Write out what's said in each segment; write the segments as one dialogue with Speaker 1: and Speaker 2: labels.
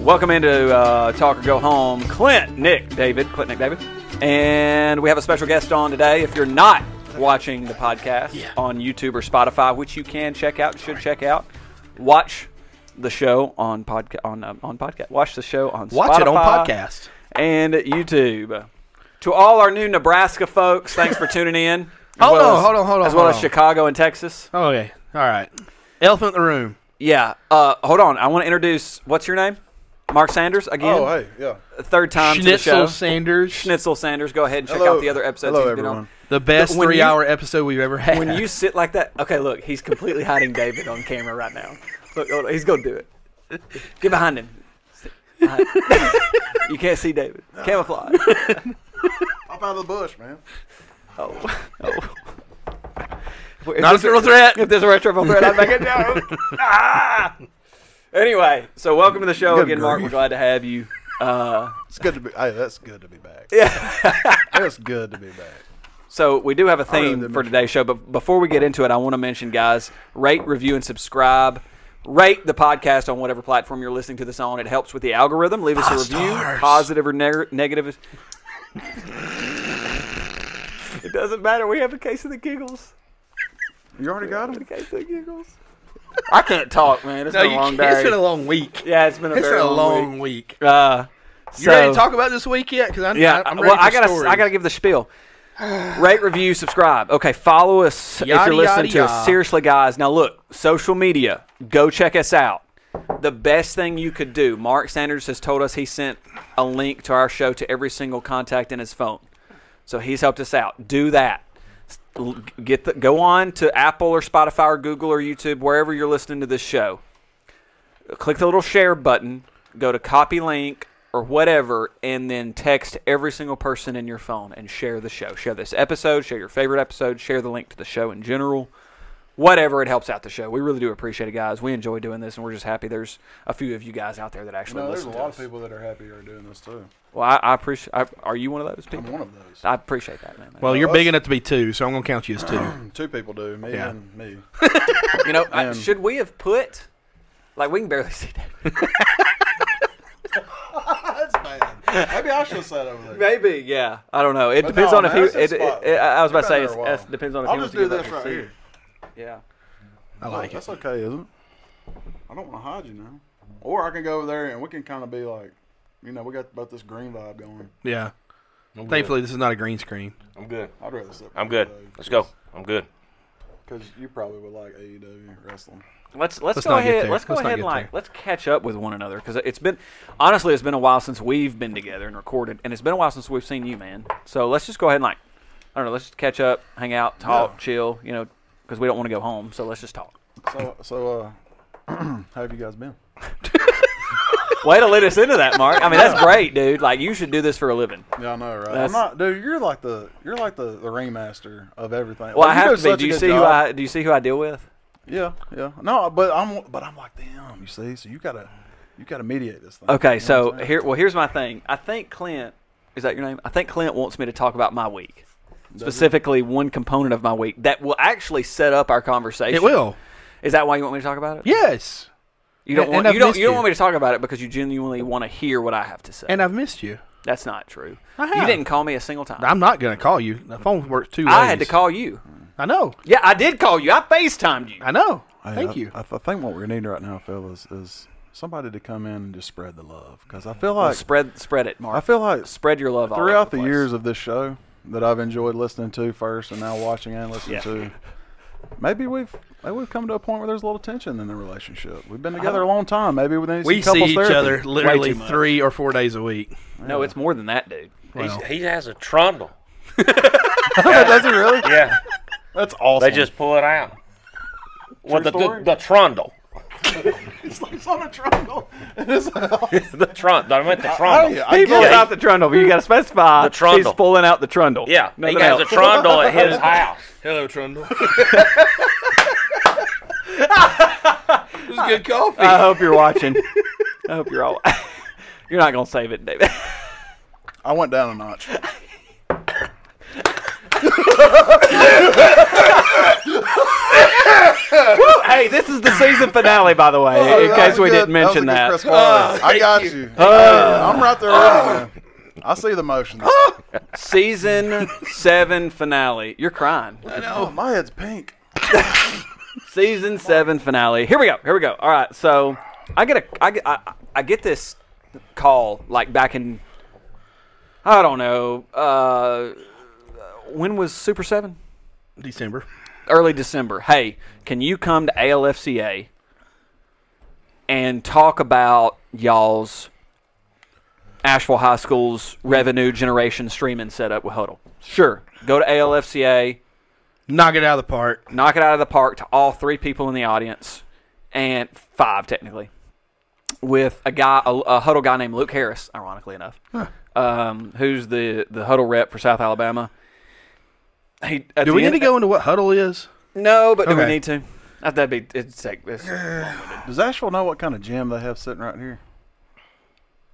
Speaker 1: Welcome into uh, Talk or Go Home, Clint, Nick, David, Clint, Nick, David, and we have a special guest on today. If you're not watching the podcast on YouTube or Spotify, which you can check out, should check out, watch the show on podcast on um, on podcast. Watch the show on
Speaker 2: Watch it on
Speaker 1: Spotify
Speaker 2: podcast.
Speaker 1: and YouTube. To all our new Nebraska folks, thanks for tuning in. as
Speaker 2: Hold
Speaker 1: well
Speaker 2: on, hold on, hold on,
Speaker 1: as well
Speaker 2: hold
Speaker 1: as
Speaker 2: on.
Speaker 1: Chicago and Texas.
Speaker 2: Oh, okay. All right. Elephant in the room.
Speaker 1: Yeah. Uh, hold on. I want to introduce. What's your name? Mark Sanders again.
Speaker 3: Oh, hey, yeah.
Speaker 1: A Third time to the show.
Speaker 2: Schnitzel Sanders.
Speaker 1: Schnitzel Sanders. Go ahead and check
Speaker 3: Hello.
Speaker 1: out the other episodes
Speaker 3: Hello,
Speaker 1: he's been on.
Speaker 3: everyone.
Speaker 2: the best
Speaker 1: When you-
Speaker 2: three hour episode we've ever had.
Speaker 1: When you sit like that, okay, look, he's completely hiding David on camera right now. Look, hold on, he's gonna do it. Get behind him. Sit behind- you can't see David. Camouflage.
Speaker 3: Pop out of the bush, man.
Speaker 1: Oh. oh. If
Speaker 2: Not a
Speaker 1: there's
Speaker 2: triple threat.
Speaker 1: If there's a retro threat, I'm back it down. Ah! Anyway, so welcome to the show
Speaker 3: Good
Speaker 1: again, Mark. We're
Speaker 3: grief.
Speaker 1: glad to have you. Uh,
Speaker 3: It's good to be. Hey, that's good to be back.
Speaker 1: yeah.
Speaker 3: That's good to be back.
Speaker 1: So we do have a
Speaker 3: really
Speaker 1: theme
Speaker 3: didn't
Speaker 1: for
Speaker 3: mention-
Speaker 1: today's show, but before we get
Speaker 2: Oh.
Speaker 1: into it, I want to mention, guys, rate, review, and subscribe. Rate the podcast on whatever platform you're listening to this on. It helps with the algorithm. Leave us a review,
Speaker 2: stars.
Speaker 1: positive or neg- negative. it doesn't matter. We have a case of the giggles.
Speaker 3: You already got
Speaker 1: The
Speaker 3: him?
Speaker 1: case of the giggles. I can't talk, man. It's
Speaker 2: no,
Speaker 1: been a
Speaker 2: you
Speaker 1: long
Speaker 2: can't.
Speaker 1: day.
Speaker 2: It's been a long week.
Speaker 1: yeah, it's been a
Speaker 2: it's
Speaker 1: very
Speaker 2: been a
Speaker 1: long,
Speaker 2: long week.
Speaker 1: week. Uh,
Speaker 2: You ready to
Speaker 1: so-
Speaker 2: talk about this week yet? Because I'm,
Speaker 1: yeah,
Speaker 2: I'm ready
Speaker 1: well,
Speaker 2: for
Speaker 1: I gotta,
Speaker 2: stories.
Speaker 1: I gotta give the spiel. Rate, review, subscribe. Okay, follow us if
Speaker 2: Yada,
Speaker 1: you're listening
Speaker 2: yada,
Speaker 1: to
Speaker 2: yada.
Speaker 1: us. Seriously, guys. Now look, social media. Go check us out. The best thing you could do. Mark Sanders has told us he sent a link to our show to every single contact in his phone, so he's helped us out. Do that. S- l- Get the, go on to Apple or Spotify or Google or YouTube wherever you're listening to this show click the little share button, go to copy link or whatever, and then text every single person in your phone and share the show. Share this episode, share your favorite episode, share the link to the show in general. Whatever, it helps out the show. We really do appreciate it, guys. We enjoy doing this, and we're just happy there's a few of you guys out there that actually
Speaker 3: No, there's a
Speaker 1: listen.
Speaker 3: lot of
Speaker 1: to us.
Speaker 3: people that are happy you're doing this too.
Speaker 1: Well, I, I appreciate. I, are you one of those
Speaker 3: I'm
Speaker 1: people?
Speaker 3: one of those.
Speaker 1: I appreciate that, man.
Speaker 2: Well, you're
Speaker 3: us.
Speaker 2: big enough to be two, so I'm gonna count you as two.
Speaker 3: Two people do, me
Speaker 2: Yeah.
Speaker 3: and me.
Speaker 1: you know, I,
Speaker 3: Man.
Speaker 1: should we have put? Like we can barely see that.
Speaker 3: that's bad. Maybe I should have sat over there.
Speaker 1: Maybe, yeah. I don't know. It
Speaker 3: But
Speaker 1: depends
Speaker 3: no,
Speaker 1: on
Speaker 3: man,
Speaker 1: if
Speaker 3: that's
Speaker 1: he. It,
Speaker 3: his
Speaker 1: it,
Speaker 3: spot.
Speaker 1: it- I was about to
Speaker 3: He's
Speaker 1: say it's,
Speaker 3: been there a
Speaker 1: it
Speaker 3: while.
Speaker 1: depends on if
Speaker 3: I'll
Speaker 1: he wants
Speaker 3: just
Speaker 1: to
Speaker 3: do
Speaker 1: give
Speaker 3: this
Speaker 1: up
Speaker 3: right
Speaker 1: his
Speaker 3: here.
Speaker 1: seat. Yeah.
Speaker 2: I like it.
Speaker 3: That's okay, isn't it? I don't want to hide you now. Or I can go over there and we can kind of be like, you know, we got both this green vibe going.
Speaker 2: Yeah.
Speaker 4: I'm
Speaker 2: Thankfully, this is not a green screen.
Speaker 4: good. I'm good.
Speaker 3: I'd rather sit.
Speaker 4: I'm good. Let's go. I'm good.
Speaker 3: Because you probably would like AEW wrestling.
Speaker 1: Let's let's,
Speaker 2: Let's
Speaker 1: go
Speaker 2: not get
Speaker 1: ahead.
Speaker 2: there.
Speaker 1: Let's go
Speaker 2: Let's not
Speaker 1: ahead and
Speaker 2: get
Speaker 1: like
Speaker 2: there.
Speaker 1: let's catch up with one another because it's been honestly it's been a while since we've been together and recorded, and it's been a while since we've seen you, man. So let's just go ahead and like I don't know. Let's just catch up, hang out, talk, chill. You know, because we don't want to go home. So let's just talk.
Speaker 3: So, so uh, how have you guys been?
Speaker 1: Way to lead us into that, Mark. I mean, that's great, dude. Like you should do this for a living.
Speaker 3: Yeah, I know, right?
Speaker 1: That's-
Speaker 3: I'm not, dude. You're like the you're like the, the ringmaster of everything.
Speaker 1: Well,
Speaker 3: Like,
Speaker 1: I have
Speaker 3: you do
Speaker 1: to be.
Speaker 3: such
Speaker 1: Do
Speaker 3: a
Speaker 1: you
Speaker 3: good
Speaker 1: see who
Speaker 3: job.
Speaker 1: I do you see who I deal with?
Speaker 3: Yeah, yeah. No, but I'm but I'm like, damn. You see, so you gotta you gotta mediate this thing.
Speaker 1: Okay,
Speaker 3: You know
Speaker 1: so
Speaker 3: what I'm saying?
Speaker 1: here, well, here's my thing. I think Clint, is that your name? I think Clint wants me to talk about my week, specifically one component of my week that will actually set up our conversation.
Speaker 2: It will.
Speaker 1: Is that why you want me to talk about it?
Speaker 2: Yes.
Speaker 1: You don't
Speaker 2: and
Speaker 1: want
Speaker 2: I've
Speaker 1: you don't
Speaker 2: missed
Speaker 1: you don't
Speaker 2: you.
Speaker 1: want me to talk about it because you genuinely want to hear what I have to say.
Speaker 2: And I've missed you.
Speaker 1: That's not true.
Speaker 2: I
Speaker 1: You
Speaker 2: have.
Speaker 1: didn't call me a single time.
Speaker 2: I'm not gonna call you. The phone works two ways.
Speaker 1: I had to call you.
Speaker 2: I know.
Speaker 1: Yeah, I did call you. I FaceTimed you.
Speaker 2: I know.
Speaker 3: Hey,
Speaker 2: Thank
Speaker 3: I-
Speaker 2: you.
Speaker 3: I, I think what we need right now, fellas, is somebody to come in and just spread the love because I feel like
Speaker 1: spread spread it, Mark.
Speaker 3: I feel like
Speaker 1: spread your love all over
Speaker 3: throughout the,
Speaker 1: place.
Speaker 3: years of this show that I've enjoyed listening to first and now watching and listening
Speaker 1: Yeah.
Speaker 3: to. Maybe we've maybe we've come to a point where there's a little tension in the relationship. We've been together a long time. Maybe we need some
Speaker 2: we see
Speaker 3: couples
Speaker 2: each
Speaker 3: therapy.
Speaker 2: other literally
Speaker 1: much.
Speaker 2: three or four days a week.
Speaker 1: No, it's more than that, dude.
Speaker 2: Well,
Speaker 4: He's, he has a trundle.
Speaker 3: Does he really?
Speaker 4: Yeah,
Speaker 3: That's awesome.
Speaker 4: they just pull it out. Well, the, the
Speaker 3: story?
Speaker 4: the trundle,
Speaker 3: It's like it's on a triangle. It is.
Speaker 4: the trundle. I meant the
Speaker 3: I,
Speaker 4: trundle.
Speaker 3: I
Speaker 1: He pulls
Speaker 3: get it.
Speaker 1: out the trundle, but you got to specify
Speaker 4: The trundle.
Speaker 1: he's pulling out the trundle.
Speaker 4: Yeah, he
Speaker 1: Nothing
Speaker 4: has a
Speaker 1: else.
Speaker 4: trundle at his house. Hello, trundle.
Speaker 2: It was good coffee.
Speaker 1: I hope you're watching. I hope you're all. you're not gonna save it, David.
Speaker 3: I went down a notch.
Speaker 1: hey, Oh, hey, this is the season finale, by the way, in case we didn't mention that. Uh,
Speaker 3: I got you. I'm right there with you. man. I see the motion.
Speaker 1: Oh, Season seven finale. You're crying.
Speaker 3: Oh, my head's pink.
Speaker 1: Season seven finale. Here we go. Here we go. All right. So I get a I get I, I get this call like back in I don't know uh, when was Super Seven?
Speaker 2: December.
Speaker 1: early December, hey, can you come to ALFCA and talk about y'all's Asheville High School's revenue generation streaming setup with Huddle? Sure. Go to ALFCA,
Speaker 2: Knock it out of the park.
Speaker 1: knock it out of the park to all three people in the audience, and five technically, with a guy, a, a Huddle guy named Luke Harris, ironically enough, um, who's the the Huddle rep for South Alabama. He, at
Speaker 2: Do
Speaker 1: the
Speaker 2: we need
Speaker 1: end-
Speaker 2: to go into what huddle is?
Speaker 1: no, but do we
Speaker 2: Okay.
Speaker 1: need to? Uh, That'd be it's like this.
Speaker 3: Does Asheville know what kind of gym they have sitting right here?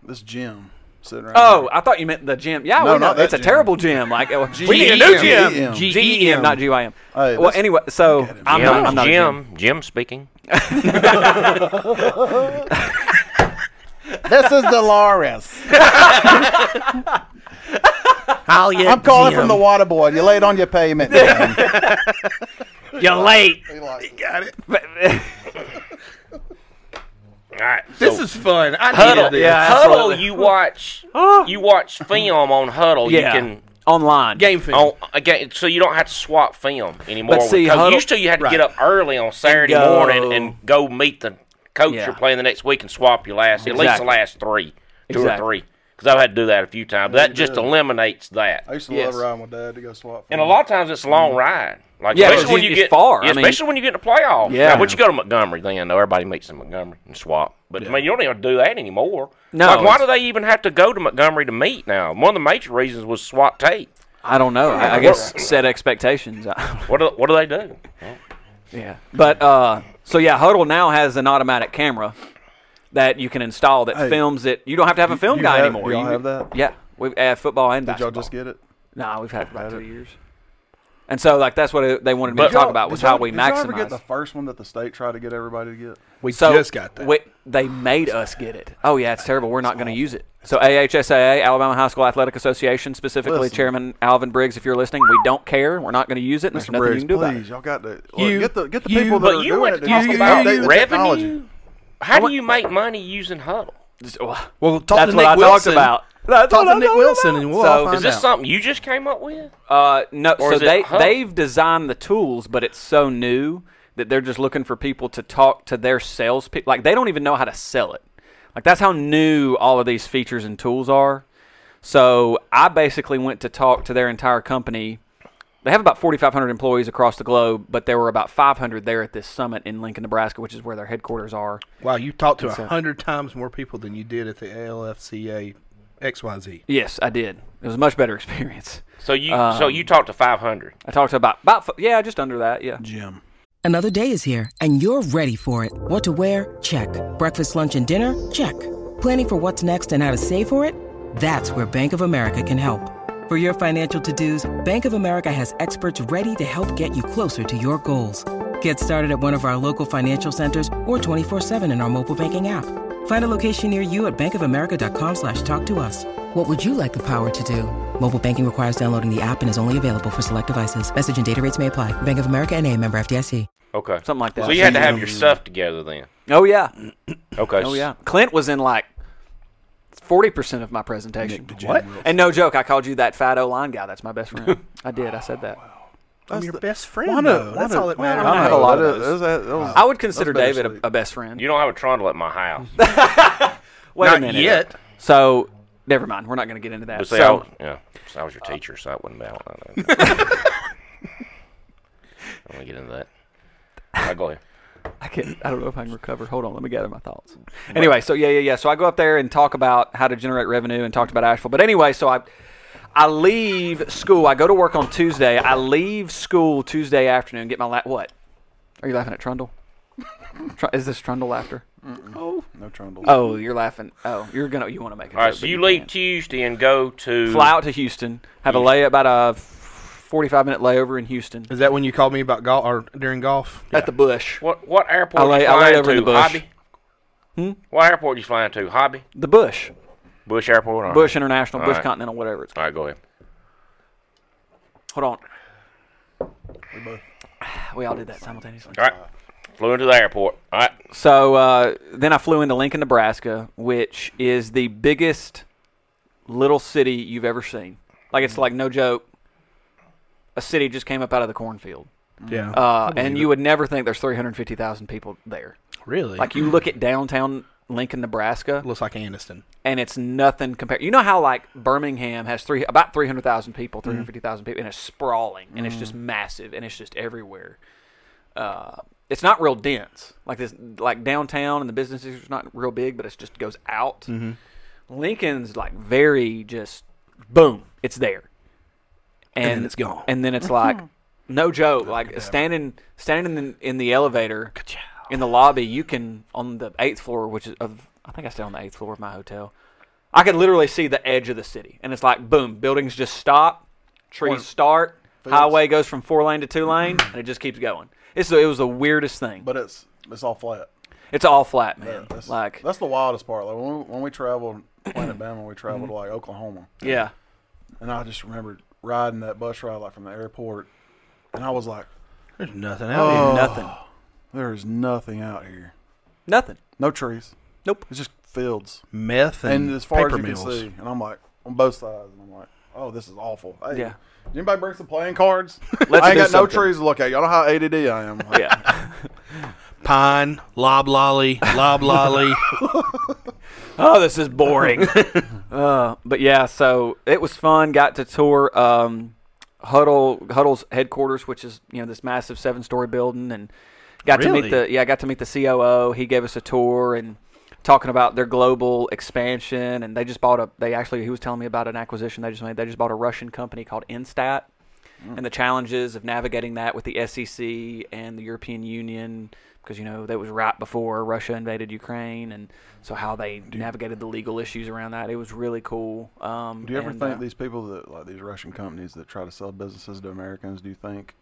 Speaker 3: This gym sitting right.
Speaker 1: Oh, I thought you meant the gym. Yeah,
Speaker 3: No,
Speaker 1: we know
Speaker 3: not that
Speaker 1: it's a
Speaker 3: gym.
Speaker 1: terrible gym. Like uh, we need a
Speaker 3: Here.
Speaker 1: new gym.
Speaker 3: GEM.
Speaker 1: GEM, not GYM.
Speaker 3: Hey,
Speaker 1: well,
Speaker 3: that's-
Speaker 1: anyway, so I'm not, I'm not a gym.
Speaker 4: Jim, Jim speaking.
Speaker 3: This is Dolores. I'm calling from the water board. You late on your payment. You're late.
Speaker 2: Got it.
Speaker 4: All right.
Speaker 2: This is fun. I
Speaker 4: Huddle.
Speaker 2: needed this.
Speaker 1: Yeah,
Speaker 4: Huddle.
Speaker 1: absolutely.
Speaker 4: You watch. you watch film on Huddle.
Speaker 1: Yeah,
Speaker 4: You can.
Speaker 1: online
Speaker 2: Game film.
Speaker 4: On, again, so you don't have to swap film anymore.
Speaker 1: But see,
Speaker 4: because
Speaker 1: Huddle-
Speaker 4: used to you had to get
Speaker 2: Right.
Speaker 4: up early on Saturday
Speaker 1: go.
Speaker 4: morning and go meet the coach
Speaker 1: Yeah.
Speaker 4: you're playing the next week and swap your last, at least the
Speaker 1: Exactly.
Speaker 4: last three, two
Speaker 1: Exactly.
Speaker 4: or three. Because I've had to do that a few times. That just
Speaker 3: do.
Speaker 4: eliminates that.
Speaker 3: I used to
Speaker 1: Yes.
Speaker 3: love riding with Dad to go swap. for
Speaker 4: And a
Speaker 3: me.
Speaker 4: lot of times it's a long ride. Like
Speaker 1: Yeah,
Speaker 4: especially
Speaker 1: it's-
Speaker 4: when you
Speaker 1: it's
Speaker 4: get
Speaker 1: far. I
Speaker 4: yeah,
Speaker 1: mean-
Speaker 4: especially when you get to playoff.
Speaker 1: Yeah.
Speaker 4: Now, but you go to Montgomery then, though everybody meets in Montgomery and swap. But I mean, you don't even do that anymore.
Speaker 1: No,
Speaker 4: Like, why
Speaker 1: it's-
Speaker 4: do they even have to go to Montgomery to meet now? One of the major reasons was swap tape.
Speaker 1: I don't know. I, I guess set expectations.
Speaker 4: What do, what do they do?
Speaker 1: yeah, but uh, so yeah, Huddle now has an automatic camera that you can install that
Speaker 3: Hey,
Speaker 1: films it. You don't have to have a film
Speaker 3: you
Speaker 1: guy
Speaker 3: have-
Speaker 1: anymore.
Speaker 3: y'all
Speaker 1: You-
Speaker 3: have that?
Speaker 1: Yeah, we've had football and
Speaker 3: Did y'all just get it?
Speaker 1: Nah, we've had it for about two years. And so, like, that's what it, they wanted me to
Speaker 4: But-
Speaker 1: talk about
Speaker 3: Did
Speaker 1: was
Speaker 3: y'all-
Speaker 1: how we
Speaker 3: did y'all ever
Speaker 1: maximize.
Speaker 3: get the first one that the state tried to get everybody to get?
Speaker 2: We
Speaker 1: So
Speaker 2: just got that.
Speaker 1: we- they made us get it. Oh yeah, it's terrible. We're not going to use it. So AHSAA, Alabama High School Athletic Association, specifically
Speaker 3: Listen.
Speaker 1: Chairman Alvin Briggs, if you're listening, we don't care. We're not going to use it. and There's
Speaker 3: Mr.
Speaker 1: nothing
Speaker 3: Briggs,
Speaker 1: you can do about
Speaker 3: please,
Speaker 1: it.
Speaker 3: y'all got to look,
Speaker 2: You-
Speaker 3: get the get the
Speaker 2: you-
Speaker 3: people that
Speaker 4: But
Speaker 3: are
Speaker 4: you
Speaker 3: doing
Speaker 4: want
Speaker 3: it.
Speaker 4: to
Speaker 3: to
Speaker 4: talk
Speaker 3: just
Speaker 4: about
Speaker 3: update the technology.
Speaker 4: revenue. How do you make money using Huddle?
Speaker 1: Just- oh,
Speaker 2: Well, talk
Speaker 1: that's
Speaker 2: to
Speaker 1: what
Speaker 2: Nick
Speaker 1: I
Speaker 2: Wilson.
Speaker 1: talked about. That's
Speaker 2: Talk
Speaker 1: what
Speaker 2: to
Speaker 1: I
Speaker 2: Nick
Speaker 1: talked
Speaker 2: Wilson
Speaker 1: about.
Speaker 2: and we'll
Speaker 1: So,
Speaker 2: all find
Speaker 4: Is this
Speaker 2: out.
Speaker 4: something you just came up with?
Speaker 1: Uh, no,
Speaker 4: Or
Speaker 1: so
Speaker 4: is it
Speaker 1: they
Speaker 4: Hub?
Speaker 1: they've designed the tools, but it's so new that they're just looking for people to talk to their sales people. Like they don't even know how to sell it. Like that's how new all of these features and tools are. So I basically went to talk to their entire company. They have about 4,500 employees across the globe, but there were about 500 there at this summit in Lincoln, Nebraska, which is where their headquarters are.
Speaker 2: Wow, you talked to
Speaker 1: So-
Speaker 2: a hundred times more people than you did at the ALFCA XYZ.
Speaker 1: Yes, I did. It was a much better experience.
Speaker 4: So you
Speaker 1: um,
Speaker 4: so you talked to five hundred.
Speaker 1: I talked to about about f- yeah, just under that. Yeah.
Speaker 3: Jim.
Speaker 5: Another day is here, and you're ready for it. What to wear? Check. Breakfast, lunch, and dinner? Check. Planning for what's next and how to save for it? That's where Bank of America can help. For your financial to dos, Bank of America has experts ready to help get you closer to your goals. Get started at one of our local financial centers or 24-7 in our mobile banking app. Find a location near you at bankofamerica.com slash talk to us. What would you like the power to do? Mobile banking requires downloading the app and is only available for select devices. Message and data rates may apply. Bank of America and a member FDIC.
Speaker 4: Okay.
Speaker 1: Something like that.
Speaker 4: So you had to have your stuff together then.
Speaker 1: Oh yeah.
Speaker 4: Okay.
Speaker 1: Oh yeah, Clint was in like forty percent of my presentation.
Speaker 2: What?
Speaker 1: And no joke, I called you that fat O line guy. That's my best friend. I did. I said that.
Speaker 2: I'm your best friend.
Speaker 3: Why not-
Speaker 2: though.
Speaker 3: why
Speaker 2: That's
Speaker 3: not-
Speaker 2: all that
Speaker 3: man,
Speaker 2: matters.
Speaker 1: I don't have a lot of
Speaker 3: That
Speaker 1: those.
Speaker 3: is- that- that was-
Speaker 1: I would consider
Speaker 3: that's
Speaker 1: David a, a best friend.
Speaker 4: You don't have a trundle at my house.
Speaker 1: Wait a
Speaker 2: Not
Speaker 1: minute.
Speaker 2: yet.
Speaker 1: So never mind. We're not going to get into that.
Speaker 4: But see, I
Speaker 1: so Uh,
Speaker 4: was, yeah, so I was your teacher, so that wouldn't matter. I don't want to get into that. I go ahead.
Speaker 1: I can't. I don't know if I can recover. Hold on. Let me gather my thoughts. Anyway, so yeah, yeah, yeah. So I go up there and talk about how to generate revenue and talked about Asheville. But anyway, so I I leave school. I go to work on Tuesday. I leave school Tuesday afternoon. Get my la- what? Are you laughing at Trundle? Tru- Is this Trundle laughter?
Speaker 3: No trundles.
Speaker 1: Oh, you're laughing. Oh, you're gonna you want to make it.
Speaker 4: All right, so you leave Tuesday and go to
Speaker 1: Fly out to Houston. Have a layup about a f- 45 minute layover in Houston
Speaker 2: Is that when you called me about golf or during golf?
Speaker 1: at the Bush.
Speaker 4: What what airport
Speaker 1: I lay-
Speaker 4: you
Speaker 1: I lay
Speaker 4: flying
Speaker 1: over in
Speaker 4: to?
Speaker 1: the bush. Hmm?
Speaker 4: Hobby. What airport you flying to? Hobby.
Speaker 1: The Bush,
Speaker 4: Bush Airport. All
Speaker 1: Bush
Speaker 4: right.
Speaker 1: International, Bush
Speaker 4: right.
Speaker 1: Continental, whatever it's called.
Speaker 4: All right, go ahead.
Speaker 1: Hold on.
Speaker 3: We both.
Speaker 1: We all did that simultaneously.
Speaker 4: All right, flew into the airport. All right,
Speaker 1: So uh, then I flew into Lincoln, Nebraska, which is the biggest little city you've ever seen. Like
Speaker 3: Mm-hmm.
Speaker 1: it's like no joke. A city just came up out of the cornfield,
Speaker 2: Yeah.
Speaker 1: uh, and you would never think there's 350,000 people there.
Speaker 2: really?
Speaker 1: Like you look at downtown Lincoln, Nebraska,
Speaker 2: looks like Aniston.
Speaker 1: and it's nothing compared. You know how like Birmingham has three about three hundred thousand people,
Speaker 2: Mm-hmm.
Speaker 1: three hundred fifty thousand people, and it's sprawling and it's
Speaker 2: Mm.
Speaker 1: just massive and it's just everywhere. Uh, it's not real dense like this, like downtown and the business is not real big, but it just goes out.
Speaker 2: Mm-hmm.
Speaker 1: Lincoln's like very just boom, it's there, and,
Speaker 2: then it's gone.
Speaker 1: And then it's like no joke, like standing standing in the, in the elevator in the lobby, you can on the eighth floor, which is of I think I stayed on the eighth floor of my hotel. I could literally see the edge of the city, and it's like boom, buildings just stop, trees start, highway goes from four lane to two lane, and it just keeps going. It's the, it was the weirdest thing. But
Speaker 3: But it's it's all flat.
Speaker 1: it's all flat, man.
Speaker 3: That's,
Speaker 1: like
Speaker 3: that's the wildest part. Like when we, when we traveled Planet Bama, we traveled
Speaker 1: Mm-hmm.
Speaker 3: to like Oklahoma,
Speaker 1: yeah,
Speaker 3: and I just remembered riding that bus ride like from the airport, and I was like,
Speaker 2: There's nothing
Speaker 1: Oh.
Speaker 2: out here.
Speaker 1: nothing,
Speaker 3: there is nothing out here.
Speaker 1: nothing.
Speaker 3: No trees.
Speaker 1: Nope.
Speaker 3: It's just fields.
Speaker 2: Meth and,
Speaker 3: And, as far as
Speaker 2: paper
Speaker 3: you
Speaker 2: mills.
Speaker 3: can see, and I'm like on both sides, and I'm like, oh, this is awful. Hey,
Speaker 1: Yeah.
Speaker 3: Did anybody bring some playing cards?
Speaker 1: Let's
Speaker 3: I ain't
Speaker 1: do
Speaker 3: got
Speaker 1: something.
Speaker 3: no trees to look at. Y'all know how ADD I am. Like,
Speaker 1: Yeah.
Speaker 2: Pine, loblolly, loblolly.
Speaker 1: oh, this is boring. uh, but yeah, so it was fun. Got to tour um, Huddle Huddle's headquarters, which is you know this massive seven story building, and got to meet
Speaker 2: Really?
Speaker 1: the yeah, I got to meet the COO. He gave us a tour and talking about their global expansion, and they just bought a. They actually he was telling me about an acquisition they just made. They just bought a Russian company called Instat.
Speaker 3: Hmm.
Speaker 1: And the challenges of navigating that with the SEC and the European Union, because you know that was right before Russia invaded Ukraine, and so how they navigated the legal issues around that. It was really cool. Um,
Speaker 3: do you ever
Speaker 1: and,
Speaker 3: think
Speaker 1: uh,
Speaker 3: these people that like these Russian companies that try to sell businesses to Americans? Do you think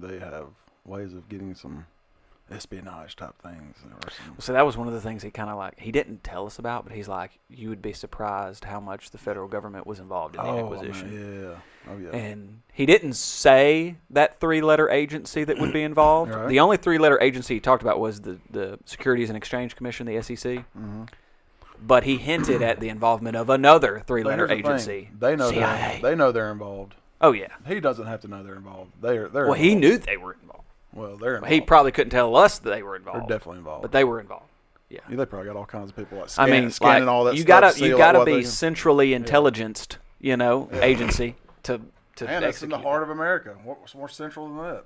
Speaker 3: they have ways of getting some espionage type things? Or some,
Speaker 1: So that was one of the things he kind of like he didn't tell us about, but he's like, you would be surprised how much the federal government was involved in the
Speaker 3: oh,
Speaker 1: acquisition.
Speaker 3: man, yeah. Oh yeah.
Speaker 1: And he didn't say that three letter agency that would be involved.
Speaker 3: Right.
Speaker 1: The only three letter agency he talked about was the, the Securities and Exchange Commission, the SEC.
Speaker 3: Mm-hmm.
Speaker 1: But he hinted at the involvement of another three
Speaker 3: But
Speaker 1: letter
Speaker 3: here's the thing.
Speaker 1: agency.
Speaker 3: They know
Speaker 1: CIA.
Speaker 3: they're, they know they're involved.
Speaker 1: Oh, yeah.
Speaker 3: He doesn't have to know they're involved. They're they're
Speaker 1: Well, he
Speaker 3: involved.
Speaker 1: knew they were involved.
Speaker 3: well they're involved.
Speaker 1: He probably couldn't tell us that they were
Speaker 3: they're
Speaker 1: involved.
Speaker 3: definitely involved.
Speaker 1: But they were involved. Yeah.
Speaker 3: Yeah, they probably got all kinds of people like
Speaker 1: I
Speaker 3: scan,
Speaker 1: mean,
Speaker 3: scanning
Speaker 1: like,
Speaker 3: all that.
Speaker 1: you
Speaker 3: stuff to
Speaker 1: gotta
Speaker 3: see,
Speaker 1: you
Speaker 3: like,
Speaker 1: gotta
Speaker 3: what
Speaker 1: be
Speaker 3: they-
Speaker 1: centrally intelligenced, you know, agency to to
Speaker 3: Man, that's in the
Speaker 1: execute
Speaker 3: heart of America. What's more central than that?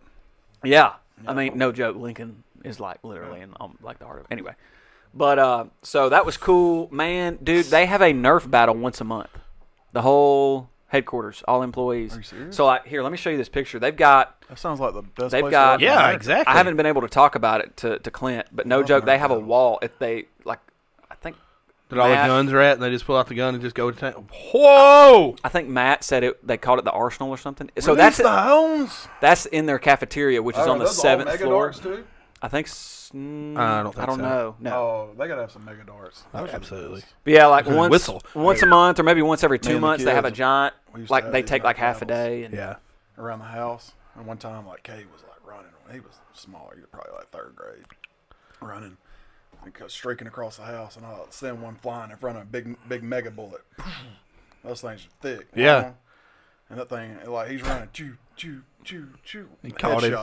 Speaker 1: Yeah. I mean, no joke. Lincoln is like literally in um, like the heart of anyway. But uh, so that was cool, man, dude. They have a Nerf battle once a month. The whole headquarters, all employees. Are you
Speaker 3: serious?
Speaker 1: So like, here, let me show you this picture. They've got.
Speaker 3: That sounds like the best.
Speaker 1: They've
Speaker 3: place
Speaker 1: got-
Speaker 3: to live in
Speaker 1: Yeah,
Speaker 2: yeah,
Speaker 3: America.
Speaker 2: exactly.
Speaker 1: I haven't been able to talk about it to, to Clint, but no joke, they have a wall. If they like, I think
Speaker 2: That all the
Speaker 1: Matt-
Speaker 2: guns are at, and they just pull out the gun and just go to town. Whoa!
Speaker 1: I think Matt said it. They called it the Arsenal or something. So
Speaker 3: Release
Speaker 1: that's
Speaker 3: the homes.
Speaker 1: that's in their cafeteria, which is
Speaker 3: Oh,
Speaker 1: on the
Speaker 3: those all
Speaker 1: seventh
Speaker 3: mega
Speaker 1: floor.
Speaker 3: darts, too?
Speaker 1: I think. s- mm,
Speaker 2: I don't think
Speaker 1: I don't
Speaker 2: so.
Speaker 1: know. No.
Speaker 3: Oh, they gotta have some mega darts. Those are the
Speaker 2: Absolutely.
Speaker 3: best.
Speaker 1: But yeah, like
Speaker 2: Or
Speaker 1: once
Speaker 2: whistle.
Speaker 1: once a month or maybe once every two
Speaker 3: and the
Speaker 1: months they have a
Speaker 3: kids,
Speaker 1: giant
Speaker 3: we used to
Speaker 1: like
Speaker 3: have
Speaker 1: they
Speaker 3: these
Speaker 1: take
Speaker 3: night
Speaker 1: like half a
Speaker 3: battles.
Speaker 1: day and
Speaker 2: Yeah.
Speaker 3: around the house. And one time, like Cade was like running when he was smaller. He was probably like third grade, running and go streaking across the house, and I send one flying in front of a big, big mega bullet. Those things are thick.
Speaker 2: Yeah.
Speaker 3: long. And that thing, like he's running, choo, choo, choo, choo. He
Speaker 2: caught him.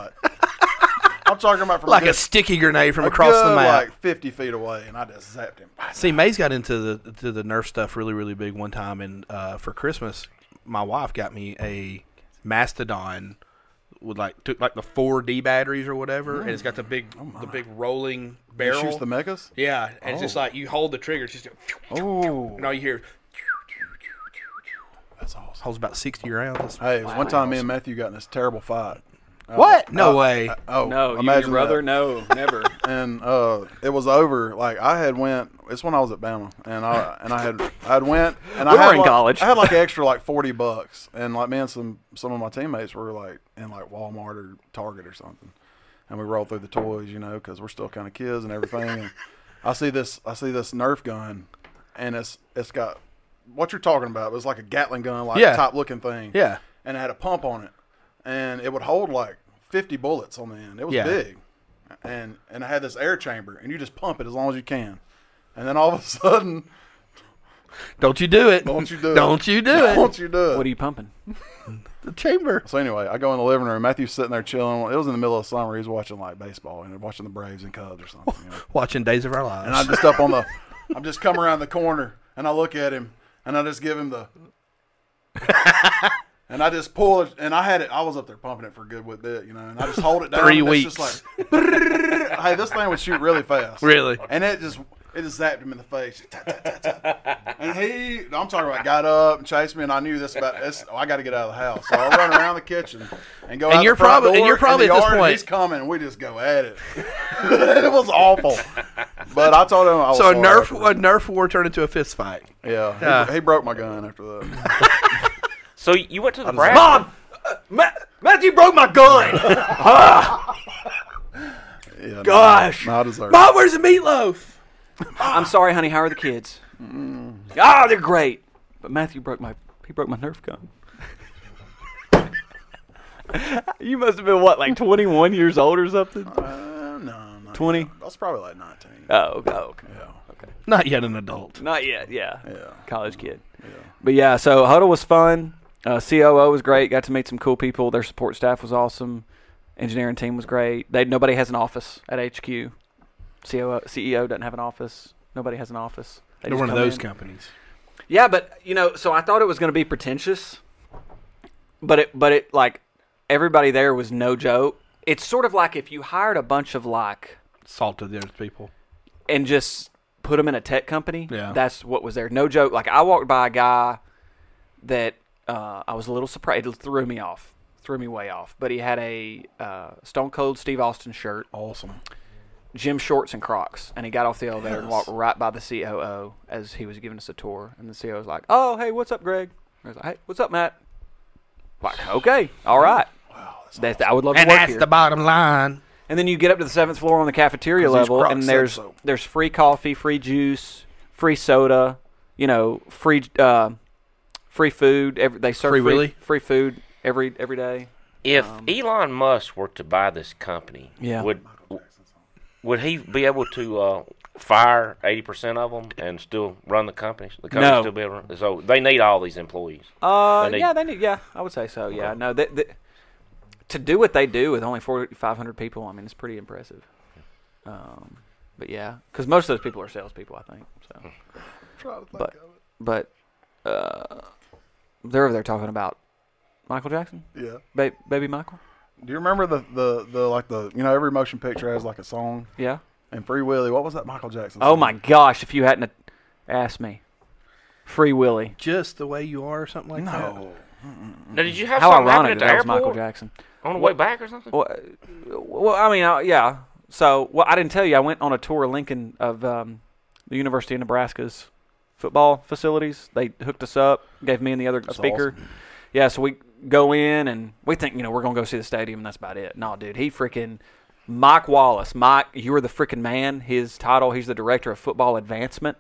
Speaker 3: I'm talking about from
Speaker 2: Like a
Speaker 3: good-
Speaker 2: sticky grenade from
Speaker 3: a
Speaker 2: across the
Speaker 3: good,
Speaker 2: map.
Speaker 3: like 50 feet away, and I just zapped him.
Speaker 2: See, May's got into the to the Nerf stuff really, really big one time, and uh, for Christmas, my wife got me a Mastodon with like took like the four D batteries or whatever, and it's got the big
Speaker 3: Oh,
Speaker 2: the big rolling
Speaker 3: He
Speaker 2: barrel.
Speaker 3: shoots the megas.
Speaker 2: yeah, and it's just like you hold the trigger, it's just a-
Speaker 3: Oh,
Speaker 2: and all you hear
Speaker 3: that's awesome.
Speaker 2: holds about sixty rounds.
Speaker 3: Hey, it was one time me and Matthew got in this terrible fight. Uh,
Speaker 2: What? No way.
Speaker 3: Oh,
Speaker 1: No, you and
Speaker 3: imagine
Speaker 1: your brother?
Speaker 3: that.
Speaker 1: No, never.
Speaker 3: and uh, it was over. Like I had went. It's when I was at Bama, and I and I had I had went and
Speaker 1: We were
Speaker 3: I had
Speaker 1: in
Speaker 3: like-
Speaker 1: college.
Speaker 3: I had like an extra like forty bucks, and like me and some some of my teammates were like in like Walmart or Target or something, and we rolled through the toys, you know, because we're still kind of kids and everything. and I see this I see this Nerf gun, and it's it's got what you're talking about. It was like a Gatling gun, like
Speaker 2: Yeah.
Speaker 3: type looking thing.
Speaker 2: Yeah.
Speaker 3: and it had a pump on it, and it would hold like fifty bullets on the end. It was
Speaker 2: Yeah.
Speaker 3: big and and I had this air chamber, and you just pump it as long as you can, and then all of a sudden,
Speaker 2: Don't you do it.
Speaker 3: don't you do it?
Speaker 2: Don't you do it.
Speaker 3: Don't you do it?
Speaker 1: what are you pumping?
Speaker 2: The chamber.
Speaker 3: so anyway, I go in the living room. Matthew's sitting there chilling. It was in the middle of summer. He was watching like baseball and watching the Braves and Cubs or something. you know.
Speaker 2: Watching Days of Our Lives.
Speaker 3: And I'm just up on the, I'm just come around the corner, and I look at him, and I just give him the. And I just pull it, and I had it. I was up there pumping it for a good with bit, you know. And I just hold it down.
Speaker 2: Three
Speaker 3: and it's just
Speaker 2: weeks.
Speaker 3: like, hey, this thing would shoot really fast.
Speaker 2: Really?
Speaker 3: And it just it just zapped him in the face. Ta, ta, ta, ta. And he, I'm talking about, got up and chased me, and I knew this about. This, oh, I got to get out of the house, so I run around the kitchen and go.
Speaker 2: And
Speaker 3: out
Speaker 2: you're
Speaker 3: the front
Speaker 2: probably- and
Speaker 3: door,
Speaker 2: you're probably
Speaker 3: in the
Speaker 2: at this
Speaker 3: yard, and
Speaker 2: point-
Speaker 3: He's coming, and we just go at it. it was awful, but I told him I was
Speaker 2: so a
Speaker 3: sorry
Speaker 2: nerf
Speaker 3: afterwards.
Speaker 2: a nerf war turned into a fist fight.
Speaker 3: Yeah, he,
Speaker 2: Yeah.
Speaker 3: he broke my gun after that.
Speaker 4: So you went to the Brad.
Speaker 1: Mom, Ma- Matthew broke my gun.
Speaker 3: Yeah, no,
Speaker 1: Gosh.
Speaker 3: no, I deserve. it.
Speaker 2: Mom, Oh, where's the meatloaf?
Speaker 1: I'm sorry, honey. How are the kids? Ah, they're great. But Matthew broke my he broke my Nerf gun. you must have been what, like 21 years old or something?
Speaker 3: Uh, no, not
Speaker 1: 20?
Speaker 3: yet. I was probably like 19.
Speaker 1: Oh, okay, okay.
Speaker 3: yeah,
Speaker 2: Not yet an adult.
Speaker 1: Not yet, yeah.
Speaker 3: Yeah.
Speaker 1: College kid. But yeah, so Huddle was fun. Uh, COO was great. Got to meet some cool people. Their support staff was awesome. Engineering team was great. They nobody has an office at HQ. COO, CEO E doesn't have an office. Nobody has an office. They
Speaker 2: They're
Speaker 1: just
Speaker 2: one of
Speaker 1: come
Speaker 2: those
Speaker 1: in.
Speaker 2: companies.
Speaker 1: Yeah, but you know, so I thought it was going to be pretentious, but it, but it like everybody there was no joke. It's sort of like if you hired a bunch of like
Speaker 2: Salt of the earth people.
Speaker 1: and just put them in a tech company.
Speaker 2: Yeah.
Speaker 1: that's what was there. No joke. Like I walked by a guy that uh, I was a little surprised. It threw me off, threw me way off. But he had a uh, Stone Cold Steve Austin shirt,
Speaker 3: awesome.
Speaker 1: gym shorts, and Crocs, and he got off the elevator and walked right by the COO as he was giving us a tour. And the COO was like, "Oh, hey, what's up, Greg?" I was like, "Hey, what's up, Matt?" Like, okay, all right. Wow, that's I would love
Speaker 2: And
Speaker 1: to work
Speaker 2: that's
Speaker 1: here.
Speaker 2: the bottom line.
Speaker 1: And then you get up to the seventh floor on the cafeteria
Speaker 3: 'Cause these
Speaker 1: level,
Speaker 3: Crocs
Speaker 1: and
Speaker 3: said
Speaker 1: there's
Speaker 3: so.
Speaker 1: there's free coffee, free juice, free soda, you know, free uh, free food. Every, they serve
Speaker 2: Free
Speaker 1: free,
Speaker 2: Willy?
Speaker 1: free food every every day.
Speaker 4: If Elon Musk were to buy this company,
Speaker 1: Um, Yeah.
Speaker 4: would would he be able to uh, fire eighty percent of them and still run the company? The company
Speaker 1: No.
Speaker 4: still be able to, so they need all these employees.
Speaker 1: Uh,
Speaker 4: They need-
Speaker 1: yeah, they need. Yeah, I would say so. Yeah, no, they, they, to do what they do with only 4,500 people, I mean, it's pretty impressive. Um, but yeah, because most of those people are salespeople, I think. So. but but uh, they're over there talking about Michael Jackson,
Speaker 3: Yeah.
Speaker 1: ba- baby Michael.
Speaker 3: Do you remember the, the the like the you know every motion picture has like a song
Speaker 1: Yeah.
Speaker 3: and Free Willy? What was that Michael Jackson?
Speaker 1: Oh
Speaker 3: song?
Speaker 1: my gosh! If you hadn't a- asked me, Free Willy.
Speaker 2: Just the way you are, or something like that.
Speaker 3: No.
Speaker 4: Now, did you have
Speaker 1: How
Speaker 4: something happen
Speaker 1: ironic that
Speaker 4: at the
Speaker 1: that was
Speaker 4: airport
Speaker 1: Michael Jackson.
Speaker 4: on the way back or something?
Speaker 1: Well, uh, well I mean, uh, yeah. So, well, I didn't tell you. I went on a tour of Lincoln of um, the University of Nebraska's football facilities. They hooked us up, gave me and the other speaker. Yeah, so we go in and we think, you know, we're gonna go see the stadium, and that's about it. No, dude, he freaking Mike Wallace. Mike, you are the freaking man. His title, he's the director of football advancement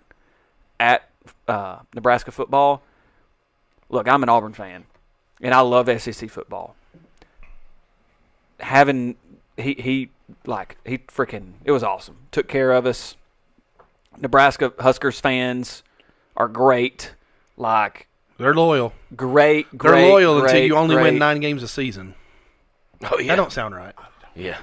Speaker 1: at uh, Nebraska football. Look, I'm an Auburn fan, and I love SEC football having he he like he freaking it was awesome. Took care of us. Nebraska Huskers fans are great. Like
Speaker 2: They're loyal.
Speaker 1: great,
Speaker 2: They're
Speaker 1: great.
Speaker 2: loyal until
Speaker 1: great,
Speaker 2: you only win
Speaker 1: great,
Speaker 2: nine games a season.
Speaker 4: oh yeah,
Speaker 2: That don't sound right.
Speaker 4: yeah.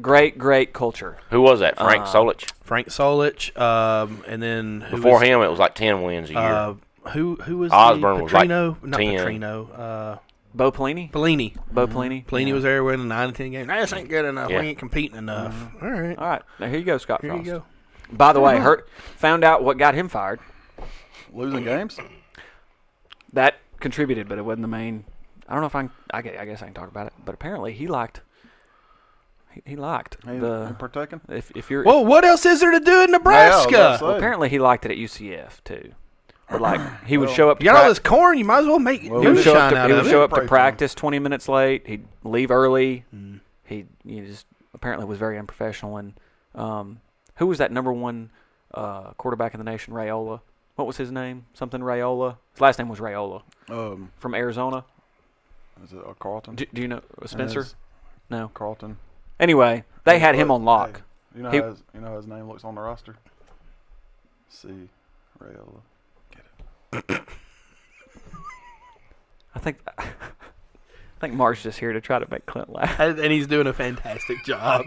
Speaker 1: Great, great culture.
Speaker 4: Who was that? Frank
Speaker 1: Uh,
Speaker 4: Solich.
Speaker 2: Frank Solich, um, and then who
Speaker 4: Before
Speaker 2: was,
Speaker 4: him, it was like ten wins a year.
Speaker 2: uh, who who was
Speaker 4: Osborne
Speaker 2: the
Speaker 4: was like
Speaker 2: Petrino? Not
Speaker 4: 10.
Speaker 2: Petrino. Uh,
Speaker 1: Bo Pelini,
Speaker 2: Pelini.
Speaker 1: Bo Pelini,
Speaker 2: Pelini was there winning nine to ten games. Nah, This ain't good enough.
Speaker 4: Yeah.
Speaker 2: We ain't competing enough. Mm-hmm. All right.
Speaker 1: All right, now here you go, Scott
Speaker 2: Here you
Speaker 1: Frost.
Speaker 2: go.
Speaker 1: By the way, hurt found out what got him fired.
Speaker 3: Losing games?
Speaker 1: That contributed, but it wasn't the main I don't know if I can, I gue- I guess I can talk about it, but apparently he liked he, he liked
Speaker 3: Hey,
Speaker 1: the
Speaker 3: I'm partaking.
Speaker 1: if if you're
Speaker 2: Well, what else is there to do in Nebraska?
Speaker 3: Yeah, I was gonna say.
Speaker 1: apparently he liked it at UCF too. But like he would show up to
Speaker 2: you got all
Speaker 1: prac-
Speaker 2: this corn. You might as well make
Speaker 3: Well,
Speaker 1: he would show up
Speaker 2: moonshine
Speaker 1: to,
Speaker 2: out
Speaker 1: he
Speaker 2: of
Speaker 1: would
Speaker 2: it.
Speaker 1: show up
Speaker 3: Pray
Speaker 1: to
Speaker 3: for him.
Speaker 1: practice 20 minutes late. He'd leave early. He he just apparently was very unprofessional and um who was that number 1 uh quarterback in the nation Rayola? What was his name? Something Rayola. His last name was Rayola
Speaker 3: Um,
Speaker 1: from Arizona.
Speaker 3: is it uh, Carlton?
Speaker 1: Do, do you know uh, Spencer?
Speaker 3: Yes.
Speaker 1: No.
Speaker 3: Carlton.
Speaker 1: Anyway, they had
Speaker 3: Hey,
Speaker 1: him
Speaker 3: look,
Speaker 1: on lock.
Speaker 3: hey, you know
Speaker 1: He-
Speaker 3: how his, you know how his name looks on the roster. C. Rayola.
Speaker 1: I think I think Mark's just here to try to make Clint laugh.
Speaker 2: And he's doing a fantastic job.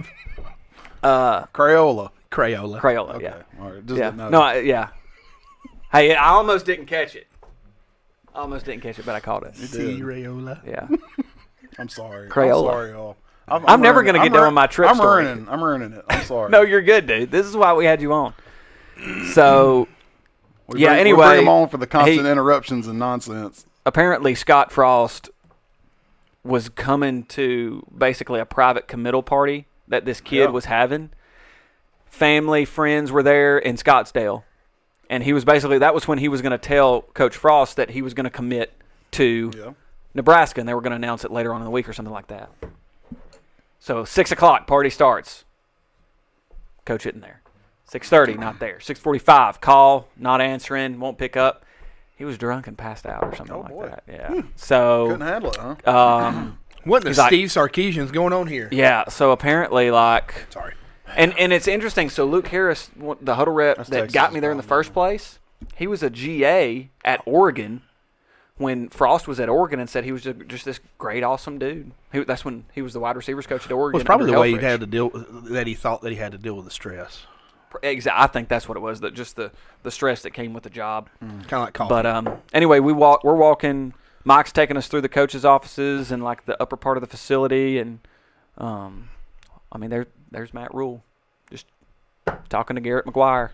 Speaker 1: Uh,
Speaker 3: Crayola.
Speaker 2: Crayola.
Speaker 1: Crayola,
Speaker 3: Okay.
Speaker 1: yeah,
Speaker 3: All right. Just
Speaker 1: yeah.
Speaker 3: didn't know.
Speaker 1: No, I, yeah. Hey, I almost didn't catch it. I almost didn't catch it, but I caught it.
Speaker 3: did.
Speaker 2: Crayola.
Speaker 1: Yeah,
Speaker 3: I'm sorry.
Speaker 1: Crayola.
Speaker 3: I'm sorry, y'all. I'm,
Speaker 1: I'm never
Speaker 3: ruining-
Speaker 1: gonna get
Speaker 3: I'm
Speaker 1: done
Speaker 3: ru-
Speaker 1: with my trip
Speaker 3: I'm
Speaker 1: story.
Speaker 3: ruining. I'm ruining it. I'm sorry.
Speaker 1: no, you're good, dude. This is why we had you on. So
Speaker 3: We
Speaker 1: yeah,
Speaker 3: bring- we
Speaker 1: anyway,
Speaker 3: bring him on for the constant
Speaker 1: he-
Speaker 3: interruptions and nonsense.
Speaker 1: apparently Scott Frost was coming to basically a private committal party that this kid
Speaker 3: Yeah.
Speaker 1: was having. Family, friends were there in Scottsdale. And he was basically that was when he was going to tell Coach Frost that he was going to commit to
Speaker 3: Yeah.
Speaker 1: Nebraska, and they were going to announce it later on in the week or something like that. So six o'clock party starts. Coach isn't there. Six thirty, not there. Six forty-five, call, not answering, won't pick up. He was drunk and passed out or something
Speaker 3: Oh,
Speaker 1: like
Speaker 3: boy.
Speaker 1: that. Yeah. So
Speaker 3: Couldn't handle it, huh?
Speaker 1: um,
Speaker 2: What in the
Speaker 1: He's like-
Speaker 2: Steve Sarkeesian's going on here?
Speaker 1: yeah. So apparently, like,
Speaker 2: Sorry.
Speaker 1: and and it's interesting. So Luke Harris, w- the huddle rep
Speaker 3: That's
Speaker 1: that
Speaker 3: Texas
Speaker 1: got me there in the
Speaker 2: Oh,
Speaker 3: problem,
Speaker 1: first place, he was a GA at Oregon when Frost was at Oregon and said he was ju- just this great, awesome dude. He, that's when he was the wide receivers coach at Oregon.
Speaker 2: Well, it's probably
Speaker 1: under
Speaker 2: the way he
Speaker 1: Helfrich.
Speaker 2: had to deal that he thought that he had to deal with the stress.
Speaker 1: Exactly. I think that's what it was. That just the the stress that came with the job.
Speaker 2: Kind of like coffee.
Speaker 1: Mm. But um, anyway, we walk. We're walking. Mike's taking us through the coaches' offices and like the upper part of the facility, and um, I mean there there's Matt Rule, just talking to Garrett McGuire,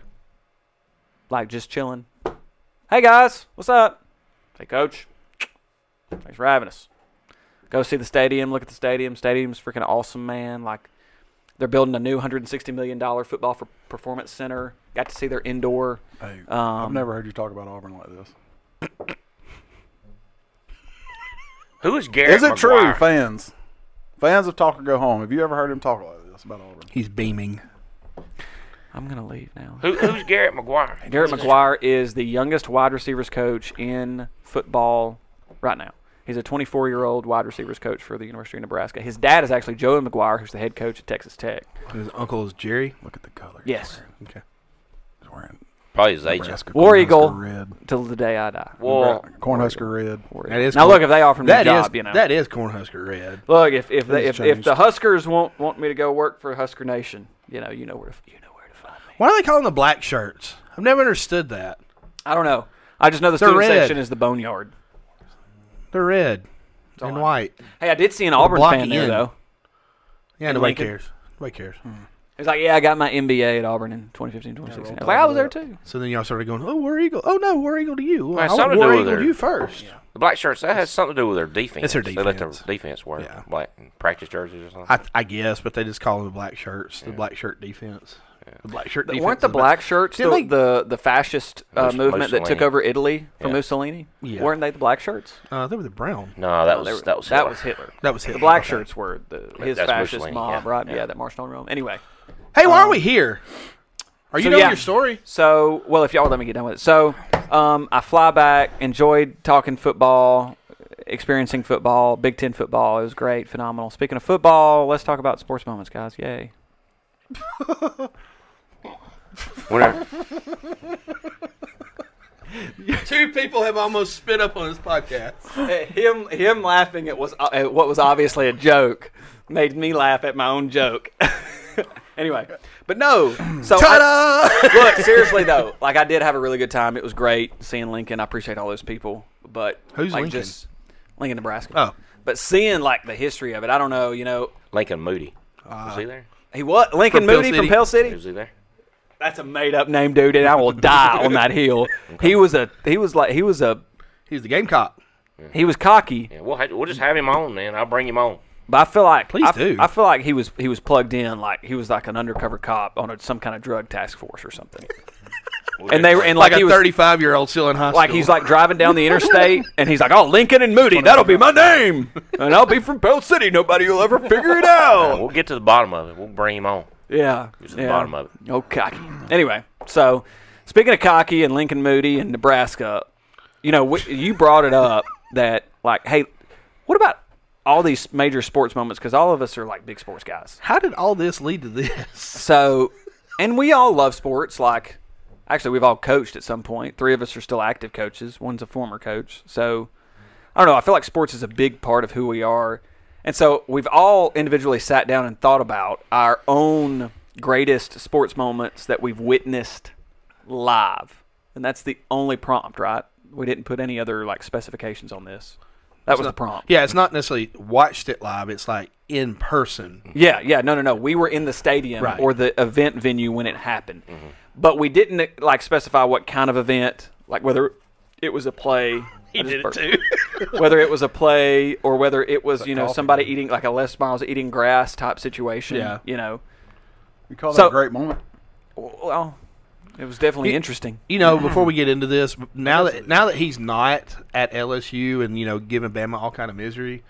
Speaker 1: like just chilling. Hey guys, what's up? Hey coach, thanks for having us. Go see the stadium. Look at the stadium. Stadium's freaking awesome, man. Like they're building a new 160 million dollar football for performance center. Got to see their indoor.
Speaker 3: Hey, I've
Speaker 1: Um,
Speaker 3: never heard you talk about Auburn like this.
Speaker 4: Who is Garrett?
Speaker 3: Is it true,
Speaker 4: McGuire?
Speaker 3: fans? Fans of Talk or Go Home. Have you ever heard him talk like this about Auburn?
Speaker 2: he's beaming.
Speaker 1: I'm gonna leave now.
Speaker 4: Who, who's Garrett McGuire?
Speaker 1: Garrett McGuire is the youngest wide receivers coach in football right now. He's a 24 year old wide receivers coach for the University of Nebraska. His dad is actually Joey McGuire, who's the head coach at Texas Tech.
Speaker 2: And his uncle is Jerry.
Speaker 3: Look at the color.
Speaker 1: Yes.
Speaker 2: Okay.
Speaker 3: He's wearing
Speaker 4: Probably his agent.
Speaker 3: Nebraska
Speaker 1: War
Speaker 3: Cornhusker
Speaker 1: Eagle.
Speaker 3: Red.
Speaker 1: Till the day I die.
Speaker 4: Well,
Speaker 3: Cornhusker Red.
Speaker 1: War
Speaker 2: That
Speaker 1: Eagle.
Speaker 2: is
Speaker 1: now,
Speaker 2: cool.
Speaker 1: look, if they offer me
Speaker 2: That
Speaker 1: a job,
Speaker 2: is-
Speaker 1: you know.
Speaker 2: that is Cornhusker Red.
Speaker 1: look, if if, they,
Speaker 3: That
Speaker 1: if
Speaker 3: is
Speaker 1: if the
Speaker 3: changed.
Speaker 1: Huskers want want me to go work for Husker Nation, you know, you know where to f- you know where to find me.
Speaker 2: Why do they call them the black shirts? I've never understood that.
Speaker 1: I don't know. I just know the
Speaker 2: They're
Speaker 1: student
Speaker 2: red.
Speaker 1: section is the boneyard.
Speaker 2: They're red
Speaker 1: all I
Speaker 2: and
Speaker 1: know.
Speaker 2: white.
Speaker 1: Hey, I did see an Auburn
Speaker 2: block
Speaker 1: fan
Speaker 2: it
Speaker 1: there
Speaker 2: in.
Speaker 1: though.
Speaker 2: Yeah,
Speaker 1: And
Speaker 2: nobody
Speaker 1: Lincoln. Hmm.
Speaker 2: cares. Nobody cares.
Speaker 1: He's like, yeah, I got my MBA at Auburn in 2015, 2016. I was like, I was there too.
Speaker 2: So then y'all started going, oh, War Eagle. Oh, no, War Eagle to you. Well,
Speaker 4: Well, it's
Speaker 2: I want
Speaker 4: something to
Speaker 2: War
Speaker 4: do with
Speaker 2: Eagle to
Speaker 4: their-
Speaker 2: you first.
Speaker 4: the black shirts. That has something to do with their defense.
Speaker 2: It's their
Speaker 4: They let their
Speaker 2: defense.
Speaker 4: defense work.
Speaker 2: Yeah.
Speaker 4: Black and practice jerseys or something.
Speaker 2: I, I guess, but they just call them the black shirts, the black shirt defense. The black shirt defense.
Speaker 1: Weren't
Speaker 2: is
Speaker 1: the
Speaker 2: best.
Speaker 1: black shirts the,
Speaker 2: Didn't they-
Speaker 1: the the fascist uh,
Speaker 4: Mus-
Speaker 1: movement that took
Speaker 4: Mussolini.
Speaker 1: over Italy from
Speaker 4: Yeah.
Speaker 1: Mussolini?
Speaker 2: Yeah.
Speaker 1: Weren't they the black shirts?
Speaker 2: Uh, they were the brown.
Speaker 4: no, that
Speaker 1: No, they
Speaker 4: was
Speaker 1: were-
Speaker 4: that was
Speaker 1: that
Speaker 4: Hitler.
Speaker 1: was Hitler.
Speaker 2: That was
Speaker 1: The
Speaker 2: Hitler,
Speaker 1: black
Speaker 2: okay.
Speaker 1: shirts were the his
Speaker 4: That's
Speaker 1: fascist
Speaker 4: Mussolini,
Speaker 1: mob,
Speaker 4: yeah,
Speaker 1: right? Yeah.
Speaker 4: yeah.
Speaker 1: that marched on Rome. Anyway,
Speaker 2: Hey, why are we here? Are you
Speaker 1: Um, so,
Speaker 2: doing
Speaker 1: yeah.
Speaker 2: your story?
Speaker 1: So, well, if y'all let me get done with it. So, um, I fly back, enjoyed talking football, experiencing football, Big Ten football. It was great, phenomenal. Speaking of football, let's talk about sports moments, guys. Yay!
Speaker 4: Whenever-
Speaker 2: Two people have almost spit up on this podcast.
Speaker 1: him him laughing at was uh, what was obviously a joke made me laugh at my own joke. anyway, but no. So I- look, seriously though, like I did have a really good time. It was great seeing Lincoln. I appreciate all those people, but
Speaker 2: Who's
Speaker 1: like
Speaker 2: Lincoln?
Speaker 1: just Lincoln, Nebraska.
Speaker 2: Oh.
Speaker 1: But seeing like the history of it, I don't know. You know,
Speaker 4: Lincoln Moody. was he there?
Speaker 1: he what Lincoln
Speaker 2: From Pell
Speaker 1: Moody from
Speaker 2: City.
Speaker 1: Pell City.
Speaker 4: Was he there?
Speaker 1: That's a made up name, dude, and I will die on that hill. He was a he was like he was a
Speaker 2: He's the Gamecock.
Speaker 1: He was cocky,
Speaker 4: Yeah, we'll, ha- we'll just have him on, man. I'll bring him on.
Speaker 1: but I feel like
Speaker 2: Please
Speaker 1: I,
Speaker 2: do.
Speaker 1: I feel like he was he was plugged in, like he was like an undercover cop on a, some kind of drug task force or something.
Speaker 4: We'll
Speaker 1: And
Speaker 4: get
Speaker 1: they
Speaker 4: him
Speaker 1: were
Speaker 4: on.
Speaker 1: and
Speaker 2: Like,
Speaker 1: like, he
Speaker 2: a
Speaker 1: was
Speaker 2: 35 year old still in high
Speaker 1: like
Speaker 2: school.
Speaker 1: he's like driving down the interstate and he's like, "Oh, Lincoln and Moody, that'll be my name, and I'll be from Bell City. Nobody will ever figure it
Speaker 4: Uh,
Speaker 1: out."
Speaker 4: We'll get to the bottom of it. We'll bring him on.
Speaker 1: Yeah,
Speaker 4: It's
Speaker 1: yeah.
Speaker 4: the bottom of it.
Speaker 1: Oh, cocky. Anyway, so speaking of cocky and Lincoln Moody and Nebraska, you know, we, you brought it up that like, hey, what about all these major sports moments? Because all of us are like big sports guys.
Speaker 2: how did all this lead to this?
Speaker 1: So, and we all love sports. Like, actually, we've all coached at some point. Three of us are still active coaches. One's a former coach. So, I don't know. I feel like sports is a big part of who we are. And so we've all individually sat down and thought about our own greatest sports moments that we've witnessed live. And that's the only prompt, right? We didn't put any other like specifications on this. That was the prompt.
Speaker 2: Yeah, it's not necessarily watched it live. It's like in person.
Speaker 1: Yeah, yeah, no, no, no. We were in the stadium
Speaker 2: Right.
Speaker 1: or the event venue when it happened, but we didn't like specify what kind of event, like whether it was a play. I just burped. whether it was a play or whether it was you know somebody eating like a Les Miles eating grass type situation.
Speaker 2: Yeah.
Speaker 1: you know.
Speaker 3: You call that
Speaker 1: So-
Speaker 3: a great moment?
Speaker 1: Well, it was definitely interesting.
Speaker 2: You know, before we get into this, now that now that he's not at LSU and you know giving Bama all kind of misery,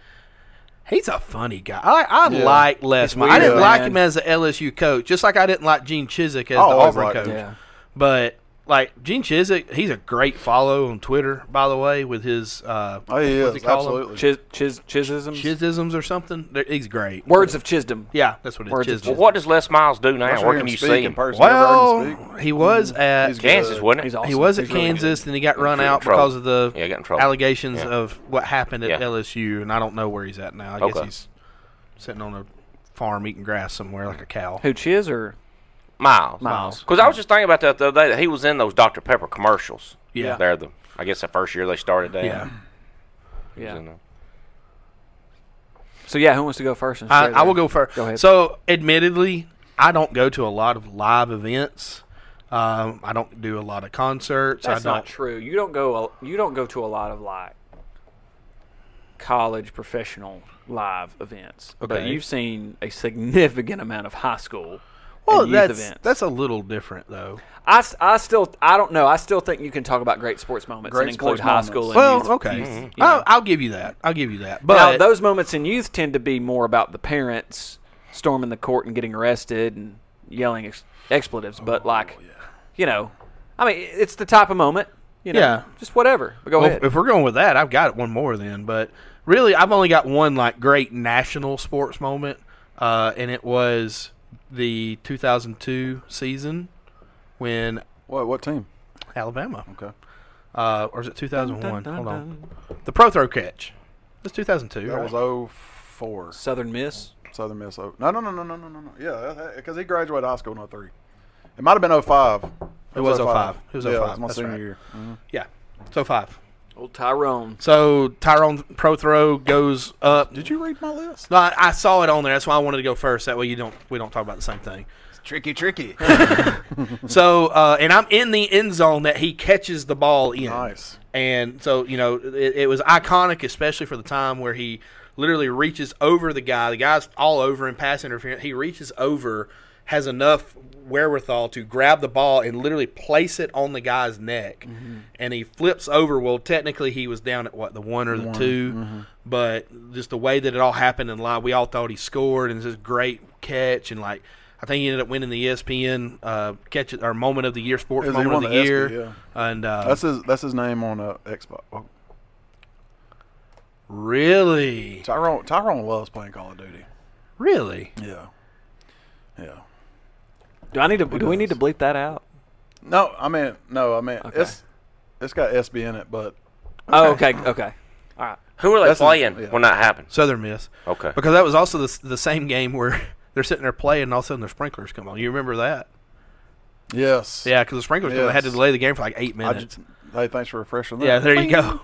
Speaker 2: he's a funny guy. I, I
Speaker 3: Yeah.
Speaker 2: like Les.
Speaker 1: He's
Speaker 2: Miles. I
Speaker 1: weird,
Speaker 2: didn't like
Speaker 1: man.
Speaker 2: him as an LSU coach, just like I didn't like Gene Chiswick as
Speaker 3: I
Speaker 2: the
Speaker 3: always
Speaker 2: Auburn
Speaker 3: liked
Speaker 2: coach.
Speaker 3: him.
Speaker 1: Yeah.
Speaker 2: But like Gene Chiswick, he's a great follow on Twitter, by the way, with his uh,
Speaker 3: Oh, yeah,
Speaker 2: what's he call 'em?
Speaker 3: absolutely.
Speaker 1: Chis, chis, chisisms,
Speaker 2: Chisisms or something. They're- He's great.
Speaker 1: words of Chisdom.
Speaker 2: Yeah, that's what it
Speaker 1: Words
Speaker 2: is.
Speaker 1: of
Speaker 4: Well,
Speaker 2: Chisisms.
Speaker 4: what does Les Miles do now?
Speaker 3: Especially
Speaker 4: Where
Speaker 3: hear
Speaker 4: can
Speaker 3: him
Speaker 4: you
Speaker 3: speak
Speaker 4: see
Speaker 3: in
Speaker 4: him?
Speaker 3: person. Never heard him
Speaker 2: Well,
Speaker 3: speak.
Speaker 2: he was at
Speaker 3: He's good.
Speaker 4: Kansas, wasn't it?
Speaker 1: He's
Speaker 2: he
Speaker 1: awesome.
Speaker 2: was at
Speaker 1: He's really good.
Speaker 2: Kansas, then he got run
Speaker 4: in
Speaker 2: out
Speaker 4: trouble.
Speaker 2: because of the
Speaker 4: Yeah, he got in trouble.
Speaker 2: allegations
Speaker 4: Yeah.
Speaker 2: of what happened at
Speaker 4: Yeah.
Speaker 2: LSU, and I don't know where he's at now. I guess
Speaker 4: Okay.
Speaker 2: he's sitting on a farm eating grass somewhere like a cow.
Speaker 1: Who chis or
Speaker 4: Miles.
Speaker 1: Miles.
Speaker 4: Because I was just thinking about that the other day. That he was in those Dr Pepper commercials.
Speaker 2: Yeah.
Speaker 4: They're the I guess the first year they started that. uh,
Speaker 2: Yeah,
Speaker 4: He was in
Speaker 1: Yeah.
Speaker 4: them.
Speaker 1: So yeah, who wants to go first?
Speaker 2: I, I will go first.
Speaker 1: Go ahead.
Speaker 2: So, admittedly, I don't go to a lot of live events. Um, I don't do a lot of concerts.
Speaker 1: That's
Speaker 2: I don't.
Speaker 1: not true. You don't go. You don't go to a lot of like college professional live events, but
Speaker 2: Okay.
Speaker 1: you've seen a significant amount of high school
Speaker 2: well,
Speaker 1: and youth
Speaker 2: that's
Speaker 1: events.
Speaker 2: that's a little different though.
Speaker 1: I, s- I still I don't know. I still think you can talk about great sports moments
Speaker 3: Great
Speaker 1: and include
Speaker 3: sports
Speaker 1: high
Speaker 3: moments.
Speaker 1: school. And
Speaker 2: Well,
Speaker 1: youth-
Speaker 2: okay,
Speaker 1: youth, you
Speaker 2: I'll,
Speaker 1: know.
Speaker 2: I'll give you that. I'll give you that. But
Speaker 1: now those moments in youth tend to be more about the parents storming the court and getting arrested and yelling ex- expletives.
Speaker 2: Oh,
Speaker 1: But like, you know, I mean, it's the type of moment. You know,
Speaker 2: Yeah.
Speaker 1: just whatever. But go
Speaker 2: Well,
Speaker 1: ahead.
Speaker 2: if we're going with that, I've got one more then. But really, I've only got one like great national sports moment, uh, and it was the 2002 season when
Speaker 3: What, what team?
Speaker 2: Alabama,
Speaker 3: Okay.
Speaker 2: uh, or is it 2001?
Speaker 1: Dun,
Speaker 2: Hold
Speaker 1: dun,
Speaker 2: on, the pro throw catch. It's 2002.
Speaker 3: That
Speaker 2: right?
Speaker 3: was oh four.
Speaker 1: Southern Miss.
Speaker 3: Southern Miss. Oh, no, no, no, no, no, no, no, no. Yeah, because he graduated high school in 03. It might have been 05.
Speaker 2: It was 05. It
Speaker 3: It
Speaker 2: was
Speaker 3: was 05. Yeah, it
Speaker 2: 05.
Speaker 3: was my
Speaker 2: That's
Speaker 3: senior
Speaker 2: right. Mm-hmm.
Speaker 3: year. Mhm.
Speaker 2: yeah, so five.
Speaker 1: Old Tyrone.
Speaker 2: So Tyrone pro throw goes up.
Speaker 3: Did you read my list?
Speaker 2: No, I, I saw it on there. That's why I wanted to go first. That way you don't we don't talk about the same thing.
Speaker 3: Tricky, tricky.
Speaker 2: So, uh, and I'm in the end zone that he catches the ball in.
Speaker 3: Nice.
Speaker 2: And so, you know, it, it was iconic, especially for the time where he literally reaches over the guy. The guy's all over in pass interference. He reaches over, has enough wherewithal to grab the ball and literally place it on the guy's neck.
Speaker 3: Mm-hmm.
Speaker 2: And he flips over. Well, technically, he was down at what, the one or the 2
Speaker 3: Mm-hmm.
Speaker 2: But just the way that it all happened in live, we all thought he scored and it was this great catch. And like, I think he ended up winning the E ESPN uh, catch or moment of the year, sports
Speaker 3: Is he
Speaker 2: moment of
Speaker 3: won
Speaker 2: the,
Speaker 3: the E ESPY,
Speaker 2: year.
Speaker 3: yeah.
Speaker 2: And uh,
Speaker 3: That's his. That's his name on uh, Xbox. Oh,
Speaker 2: Really?
Speaker 3: Tyrone. Tyrone loves playing Call of Duty.
Speaker 2: Really?
Speaker 3: Yeah. Yeah.
Speaker 1: Do I need to? Do we need to bleep that out?
Speaker 3: No, I mean, no, I mean, it's it's got SB in it, but
Speaker 1: Oh, okay, okay. All right.
Speaker 4: Who were they
Speaker 3: That's a-
Speaker 4: playing
Speaker 3: yeah.
Speaker 4: when that happened?
Speaker 2: Southern Miss.
Speaker 4: Okay.
Speaker 2: Because that was also the, s- the same game where they're sitting there playing and all of a sudden their sprinklers come on. You remember that?
Speaker 3: yes.
Speaker 2: Yeah, because the sprinklers come on. They had to
Speaker 3: Yes.
Speaker 2: delay the game for like eight
Speaker 3: I
Speaker 2: minutes.
Speaker 3: just, hey, thanks for refreshing that.
Speaker 2: yeah, there you go.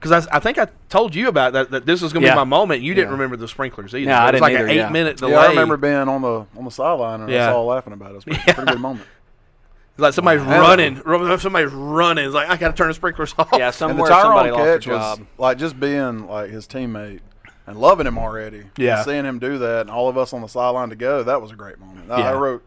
Speaker 2: Because I, think I told you about that, that this was going to
Speaker 1: Yeah.
Speaker 2: be my moment. You didn't
Speaker 3: Yeah.
Speaker 2: remember the sprinklers either.
Speaker 1: No, I
Speaker 2: it was
Speaker 1: didn't
Speaker 2: like
Speaker 1: either,
Speaker 2: an eight
Speaker 1: yeah.
Speaker 2: minute
Speaker 3: Yeah,
Speaker 2: delay.
Speaker 3: I remember being on the on the sideline and
Speaker 2: Yeah.
Speaker 3: us all laughing about it. It was a pretty, pretty good moment.
Speaker 2: Like somebody's running, ru- somebody's running. It's like I gotta turn the sprinklers off.
Speaker 1: Yeah,
Speaker 3: And the
Speaker 1: somewhere somebody
Speaker 3: Tyrone
Speaker 1: lost their
Speaker 3: catch was
Speaker 1: job.
Speaker 3: like just being like his teammate and loving him already.
Speaker 2: Yeah.
Speaker 3: And seeing him do that and all of us on the sideline to go, that was a great moment. I- I
Speaker 2: Yeah.
Speaker 3: wrote,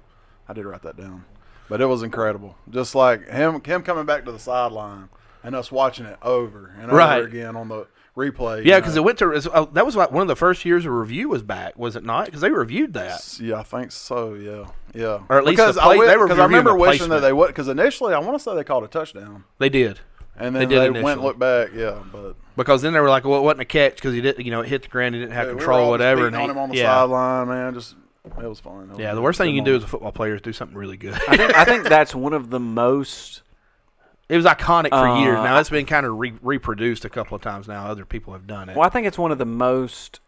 Speaker 3: I did write that down, but it was incredible. Just like him, him coming back to the sideline and us watching it over and over
Speaker 2: Right.
Speaker 3: again on the replay.
Speaker 2: yeah, because it went to it's- uh, that was like one of the first years a review was back, was it not? Because they reviewed that.
Speaker 3: was. Yeah, I think so. Yeah, yeah.
Speaker 2: Or at least
Speaker 3: because
Speaker 2: the play-
Speaker 3: I, went-
Speaker 2: they were
Speaker 3: 'cause I
Speaker 2: reviewing
Speaker 3: remember
Speaker 2: the
Speaker 3: wishing that
Speaker 2: placement.
Speaker 3: they would. Because initially, I want to say they called a touchdown,
Speaker 2: They did
Speaker 3: and
Speaker 2: They
Speaker 3: then
Speaker 2: did
Speaker 3: they, went and
Speaker 2: initially.
Speaker 3: looked back. Yeah, but
Speaker 2: because then they were like, well, it wasn't a catch because he didn't, you know, it hit the ground, he didn't have
Speaker 3: Dude, we were
Speaker 2: control,
Speaker 3: all just
Speaker 2: whatever.
Speaker 3: beating
Speaker 2: he-
Speaker 3: on him on the
Speaker 2: yeah,
Speaker 3: sideline, man. Just it was fun. It was
Speaker 2: yeah.
Speaker 3: good.
Speaker 2: The worst thing
Speaker 3: Good
Speaker 2: you can do as
Speaker 3: moment.
Speaker 2: a football player is do something really good.
Speaker 1: I think, I think that's one of the most.
Speaker 2: it was iconic for
Speaker 1: Uh,
Speaker 2: years. Now it's been kind of re- reproduced a couple of times. Now other people have done it.
Speaker 1: Well, I think it's one of the most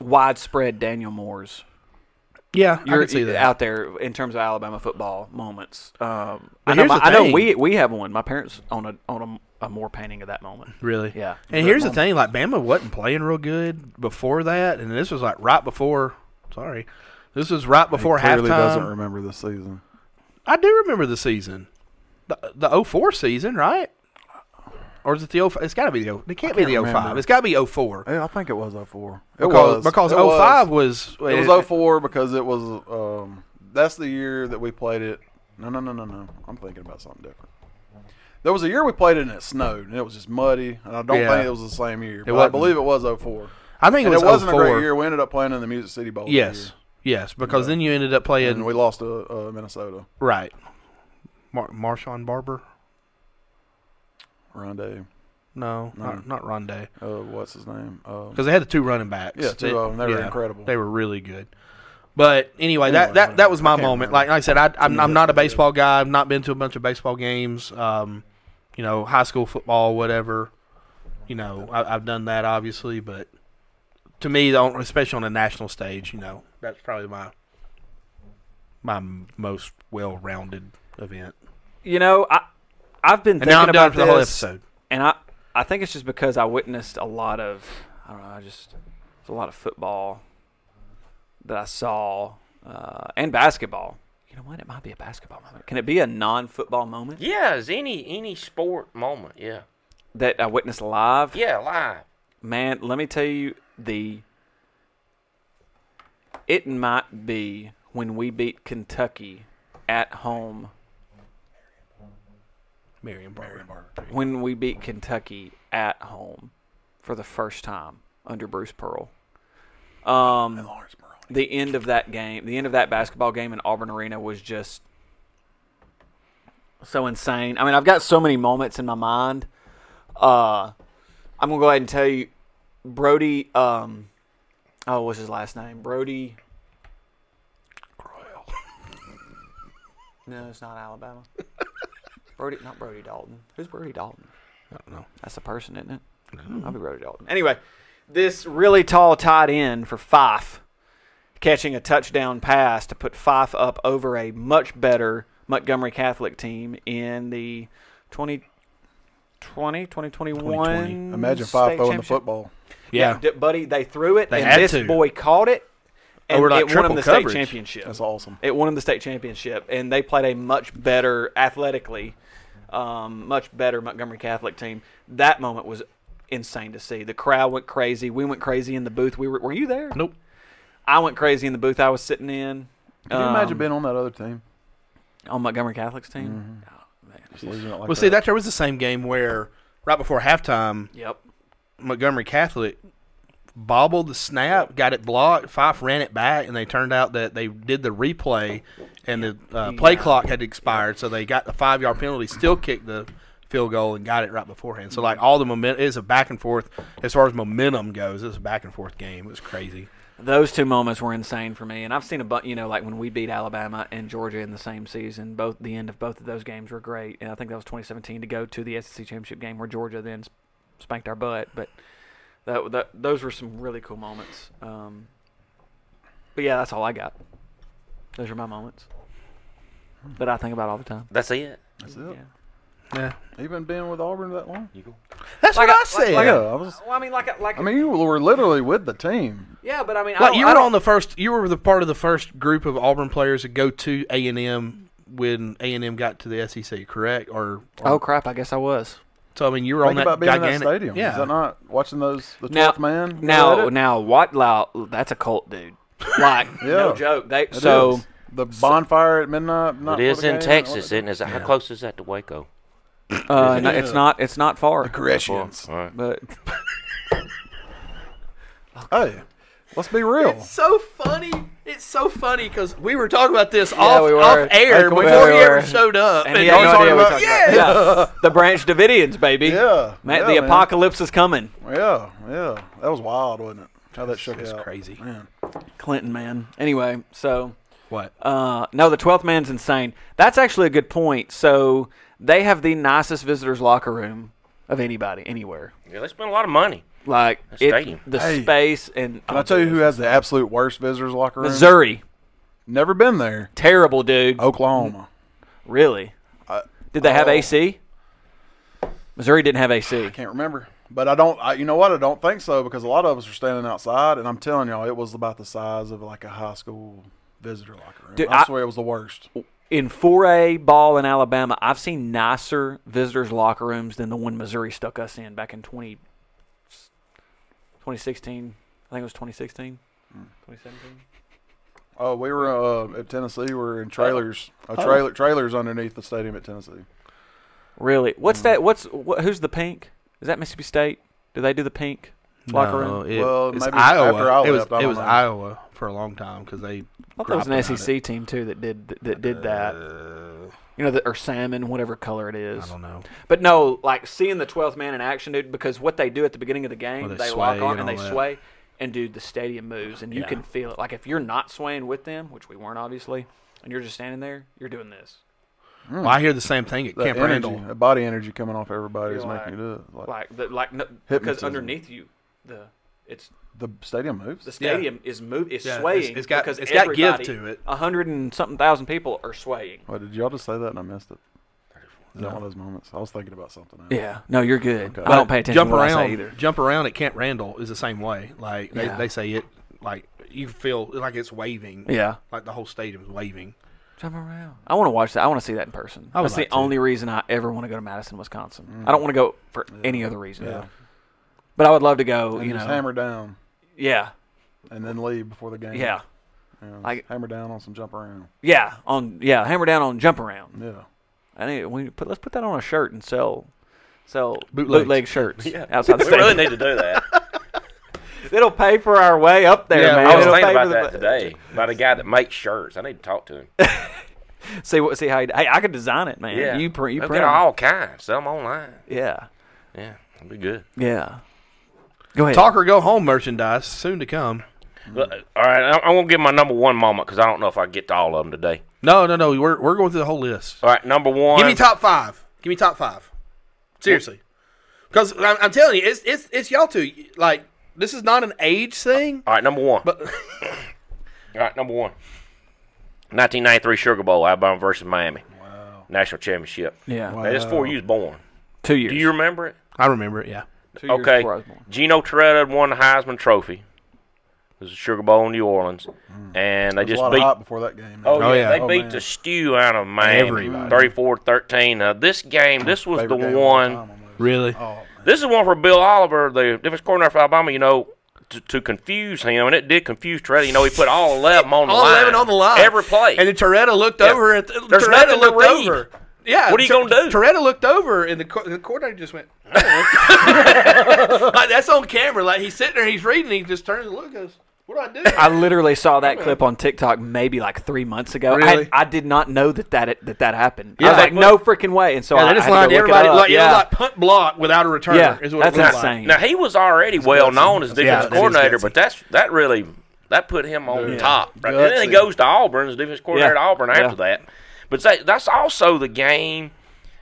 Speaker 1: widespread Daniel Moore's
Speaker 2: Yeah, I
Speaker 1: you're e,
Speaker 2: can see that.
Speaker 1: out there in terms of Alabama football moments. Um,
Speaker 2: But
Speaker 1: I know,
Speaker 2: here's
Speaker 1: my-
Speaker 2: the
Speaker 1: I know
Speaker 2: thing.
Speaker 1: we we have one. My parents own a own a, a Moore painting of that moment.
Speaker 2: Really?
Speaker 1: Yeah.
Speaker 2: And here's the thing: like Bama wasn't playing real good before that, and this was like right before. Sorry, this was right before
Speaker 3: he clearly doesn't
Speaker 2: halftime.
Speaker 3: remember this season.
Speaker 2: I do remember the season, the the 04 season, right? Or is it the 05? It's got to be the 05. It can't be the 05.
Speaker 3: remember.
Speaker 2: It's got to be 04.
Speaker 3: Yeah, I think it was 04. It
Speaker 2: Because,
Speaker 3: was
Speaker 2: because
Speaker 3: it
Speaker 2: 05
Speaker 3: Was.
Speaker 2: was.
Speaker 3: It was 04 because it was. Um, that's the year that we played it. No, no, no, no, no. I'm thinking about something different. There was a year we played it and it snowed and it was just muddy and I don't
Speaker 2: Yeah.
Speaker 3: think it was the same year. But I
Speaker 2: wasn't.
Speaker 3: believe it was 04.
Speaker 2: I think it
Speaker 3: and
Speaker 2: was
Speaker 3: it wasn't
Speaker 2: 04.
Speaker 3: a great year. We ended up playing in the Music City Bowl. that
Speaker 2: Yes. Yes. Because then you ended up
Speaker 3: year.
Speaker 2: playing.
Speaker 3: and we lost to uh, Minnesota.
Speaker 2: right. Mar- Marshawn Barber?
Speaker 3: Rondé,
Speaker 2: No, not, not Rondé.
Speaker 3: uh, what's his name? Um,
Speaker 2: because they had the two running backs.
Speaker 3: Yeah, two
Speaker 2: They-
Speaker 3: of 'em. They were incredible.
Speaker 2: They were really good. But anyway,
Speaker 3: Anyway,
Speaker 2: that, that that was
Speaker 3: I
Speaker 2: my
Speaker 3: can't
Speaker 2: moment.
Speaker 3: remember.
Speaker 2: Like, I said, I, I'm I'm not a baseball guy. I've not been to a bunch of baseball games. Um, you know, high school football, whatever. You know, I, I've done that obviously, but to me, the only- especially on the national stage, you know, that's probably my my m- most well-rounded event.
Speaker 1: You know, I I've been
Speaker 2: And
Speaker 1: thinking
Speaker 2: now I'm done
Speaker 1: about
Speaker 2: for the whole
Speaker 1: this,
Speaker 2: episode.
Speaker 1: and I I think it's just because I witnessed a lot of I don't know, I just it's a lot of football that I saw uh, and basketball. You know what? It might be a basketball moment. Can it be a non-football moment
Speaker 4: Yeah, is any any sport moment. Yeah,
Speaker 1: that I witnessed live?
Speaker 4: yeah, live.
Speaker 1: Man, let me tell you the. It might be when we beat Kentucky at home.
Speaker 2: Marion Barber.
Speaker 1: When we beat Kentucky at home for the first time under Bruce Pearl. Um,
Speaker 3: Lawrence Merle.
Speaker 1: the end of that game, the end of that basketball game in Auburn Arena was just so insane. I mean, I've got so many moments in my mind. Uh, I'm gonna go ahead and tell you, Brody. Um, oh, what's his last name? Brody. No, it's not Alabama. Brody, not Brody Dalton. Who's Brody Dalton?
Speaker 2: I don't know.
Speaker 1: That's a person, isn't it? I'll be Brody Dalton. Anyway, this really tall tight end for Fife catching a touchdown pass to put Fife up over a much better Montgomery Catholic team in the 2020, 2021.
Speaker 3: Imagine
Speaker 1: Mm, state
Speaker 3: five in the
Speaker 1: championship.
Speaker 3: football.
Speaker 2: Yeah.
Speaker 1: D- buddy, they threw it,
Speaker 2: They
Speaker 1: and
Speaker 2: had
Speaker 1: this
Speaker 2: to.
Speaker 1: boy caught it, and
Speaker 2: we're like
Speaker 1: it won him
Speaker 2: triple
Speaker 1: the
Speaker 2: coverage.
Speaker 1: state championship.
Speaker 3: That's awesome.
Speaker 1: It won him the state championship, and they played a much better athletically, um, much better Montgomery Catholic team. That moment was insane to see. The crowd went crazy. We went crazy in the booth. We were. Were you there?
Speaker 2: Nope.
Speaker 1: I went crazy in the booth I was sitting in.
Speaker 3: Can you imagine
Speaker 1: um,
Speaker 3: being Mm-hmm. on that other team?
Speaker 1: on Montgomery Catholic's team? Oh, man.
Speaker 3: Just losing it like
Speaker 2: well, see, that there was the same game where right before halftime,
Speaker 1: Yep.
Speaker 2: Montgomery Catholic bobbled the snap, got it blocked. Fife ran it back, and they turned out that they did the replay, and the uh, play clock had expired, so they got the five yard penalty, still kicked the field goal, and got it right beforehand. So like all the momentum is a back and forth as far as momentum goes. It's a back and forth game. It was crazy.
Speaker 1: Those two moments were insane for me, and I've seen a bunch. You know, like when we beat Alabama and Georgia in the same season, both the end of both of those games were great. And I think that was 2017 to go to the SEC championship game where Georgia then sp- spanked our butt. But that, that those were some really cool moments. Um, but yeah, that's all I got. Those are my moments that I think about all the time.
Speaker 4: That's it.
Speaker 3: That's it.
Speaker 1: Yeah.
Speaker 2: Yeah,
Speaker 3: Even being with Auburn that long?
Speaker 4: You go.
Speaker 2: that's
Speaker 1: Like
Speaker 2: what
Speaker 1: I-
Speaker 2: I, said.
Speaker 1: like-
Speaker 2: Like,
Speaker 3: Yeah, I was.
Speaker 1: Well, I mean, like, like,
Speaker 3: I mean, you were literally with the team.
Speaker 1: yeah, but I mean,
Speaker 2: you were on the first. You were the part of the first group of Auburn players to go to A and M when A and M got to the SEC, correct? Or, or-
Speaker 1: Oh crap! I guess I was.
Speaker 2: so I mean, you were on that
Speaker 3: Think about being
Speaker 2: gigantic
Speaker 3: in that stadium.
Speaker 2: Yeah,
Speaker 3: Is that not watching those the
Speaker 1: Now-
Speaker 3: twelfth man? Is that
Speaker 1: Now,
Speaker 3: it?
Speaker 1: now, what? Loud, that's a cult, dude. Like, no
Speaker 3: Yeah.
Speaker 1: joke. They
Speaker 3: It
Speaker 1: so
Speaker 3: is. the bonfire at midnight. Not
Speaker 4: It is
Speaker 3: for the
Speaker 4: in
Speaker 3: game,
Speaker 4: Texas,
Speaker 3: what-
Speaker 4: isn't it? Is that, How close is that to Waco?
Speaker 1: uh, no, it's not. It's not far.
Speaker 3: Grecians.
Speaker 4: All right.
Speaker 1: But
Speaker 3: Hey, let's be real.
Speaker 2: It's so funny. It's so funny because we were talking about this
Speaker 1: off- we were. off air
Speaker 2: air
Speaker 1: Like, we
Speaker 2: before
Speaker 1: before he
Speaker 2: he
Speaker 1: were. ever
Speaker 2: ever
Speaker 1: showed
Speaker 2: showed up.
Speaker 1: and he had no
Speaker 3: talking
Speaker 1: idea what
Speaker 3: about-
Speaker 1: we talking about. Yeah. the Branch Davidians, baby.
Speaker 3: Yeah,
Speaker 1: Man,
Speaker 3: yeah,
Speaker 1: the
Speaker 3: man.
Speaker 1: apocalypse is coming.
Speaker 3: Yeah, yeah. That was wild, wasn't it? How that shook
Speaker 2: It's
Speaker 3: out.
Speaker 2: crazy.
Speaker 3: Man.
Speaker 1: Clinton, man. Anyway, so
Speaker 2: What?
Speaker 1: uh, no, the twelfth man's insane. That's actually a good point. So they have the nicest visitors locker room of anybody anywhere.
Speaker 4: Yeah, they spent a lot of money.
Speaker 1: Like
Speaker 4: The
Speaker 1: it,
Speaker 4: stadium.
Speaker 1: the
Speaker 3: Hey.
Speaker 1: space and
Speaker 3: Can I tell you who has the absolute worst visitors locker room?
Speaker 1: Missouri,
Speaker 3: Never been there.
Speaker 1: terrible dude.
Speaker 3: Oklahoma.
Speaker 1: Really? Did they have
Speaker 3: oh.
Speaker 1: AC? Missouri didn't have AC.
Speaker 3: Can't remember. But I don't. I, you know what? I don't think so because a lot of us were standing outside, and I'm telling y'all, it was about the size of like a high school visitor locker room.
Speaker 1: Dude,
Speaker 3: I,
Speaker 1: I-
Speaker 3: swear it was the worst.
Speaker 1: In 4A ball in Alabama, I've seen nicer visitors' locker rooms than the one Missouri stuck us in back in 20, 2016. I think it was 2016. 2017.
Speaker 3: Oh, we were uh, at Tennessee. We
Speaker 4: Oh.
Speaker 3: were in trailers. A trailer, trailers underneath the stadium at Tennessee.
Speaker 1: Really? What's that? What's what, who's the pink? Is that Mississippi State? Do they do the pink locker room?
Speaker 2: It,
Speaker 3: Well,
Speaker 2: it's
Speaker 3: maybe
Speaker 2: Iowa.
Speaker 3: after I
Speaker 2: it was
Speaker 3: left, I
Speaker 2: it
Speaker 3: don't
Speaker 2: was
Speaker 3: know.
Speaker 2: Iowa for a long time because they.
Speaker 1: I thought there was
Speaker 2: griped
Speaker 1: an
Speaker 3: E
Speaker 2: about
Speaker 1: SEC team too that did that, that did that. you know, the, or salmon, whatever color it
Speaker 2: it.
Speaker 1: is.
Speaker 2: Uh. I don't know.
Speaker 1: But no, like seeing the twelfth man in action, dude, because what they do at the beginning of the game,
Speaker 2: Well,
Speaker 1: they,
Speaker 2: they
Speaker 1: lock
Speaker 2: sway
Speaker 1: on and,
Speaker 2: and
Speaker 1: they
Speaker 2: all that.
Speaker 1: sway, and dude, the stadium moves, and you can feel it. Like if you're not swaying with them, which we weren't obviously, and you're just standing there, you're doing this.
Speaker 2: Well, I hear the same thing at
Speaker 3: Hmm. The
Speaker 2: Camp
Speaker 3: energy,
Speaker 2: Randall.
Speaker 3: the body energy coming off everybody is
Speaker 1: You're
Speaker 3: making it up. Like,
Speaker 1: Like the, like no, because
Speaker 3: Hypnotism.
Speaker 1: underneath you, the it's
Speaker 3: the stadium moves.
Speaker 1: the stadium is move is
Speaker 2: Yeah, it's-
Speaker 1: swaying.
Speaker 2: it's got-
Speaker 1: because
Speaker 2: it's got give
Speaker 1: everybody-
Speaker 2: to it.
Speaker 1: A hundred and something thousand people are swaying.
Speaker 3: Wait, did y'all just say that and I missed it? Is that one of those moments? I was thinking about something else.
Speaker 1: Yeah, no, you're good.
Speaker 3: I don't
Speaker 2: jump around. Jump around at Camp Randall is the same way. Like they,
Speaker 1: Yeah.
Speaker 2: they say it. Like you feel like it's waving.
Speaker 1: Yeah.
Speaker 2: Like the whole stadium's waving.
Speaker 1: Jump around. I want to watch that. I want to see that in person.
Speaker 2: would
Speaker 1: That's
Speaker 2: like
Speaker 1: the
Speaker 2: to.
Speaker 1: only reason I ever want to go to Madison, Wisconsin. I don't want to go for any other reason. But I would love to go.
Speaker 3: And
Speaker 1: you know.
Speaker 3: just hammer down
Speaker 1: Yeah.
Speaker 3: and then leave before the game.
Speaker 1: Yeah.
Speaker 3: Yeah.
Speaker 1: Like-
Speaker 3: hammer down on some jump around.
Speaker 1: Yeah. On yeah. Hammer down on jump around.
Speaker 3: Yeah.
Speaker 1: I need. We put. Let's put that on a shirt and sell. Sell bootleg,
Speaker 2: Bootlegs.
Speaker 1: shirts outside the
Speaker 4: we really
Speaker 1: stadium.
Speaker 4: need to do that.
Speaker 1: It'll pay for our way up there,
Speaker 2: Yeah,
Speaker 1: man.
Speaker 4: I was
Speaker 1: It'll
Speaker 4: thinking
Speaker 1: pay
Speaker 4: about
Speaker 1: for
Speaker 4: that
Speaker 1: the-
Speaker 4: today about a guy that makes shirts. I need to talk to him.
Speaker 1: See what? See how? You, hey, I could design it, man.
Speaker 4: Yeah,
Speaker 1: You print. You
Speaker 4: They've
Speaker 1: print.
Speaker 4: got
Speaker 1: 'em.
Speaker 4: all kinds. Some online.
Speaker 1: Yeah.
Speaker 4: Yeah, it'll be good.
Speaker 1: Yeah. Go ahead.
Speaker 2: Talk or go home merchandise soon to come.
Speaker 4: Look, uh, all right, I- I'm gonna give my number one moment because I don't know if I get to all of them today.
Speaker 2: No, no, no. We're we're going through the whole list.
Speaker 4: All right, number one.
Speaker 2: Give me top five. Give me top five. Seriously, because I'm, I'm telling you, it's it's it's y'all two. Like this is not an age thing.
Speaker 4: All right, number one.
Speaker 2: But-
Speaker 4: all right, number one. 1993 Sugar Bowl, Alabama versus Miami. Wow. National championship.
Speaker 1: Yeah.
Speaker 4: Now, That's before you was born.
Speaker 1: Two years.
Speaker 4: Do you remember it?
Speaker 2: I remember it. Yeah.
Speaker 1: Two years
Speaker 4: Okay.
Speaker 1: before I was born.
Speaker 4: Gino Toretta won the Heisman Trophy. It was a Sugar Bowl in New Orleans, and they
Speaker 3: Mm. There's a
Speaker 4: just
Speaker 3: lot
Speaker 4: beat.
Speaker 3: of hot before that game.
Speaker 4: Oh,
Speaker 2: Oh,
Speaker 4: yeah.
Speaker 2: yeah.
Speaker 4: They
Speaker 3: Oh,
Speaker 4: beat
Speaker 3: man.
Speaker 4: the stew out of Miami.
Speaker 2: Everybody.
Speaker 4: 34 13. Now, this game, this was
Speaker 3: Favorite
Speaker 4: the
Speaker 3: game of all time
Speaker 4: one.
Speaker 3: almost.
Speaker 2: Really?
Speaker 3: Oh, man.
Speaker 4: This is one for Bill Oliver, the defense coordinator for Alabama, you know, to, to confuse him. And it did confuse Trey. You know, he put all 11 on the
Speaker 2: All
Speaker 4: line.
Speaker 2: eleven on the line.
Speaker 4: Every play.
Speaker 2: And then Toretta looked
Speaker 4: Yeah.
Speaker 2: over. At the,
Speaker 4: There's nothing
Speaker 2: Toretta
Speaker 4: to
Speaker 2: looked
Speaker 4: read.
Speaker 2: over. Yeah.
Speaker 4: What are you
Speaker 2: Tor-
Speaker 4: gonna do?
Speaker 2: Toretta looked over, and the, co- the coordinator just went. "Oh." like that's on camera. Like he's sitting there, he's reading, he just turns and looks. Goes, what do I do?
Speaker 1: I literally saw that clip on TikTok maybe like three months ago. I, had-
Speaker 2: Really?
Speaker 1: I did not know that that that, that happened. I
Speaker 2: Yeah,
Speaker 1: was like,
Speaker 2: but-
Speaker 1: no freaking way. And so I,
Speaker 2: Yeah,
Speaker 1: I
Speaker 2: they just
Speaker 1: had
Speaker 2: lined
Speaker 1: to go look it
Speaker 2: everybody
Speaker 1: up.
Speaker 2: like you
Speaker 1: yeah.
Speaker 2: know, like punt block without a returner.
Speaker 1: Yeah,
Speaker 2: is what
Speaker 1: that's
Speaker 2: it looked
Speaker 1: insane.
Speaker 2: Like.
Speaker 4: Now, he was already well known as defense
Speaker 2: Yeah, that is
Speaker 4: coordinator,
Speaker 2: gutsy.
Speaker 4: but that's that really that put him on top. Right? And then he
Speaker 3: Gutsy.
Speaker 4: goes to Auburn as defense coordinator
Speaker 1: Yeah.
Speaker 4: at Auburn after
Speaker 1: Yeah.
Speaker 4: that. But say, that's also the game.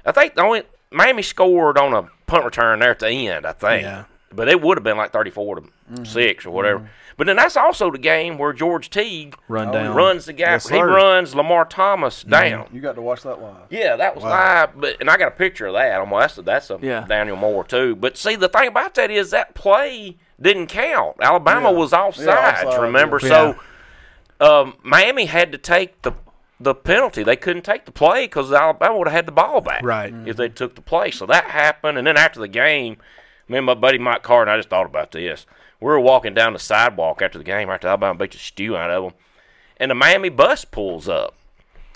Speaker 4: I think the only Miami scored on a punt return there at the end. I think.
Speaker 2: Yeah.
Speaker 4: But it would have been like thirty-four to six or whatever. But then that's also the game where George Teague
Speaker 2: Run down.
Speaker 4: runs the gap.
Speaker 3: Yes,
Speaker 4: he
Speaker 3: sir.
Speaker 4: runs Lamar
Speaker 1: Mm-hmm.
Speaker 4: Thomas down.
Speaker 3: You got to watch that live.
Speaker 4: Yeah, that was live, but and I got a picture of that. I'm like, that's a, that's a
Speaker 1: Yeah.
Speaker 4: Daniel Moore too. But see, the thing about that is that play didn't count. Alabama was offsides,
Speaker 3: offsides,
Speaker 4: remember?
Speaker 2: yeah.
Speaker 4: So um, Miami had to take the the penalty. They couldn't take the play because Alabama would have had the ball back
Speaker 2: Right.
Speaker 4: if they took the play. So that happened. And then after the game, me and my buddy Mike Carr and I just thought about this. We were walking down the sidewalk after the game after Alabama beat the stew out of them, and the Miami bus pulls up,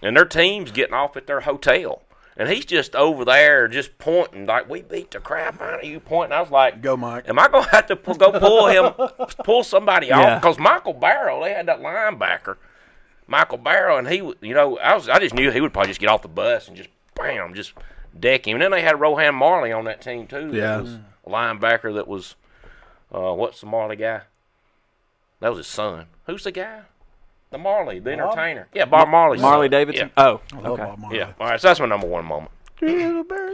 Speaker 4: and their team's getting off at their hotel. And he's just over there, just pointing like we beat the crap out of you. Pointing, I was like,
Speaker 3: Go, Mike.
Speaker 4: Am I gonna have to pu- go pull him, pull somebody
Speaker 1: Yeah.
Speaker 4: off? Because Michael Barrow, they had that linebacker, Michael Barrow, and he, w- you know, I was, I just knew he would probably just get off the bus and just bam, just deck him. And then they had Rohan Marley on that team too. that
Speaker 2: Yeah.
Speaker 4: was a linebacker that was, uh, what's the Marley guy? That was his son. Who's the guy? The Marley, the entertainer. Yeah, Bob Marley.
Speaker 1: Marley Davidson. Oh,
Speaker 3: Love
Speaker 1: okay.
Speaker 3: Bob Marley.
Speaker 4: Yeah. All right. So that's my number one moment.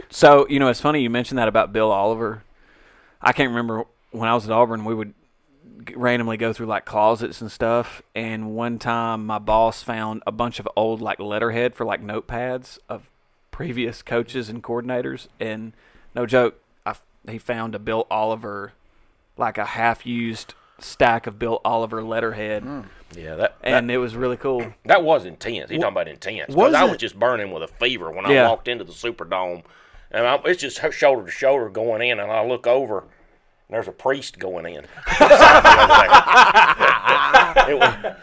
Speaker 1: So you know, it's funny you mentioned that about Bill Oliver. I can't remember when I was at Auburn, we would g- randomly go through like closets and stuff. And one time, my boss found a bunch of old like letterhead for like notepads of previous coaches and coordinators. And no joke, I f he found a Bill Oliver, like a half-used stack of Bill Oliver letterhead,
Speaker 4: Hmm. Yeah. That.
Speaker 1: and it was really cool.
Speaker 4: That was intense. He's talking about intense. Because
Speaker 2: was
Speaker 4: I was
Speaker 2: it?
Speaker 4: just burning with a fever when
Speaker 1: Yeah.
Speaker 4: I walked into the Superdome. And I, it's just shoulder to shoulder going in, and I look over, and there's a priest going in. it was,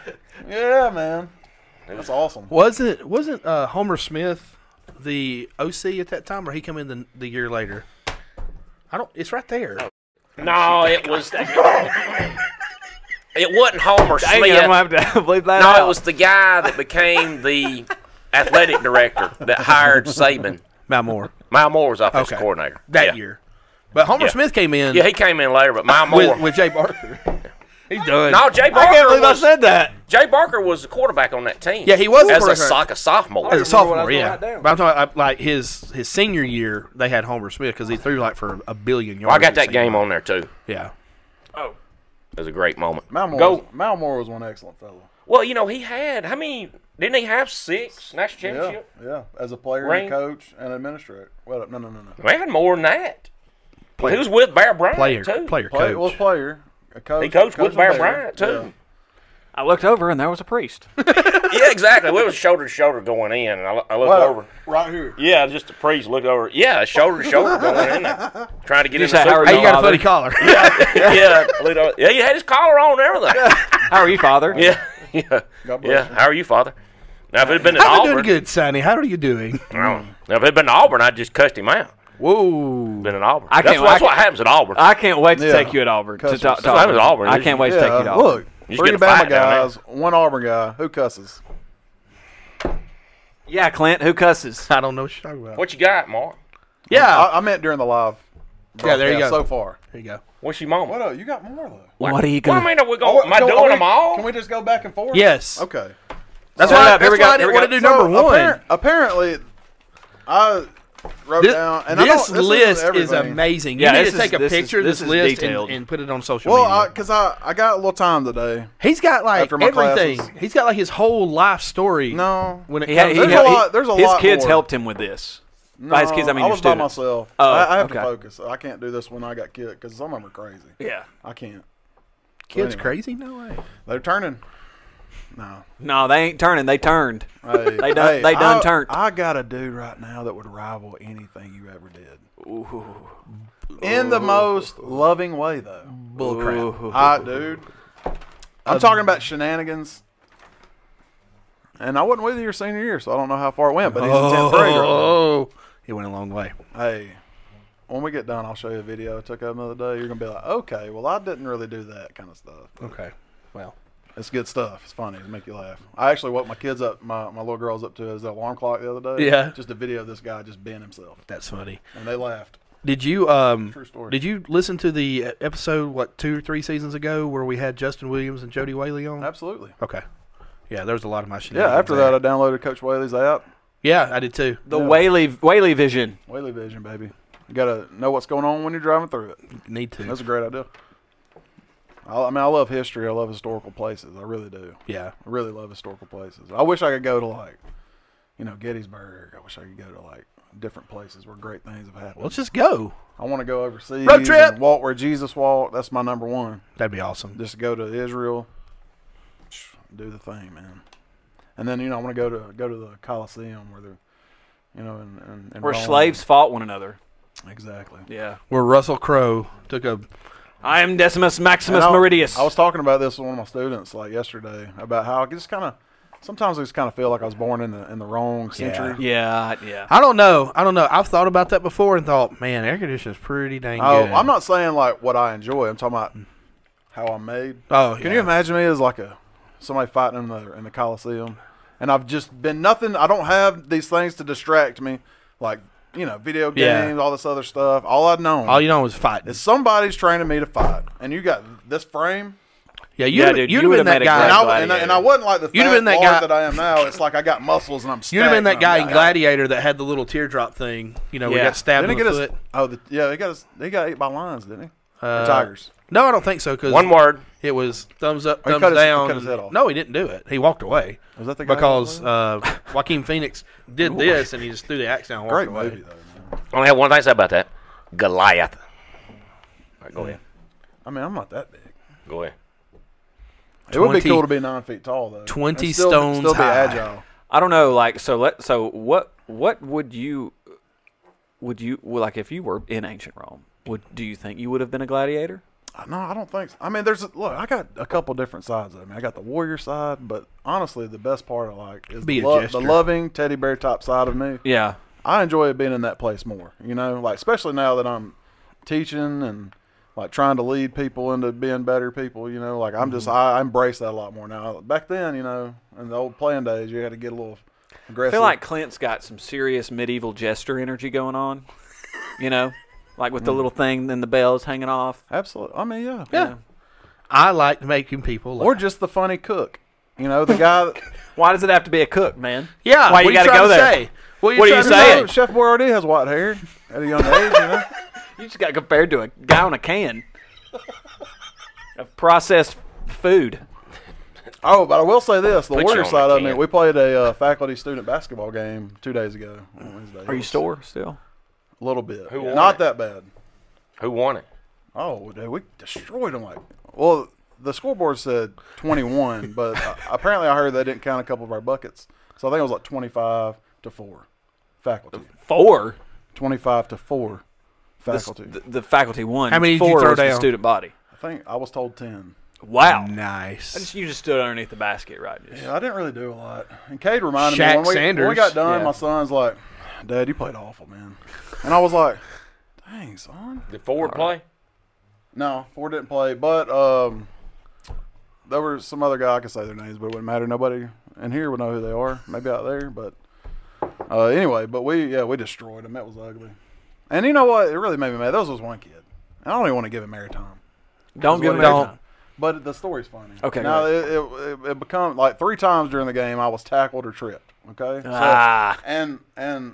Speaker 3: Yeah, man. That's awesome.
Speaker 2: Wasn't wasn't uh, Homer Smith the OC at that time, or he come in the, the year later? I don't. It's right there.
Speaker 4: no, it was. it wasn't Homer
Speaker 1: Dang,
Speaker 4: Smith.
Speaker 1: I'm gonna have to bleep that
Speaker 4: uh, no,
Speaker 1: out.
Speaker 4: it was the guy that became the athletic director that hired Saban.
Speaker 2: Malmore
Speaker 4: Mal Moore was offensive
Speaker 2: Okay.
Speaker 4: coordinator
Speaker 2: that
Speaker 4: Yeah.
Speaker 2: year, but Homer
Speaker 4: Yeah.
Speaker 2: Smith came in
Speaker 4: Yeah, he came in later, but Mal Moore.
Speaker 2: with, with Jay Barker. He's done.
Speaker 4: no, Jay Barker
Speaker 1: I can't believe I
Speaker 4: was-
Speaker 1: said that.
Speaker 4: Jay Barker was the quarterback on that team.
Speaker 2: Yeah, he was the
Speaker 4: as a,
Speaker 2: quarterback.
Speaker 4: so- a
Speaker 1: remember
Speaker 2: As a
Speaker 4: sophomore.
Speaker 1: what I
Speaker 2: sophomore,
Speaker 1: was gonna
Speaker 2: yeah.
Speaker 1: write down.
Speaker 2: But I'm talking about, like his his senior year, they had Homer Smith because he threw like for a billion yards.
Speaker 4: I got
Speaker 2: his
Speaker 4: that
Speaker 2: senior
Speaker 4: game
Speaker 2: year.
Speaker 4: on there too.
Speaker 2: Yeah,
Speaker 4: It was a great moment.
Speaker 3: Malmore,
Speaker 4: Go.
Speaker 3: Was, Malmore was one excellent fellow.
Speaker 4: Well, you know he had. How many? Didn't he have six national
Speaker 3: Yeah,
Speaker 4: championship?
Speaker 3: yeah. As a player,
Speaker 4: Ring.
Speaker 3: and a coach, and administrator. Well, no, no, no, no.
Speaker 4: Man, more than that. He was with Bear Bryant
Speaker 2: player,
Speaker 4: too.
Speaker 2: player,
Speaker 3: Play, was
Speaker 2: coach.
Speaker 3: player, a coach.
Speaker 4: He coached
Speaker 3: coach
Speaker 4: with Bear
Speaker 3: and player.
Speaker 4: Bryant too.
Speaker 1: I looked over and there was a priest.
Speaker 4: Yeah, exactly. We was shoulder to shoulder going in, and I, loo- I looked
Speaker 3: Well,
Speaker 4: over.
Speaker 3: right here.
Speaker 4: Yeah, just the priest looked over. Yeah, shoulder to shoulder going in, there, trying to get
Speaker 1: You
Speaker 4: in.
Speaker 1: said,
Speaker 4: The
Speaker 1: "How are
Speaker 4: Super
Speaker 2: Hey,
Speaker 1: No,
Speaker 2: you got
Speaker 1: I
Speaker 2: a funny
Speaker 1: didn't.
Speaker 2: collar.
Speaker 4: Bowl." yeah, looked over. yeah, he had his collar on and everything.
Speaker 1: How are you, Father?
Speaker 4: Yeah, yeah,
Speaker 3: God bless
Speaker 4: yeah. How are you, Father? Now, if it had been an
Speaker 2: I'm
Speaker 4: Auburn,
Speaker 2: doing good, Sonny. How are you doing?
Speaker 4: now if it had been Auburn, I'd just cussed him out.
Speaker 2: Whoa.
Speaker 4: Been in Auburn.
Speaker 1: I
Speaker 4: that's
Speaker 1: can't-
Speaker 4: what, that's
Speaker 1: I
Speaker 4: what
Speaker 1: can't-
Speaker 4: happens at Auburn.
Speaker 1: I can't wait to
Speaker 3: Yeah.
Speaker 1: take you at Auburn. To
Speaker 3: Cussers.
Speaker 1: talk,
Speaker 4: So that was Auburn,
Speaker 1: I
Speaker 4: isn't
Speaker 1: can't
Speaker 4: it?
Speaker 1: wait to take you to
Speaker 3: Yeah,
Speaker 1: Auburn.
Speaker 3: look,
Speaker 4: You
Speaker 3: three
Speaker 4: should get a
Speaker 3: Bama
Speaker 4: fight down there.
Speaker 3: guys, one Auburn guy. Who cusses?
Speaker 1: Yeah, Clint, who cusses?
Speaker 2: I don't know what Oh, you're talking about.
Speaker 4: what you got, Mark?
Speaker 2: Yeah.
Speaker 3: I, I meant during the live.
Speaker 2: Ah. Yeah, there you
Speaker 3: broadcast
Speaker 2: go.
Speaker 3: So far,
Speaker 2: there you go.
Speaker 4: What's your mom?
Speaker 3: what? Uh, you got more though.
Speaker 1: What, are you
Speaker 4: Well,
Speaker 1: going?
Speaker 4: I mean, are we
Speaker 3: Oh,
Speaker 4: going? am I
Speaker 3: don't-
Speaker 4: doing
Speaker 3: are we-
Speaker 4: them all?
Speaker 3: Can we just go back and forth?
Speaker 2: Yes.
Speaker 3: Okay.
Speaker 2: That's
Speaker 1: Set it
Speaker 2: why,
Speaker 1: up. Here we
Speaker 2: that's why
Speaker 1: go.
Speaker 2: I
Speaker 1: Here
Speaker 2: didn't
Speaker 1: we
Speaker 2: want
Speaker 1: go.
Speaker 2: to do number
Speaker 3: So,
Speaker 2: one.
Speaker 3: appar- apparently, I wrote
Speaker 2: This,
Speaker 3: down. And I
Speaker 2: this
Speaker 3: don't- this
Speaker 2: list
Speaker 3: isn't
Speaker 2: is
Speaker 3: everything.
Speaker 2: amazing.
Speaker 1: Yeah,
Speaker 2: you need
Speaker 1: this
Speaker 2: to take
Speaker 1: is-
Speaker 2: a
Speaker 1: this is-
Speaker 2: picture of
Speaker 1: this is
Speaker 2: this, list and,
Speaker 1: detailed.
Speaker 2: and put it on social
Speaker 3: Well,
Speaker 2: media.
Speaker 3: because I, I got a little time today.
Speaker 2: He's got like
Speaker 3: After my
Speaker 2: everything.
Speaker 3: classes.
Speaker 2: He's got like his whole life story.
Speaker 3: No.
Speaker 2: when it
Speaker 1: He had- he
Speaker 2: comes to
Speaker 3: There's
Speaker 1: had-
Speaker 3: a
Speaker 1: he-
Speaker 3: lot- there's a
Speaker 1: his
Speaker 3: lot
Speaker 1: kids
Speaker 3: more.
Speaker 1: helped him with this. By his kids, I mean
Speaker 3: I
Speaker 1: your
Speaker 3: was by
Speaker 1: students.
Speaker 3: myself.
Speaker 1: Oh,
Speaker 3: I, I have
Speaker 1: okay.
Speaker 3: to focus. I can't do this when I got kids because some of them are crazy.
Speaker 1: Yeah.
Speaker 3: I can't.
Speaker 2: kids crazy, no way.
Speaker 3: They're turning. No.
Speaker 1: No, they ain't turning. They turned.
Speaker 3: Hey,
Speaker 1: They done- they done
Speaker 3: I,
Speaker 1: turned.
Speaker 3: I got a dude right now that would rival anything you ever did. In the most loving way, though.
Speaker 1: Bullcrap.
Speaker 3: I, dude. I'm talking about shenanigans. And I wasn't with you your senior year, so I don't know how far it went, but he's in 10th grade. Right
Speaker 2: Oh, he went a long way.
Speaker 3: now. Hey, when we get done, I'll show you a video I took up another day. You're going to be like, okay, well, I didn't really do that kind of stuff.
Speaker 2: Okay, well,
Speaker 3: It's good stuff. It's funny. It'll make you laugh. I actually, what my kids up, my, my little girl's up to is the alarm clock the other day.
Speaker 2: Yeah.
Speaker 3: Just a video of this guy just being himself.
Speaker 2: that's funny.
Speaker 3: And they laughed.
Speaker 2: Did you um?
Speaker 3: True story.
Speaker 2: Did you listen to the uh, episode what two or three seasons ago where we had Justin Williams and Jody Whaley on?
Speaker 3: Absolutely.
Speaker 2: Okay, yeah, there was a lot of my shit.
Speaker 3: Yeah, after that, I downloaded Coach Whaley's app.
Speaker 2: yeah, I did too.
Speaker 1: The Whaley Whaley Vision.
Speaker 3: Whaley Vision, baby. You got to know what's going on when you're driving through it.
Speaker 2: Need to.
Speaker 3: That's a great idea. I, I mean, I love history. I love historical places. I really do.
Speaker 2: yeah,
Speaker 3: I really love historical places. I wish I could go to like, you know, Gettysburg. I wish I could go to like different places where great things have happened.
Speaker 2: well, let's just go.
Speaker 3: I want to go overseas.
Speaker 2: Road trip!
Speaker 3: and walk where Jesus walked. That's my number one.
Speaker 2: That'd be awesome.
Speaker 3: Just go to Israel. Do the thing, man. And then you know I want to go to go to the Coliseum where they're, you know, and and, and
Speaker 1: Where slaves fought one another.
Speaker 3: Exactly.
Speaker 1: Yeah.
Speaker 2: Where Russell Crowe took a
Speaker 1: I am Decimus Maximus
Speaker 3: And I-
Speaker 1: Meridius.
Speaker 3: I was talking about this with one of my students like yesterday about how I just kind of sometimes I just kind of feel like I was born in the in the wrong century.
Speaker 1: yeah, yeah.
Speaker 2: I don't know. I don't know. I've thought about that before and thought, man, air conditioner's pretty dang
Speaker 3: Oh,
Speaker 2: good.
Speaker 3: I'm not saying like what I enjoy. I'm talking about how I'm made.
Speaker 2: Oh,
Speaker 3: Can
Speaker 2: yeah.
Speaker 3: you imagine me as like a somebody fighting in the in the Coliseum, and I've just been nothing. I don't have these things to distract me, like you know, video games,
Speaker 2: Yeah.
Speaker 3: all this other stuff. All I've known
Speaker 2: All you know is fighting.
Speaker 3: is somebody's training me to fight, and you got this frame.
Speaker 2: yeah, you'd
Speaker 1: Yeah,
Speaker 2: have,
Speaker 1: dude,
Speaker 2: you'd
Speaker 1: you
Speaker 2: have
Speaker 1: would've
Speaker 2: been that
Speaker 1: made a
Speaker 2: guy.
Speaker 3: And
Speaker 1: great
Speaker 2: I'll-
Speaker 3: I, and, I, and I wasn't like the
Speaker 2: You'd have
Speaker 3: fat
Speaker 2: been that
Speaker 3: lard
Speaker 2: guy-
Speaker 3: that I am now. It's like I got muscles and I'm.
Speaker 2: You'd have been that
Speaker 3: stacked
Speaker 2: guy
Speaker 3: and
Speaker 2: in
Speaker 3: I'm-
Speaker 2: Gladiator that had the little teardrop thing. You know, we
Speaker 1: Yeah.
Speaker 2: got stabbed
Speaker 3: Didn't
Speaker 2: in
Speaker 3: he
Speaker 2: the
Speaker 3: get us?
Speaker 2: foot.
Speaker 3: Oh, the, yeah, they got us. They got ate by lions, didn't he?
Speaker 2: Uh,
Speaker 3: the tigers.
Speaker 2: No, I don't think so. Because
Speaker 4: One word.
Speaker 2: It was thumbs up,
Speaker 3: He
Speaker 2: thumbs
Speaker 3: cut his- he
Speaker 2: down.
Speaker 3: cut his head off.
Speaker 2: No, he didn't do it. He walked away.
Speaker 3: Was that the guy
Speaker 2: because
Speaker 3: that
Speaker 2: uh, Joaquin Phoenix did this and he just threw the axe down. and walked
Speaker 3: Great
Speaker 2: away.
Speaker 3: movie though. Man.
Speaker 4: I only have one thing to say about that. Goliath. All right, go ahead.
Speaker 3: I mean, I'm not that big.
Speaker 4: Go ahead.
Speaker 3: It would be
Speaker 2: 20
Speaker 3: cool to be nine feet tall though.
Speaker 2: 20
Speaker 3: And still,
Speaker 2: stones
Speaker 3: still be
Speaker 2: high.
Speaker 3: agile.
Speaker 1: I don't know. Like, so let so what what would you would you well, like if you were in ancient Rome? Would do you think you would have been a gladiator?
Speaker 3: Uh, No, I don't think. so. I mean, there's a, look. I got a couple different sides. of me. I got the warrior side, but honestly, the best part I like is
Speaker 2: Be
Speaker 3: the,
Speaker 2: a
Speaker 3: lo-
Speaker 2: jester.
Speaker 3: the loving teddy bear type side of me.
Speaker 1: Yeah,
Speaker 3: I enjoy being in that place more. You know, like especially now that I'm teaching and like trying to lead people into being better people. You know, like I'm just I, I embrace that a lot more now. Back then, you know, in the old playing days, you had to get a little
Speaker 1: I
Speaker 3: aggressive.
Speaker 1: feel like Clint's got some serious medieval jester energy going on. You know, like with the little thing, then the bells hanging off.
Speaker 3: absolutely. I mean, yeah,
Speaker 2: Yeah. I liked making people laugh.
Speaker 3: Or just the funny cook. You know, the guy. that-
Speaker 1: Why does it have to be a cook, man?
Speaker 2: yeah.
Speaker 1: why
Speaker 2: what
Speaker 1: you got to
Speaker 2: trying
Speaker 1: go there?
Speaker 2: Say?
Speaker 1: What
Speaker 2: What,
Speaker 1: are you
Speaker 2: trying to
Speaker 1: saying?
Speaker 3: No, Chef Boyardee has white hair at a young age. You know?
Speaker 1: You just got compared to a guy on a can of processed food.
Speaker 3: Oh, but I will say this: the
Speaker 4: Put you
Speaker 3: warrior
Speaker 4: on a
Speaker 3: side of me.
Speaker 4: can.
Speaker 3: We played a uh, faculty-student basketball game two days ago on Wednesday.
Speaker 1: Are you sore still?
Speaker 3: A little bit.
Speaker 4: won
Speaker 3: Not
Speaker 4: it?
Speaker 3: that bad.
Speaker 4: Who won it?
Speaker 3: Oh, dude, we destroyed them. Like, well, the scoreboard said 21, but uh, apparently I heard they didn't count a couple of our buckets. So I think it was like 25 to four, faculty.
Speaker 1: Four.
Speaker 3: 25 to four, faculty.
Speaker 1: The, the faculty won.
Speaker 2: How many did you
Speaker 1: Four
Speaker 2: throw
Speaker 1: was the
Speaker 2: down?
Speaker 1: student body.
Speaker 3: I think I was told 10.
Speaker 1: Wow. I
Speaker 2: Nice.
Speaker 1: just, you just stood underneath the basket, right? Just-
Speaker 3: Yeah, I didn't really do a lot. And Cade reminded
Speaker 2: Shaq
Speaker 3: me when we, when we
Speaker 2: Sanders.
Speaker 3: got done,
Speaker 1: Yeah.
Speaker 3: my son's like, "Dad, you played awful, man," and I was like, "Dang, son."
Speaker 4: Did forward play?
Speaker 3: No, Ford didn't play, but um, there were some other guy. I could say their names, but it wouldn't matter. Nobody in here would know who they are. Maybe out there, but uh, anyway. But we yeah we destroyed them. That was ugly. And you know what? It really made me mad. Those was one kid. And I don't even want to give him air time.
Speaker 1: Don't
Speaker 3: That's
Speaker 1: give them
Speaker 3: what it
Speaker 1: don't.
Speaker 3: is. But the story's funny.
Speaker 1: Okay,
Speaker 3: Now
Speaker 1: go
Speaker 3: it, it, it, it become like three times during the game I was tackled or tripped. Okay. So-
Speaker 1: Ah.
Speaker 3: and and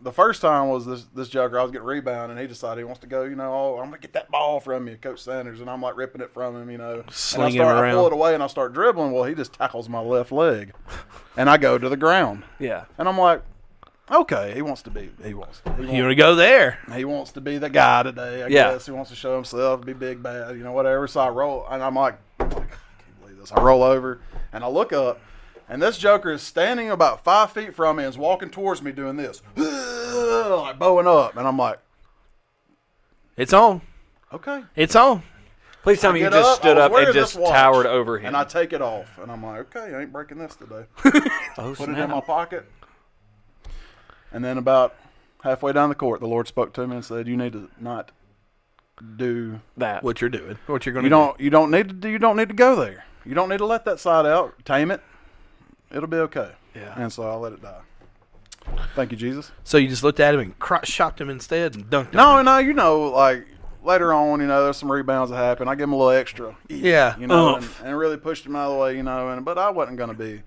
Speaker 3: the first time was this this joker. I was getting rebound, and he decided he wants to go. You know, oh, I'm gonna get that ball from you, Coach Sanders, and I'm like ripping it from him. You know,
Speaker 2: Slinging
Speaker 3: and I start,
Speaker 2: around.
Speaker 3: I pull it away, and I start dribbling. Well, he just tackles my left leg, and I go to the ground,
Speaker 1: Yeah.
Speaker 3: and I'm like, okay, he wants to be, he wants, he
Speaker 2: You
Speaker 3: wants,
Speaker 2: want to go there?
Speaker 3: he wants to be the guy today. I
Speaker 1: Yeah.
Speaker 3: guess he wants to show himself, be big bad, you know, whatever. So I roll, and I'm like, I can't believe this. I roll over, and I look up. And this joker is standing about five feet from me and is walking towards me doing this, like bowing up. And I'm like,
Speaker 2: It's on.
Speaker 3: Okay.
Speaker 2: It's on.
Speaker 1: Please tell
Speaker 3: I
Speaker 1: me you
Speaker 3: get
Speaker 1: just
Speaker 3: up,
Speaker 1: stood
Speaker 3: I was
Speaker 1: up and
Speaker 3: wearing
Speaker 1: just
Speaker 3: this watch,
Speaker 1: towered over him.
Speaker 3: And I take it off, and I'm like, okay, I ain't breaking this today.
Speaker 1: oh,
Speaker 3: Put it in
Speaker 1: snap.
Speaker 3: my pocket, and then about halfway down the court, the Lord spoke to me and said, "You need to not do.
Speaker 1: that.
Speaker 2: What you're doing? What you're going
Speaker 3: You
Speaker 2: to
Speaker 3: don't. You don't need to. Do, you don't need to go there. You don't need to let that side out. Tame it. It'll be okay."
Speaker 1: Yeah.
Speaker 3: And so I let it die. Thank you, Jesus.
Speaker 2: So you just looked at him and crotch shopped him instead and dunked him.
Speaker 3: No, no, you know, like later on, you know, there's some rebounds that happen. I give him a little extra,
Speaker 2: Yeah.
Speaker 3: you know, and, and really pushed him out of the way, you know. And but I wasn't gonna be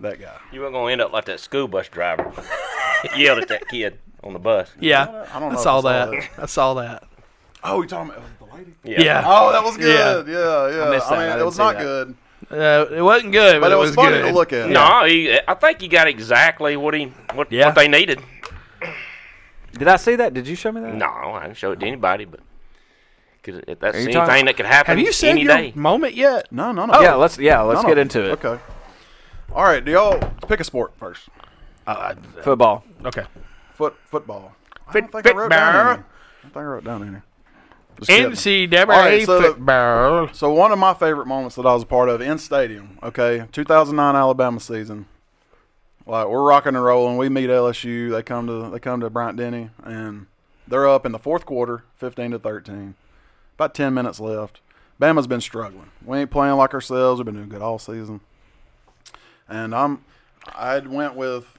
Speaker 3: that guy.
Speaker 4: You weren't gonna end up like that school bus driver. Yelled at that kid on the bus.
Speaker 2: Yeah.
Speaker 3: I don't know
Speaker 2: I
Speaker 3: if
Speaker 2: saw
Speaker 3: I saw
Speaker 2: that. I saw that.
Speaker 3: Oh, you talking about the lady?
Speaker 2: Yeah.
Speaker 3: Oh, that was good. Yeah, yeah.
Speaker 1: missed that.
Speaker 3: I,
Speaker 1: I
Speaker 3: mean,
Speaker 1: didn't
Speaker 3: it was
Speaker 1: see
Speaker 3: not
Speaker 1: that.
Speaker 3: good,
Speaker 2: Uh, it wasn't good, but,
Speaker 3: but it was, funny
Speaker 2: good.
Speaker 3: to look at.
Speaker 4: No, he, I think he got exactly what he what,
Speaker 2: Yeah.
Speaker 4: what they needed.
Speaker 1: Did I see that? Did you show me that?
Speaker 4: No, I didn't show it to anybody, but 'cause it- that's
Speaker 1: you
Speaker 4: anything
Speaker 1: talking-
Speaker 4: that could happen
Speaker 2: Have you seen
Speaker 4: any
Speaker 2: your
Speaker 4: day.
Speaker 2: moment yet?
Speaker 3: no, no, no.
Speaker 1: Yeah, let's yeah,
Speaker 3: No,
Speaker 1: let's
Speaker 3: Oh. no.
Speaker 1: get into it.
Speaker 3: Okay. All right, do y'all pick a sport first?
Speaker 1: Football.
Speaker 2: Okay.
Speaker 3: Foot football. I don't think I wrote down
Speaker 2: football.
Speaker 3: any. I don't think I wrote down any. Just kidding.
Speaker 2: NCAA
Speaker 3: All right, so-
Speaker 2: football.
Speaker 3: So one of my favorite moments that I was a part of in stadium, okay, 2009 Alabama season. Like we're rocking and rolling. We meet LSU. They come to they come to Bryant Denny, and they're up in the fourth quarter, 15 to 13. About 10 minutes left. Bama's been struggling. We ain't playing like ourselves. We've been doing good all season. And I'm, I went with,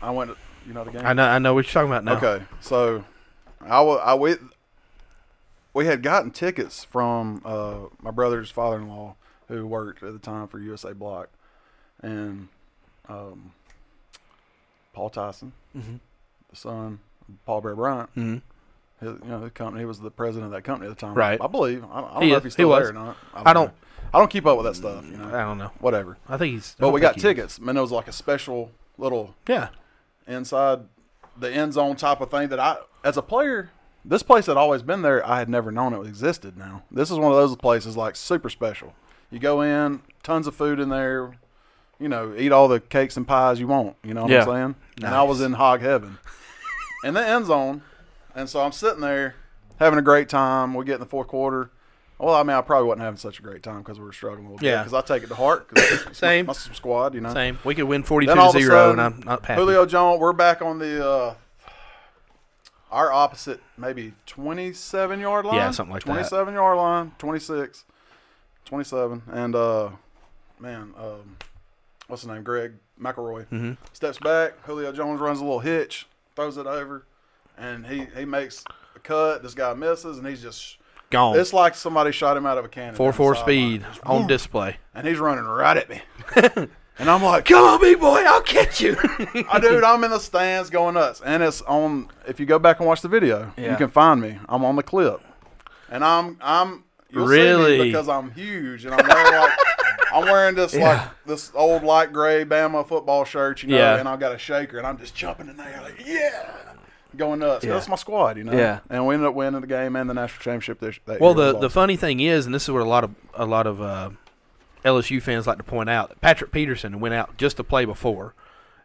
Speaker 3: I went, you know the game.
Speaker 2: I know. I know what you're talking about now.
Speaker 3: Okay, so I wa- I went. We had gotten tickets from uh, my brother's father-in-law, who worked at the time for USA Block, and um, Paul Tyson,
Speaker 2: Mm-hmm.
Speaker 3: the son, of Paul Bear Bryant. His, you know, the company he was the president of that company at the time.
Speaker 2: Mm-hmm. Right.
Speaker 3: I believe. I, I don't
Speaker 2: He
Speaker 3: know
Speaker 2: is-
Speaker 3: if he's
Speaker 2: he
Speaker 3: still
Speaker 2: was.
Speaker 3: there or not.
Speaker 2: I don't- Mm,
Speaker 3: know. I don't keep up with that stuff. You know.
Speaker 2: I don't know.
Speaker 3: Whatever.
Speaker 2: I think he's. I
Speaker 3: But
Speaker 2: don't
Speaker 3: we
Speaker 2: think
Speaker 3: got
Speaker 2: he is.
Speaker 3: tickets, and it was like a special little
Speaker 2: Yeah.
Speaker 3: inside the end zone type of thing that I, as a player, this place had always been there. I had never known it existed. Now this is one of those places like super special. You go in, tons of food in there. You know, eat all the cakes and pies you want. You know what
Speaker 1: Yeah.
Speaker 3: I'm saying? And I was in hog heaven, in the end zone, and so I'm sitting there having a great time. We get in the fourth quarter. Well, I mean, I probably wasn't having such a great time because we were struggling a little
Speaker 2: Yeah.
Speaker 3: bit. Because I take it to heart. 'cause it's my-
Speaker 2: Same.
Speaker 3: my squad, you know.
Speaker 2: Same. We could win 42
Speaker 3: Then all
Speaker 2: to
Speaker 3: of a
Speaker 2: 0,
Speaker 3: sudden,
Speaker 2: and I'm not happy.
Speaker 3: Julio Jones, we're back on the uh, our opposite, maybe twenty-seven yard line.
Speaker 2: Yeah, something like that.
Speaker 3: 27 yard line, 26, 27, and uh, man, um, what's his name? Greg McElroy
Speaker 2: Mm-hmm.
Speaker 3: steps back. Julio Jones runs a little hitch, throws it over, and he he makes a cut. This guy misses, and he's just.
Speaker 2: Gone.
Speaker 3: It's like somebody shot him out of a cannon. down
Speaker 2: Oh. Four
Speaker 3: the
Speaker 2: four
Speaker 3: sideline.
Speaker 2: speed on display.
Speaker 3: and he's running right at me, and I'm like,
Speaker 2: Come on, big boy. I'll catch you.
Speaker 3: I dude, I'm in the stands going nuts, and it's on. If you go back and watch the video,
Speaker 1: Yeah.
Speaker 3: you can find me. I'm on the clip, and I'm I'm you'll see me
Speaker 2: Really?
Speaker 3: because I'm huge, and I'm wearing like I'm wearing this like this old light gray Bama football shirt, you know,
Speaker 2: Yeah.
Speaker 3: and I've got a shaker, and I'm just jumping in there like yeah. Going nuts. That's my squad, you know.
Speaker 1: Yeah.
Speaker 3: And we ended up winning the game and the national championship this that
Speaker 2: well,
Speaker 3: year.
Speaker 2: the the funny thing is, and this is what a lot of a lot of uh, LSU fans like to point out. that Patrick Peterson went out just to play before,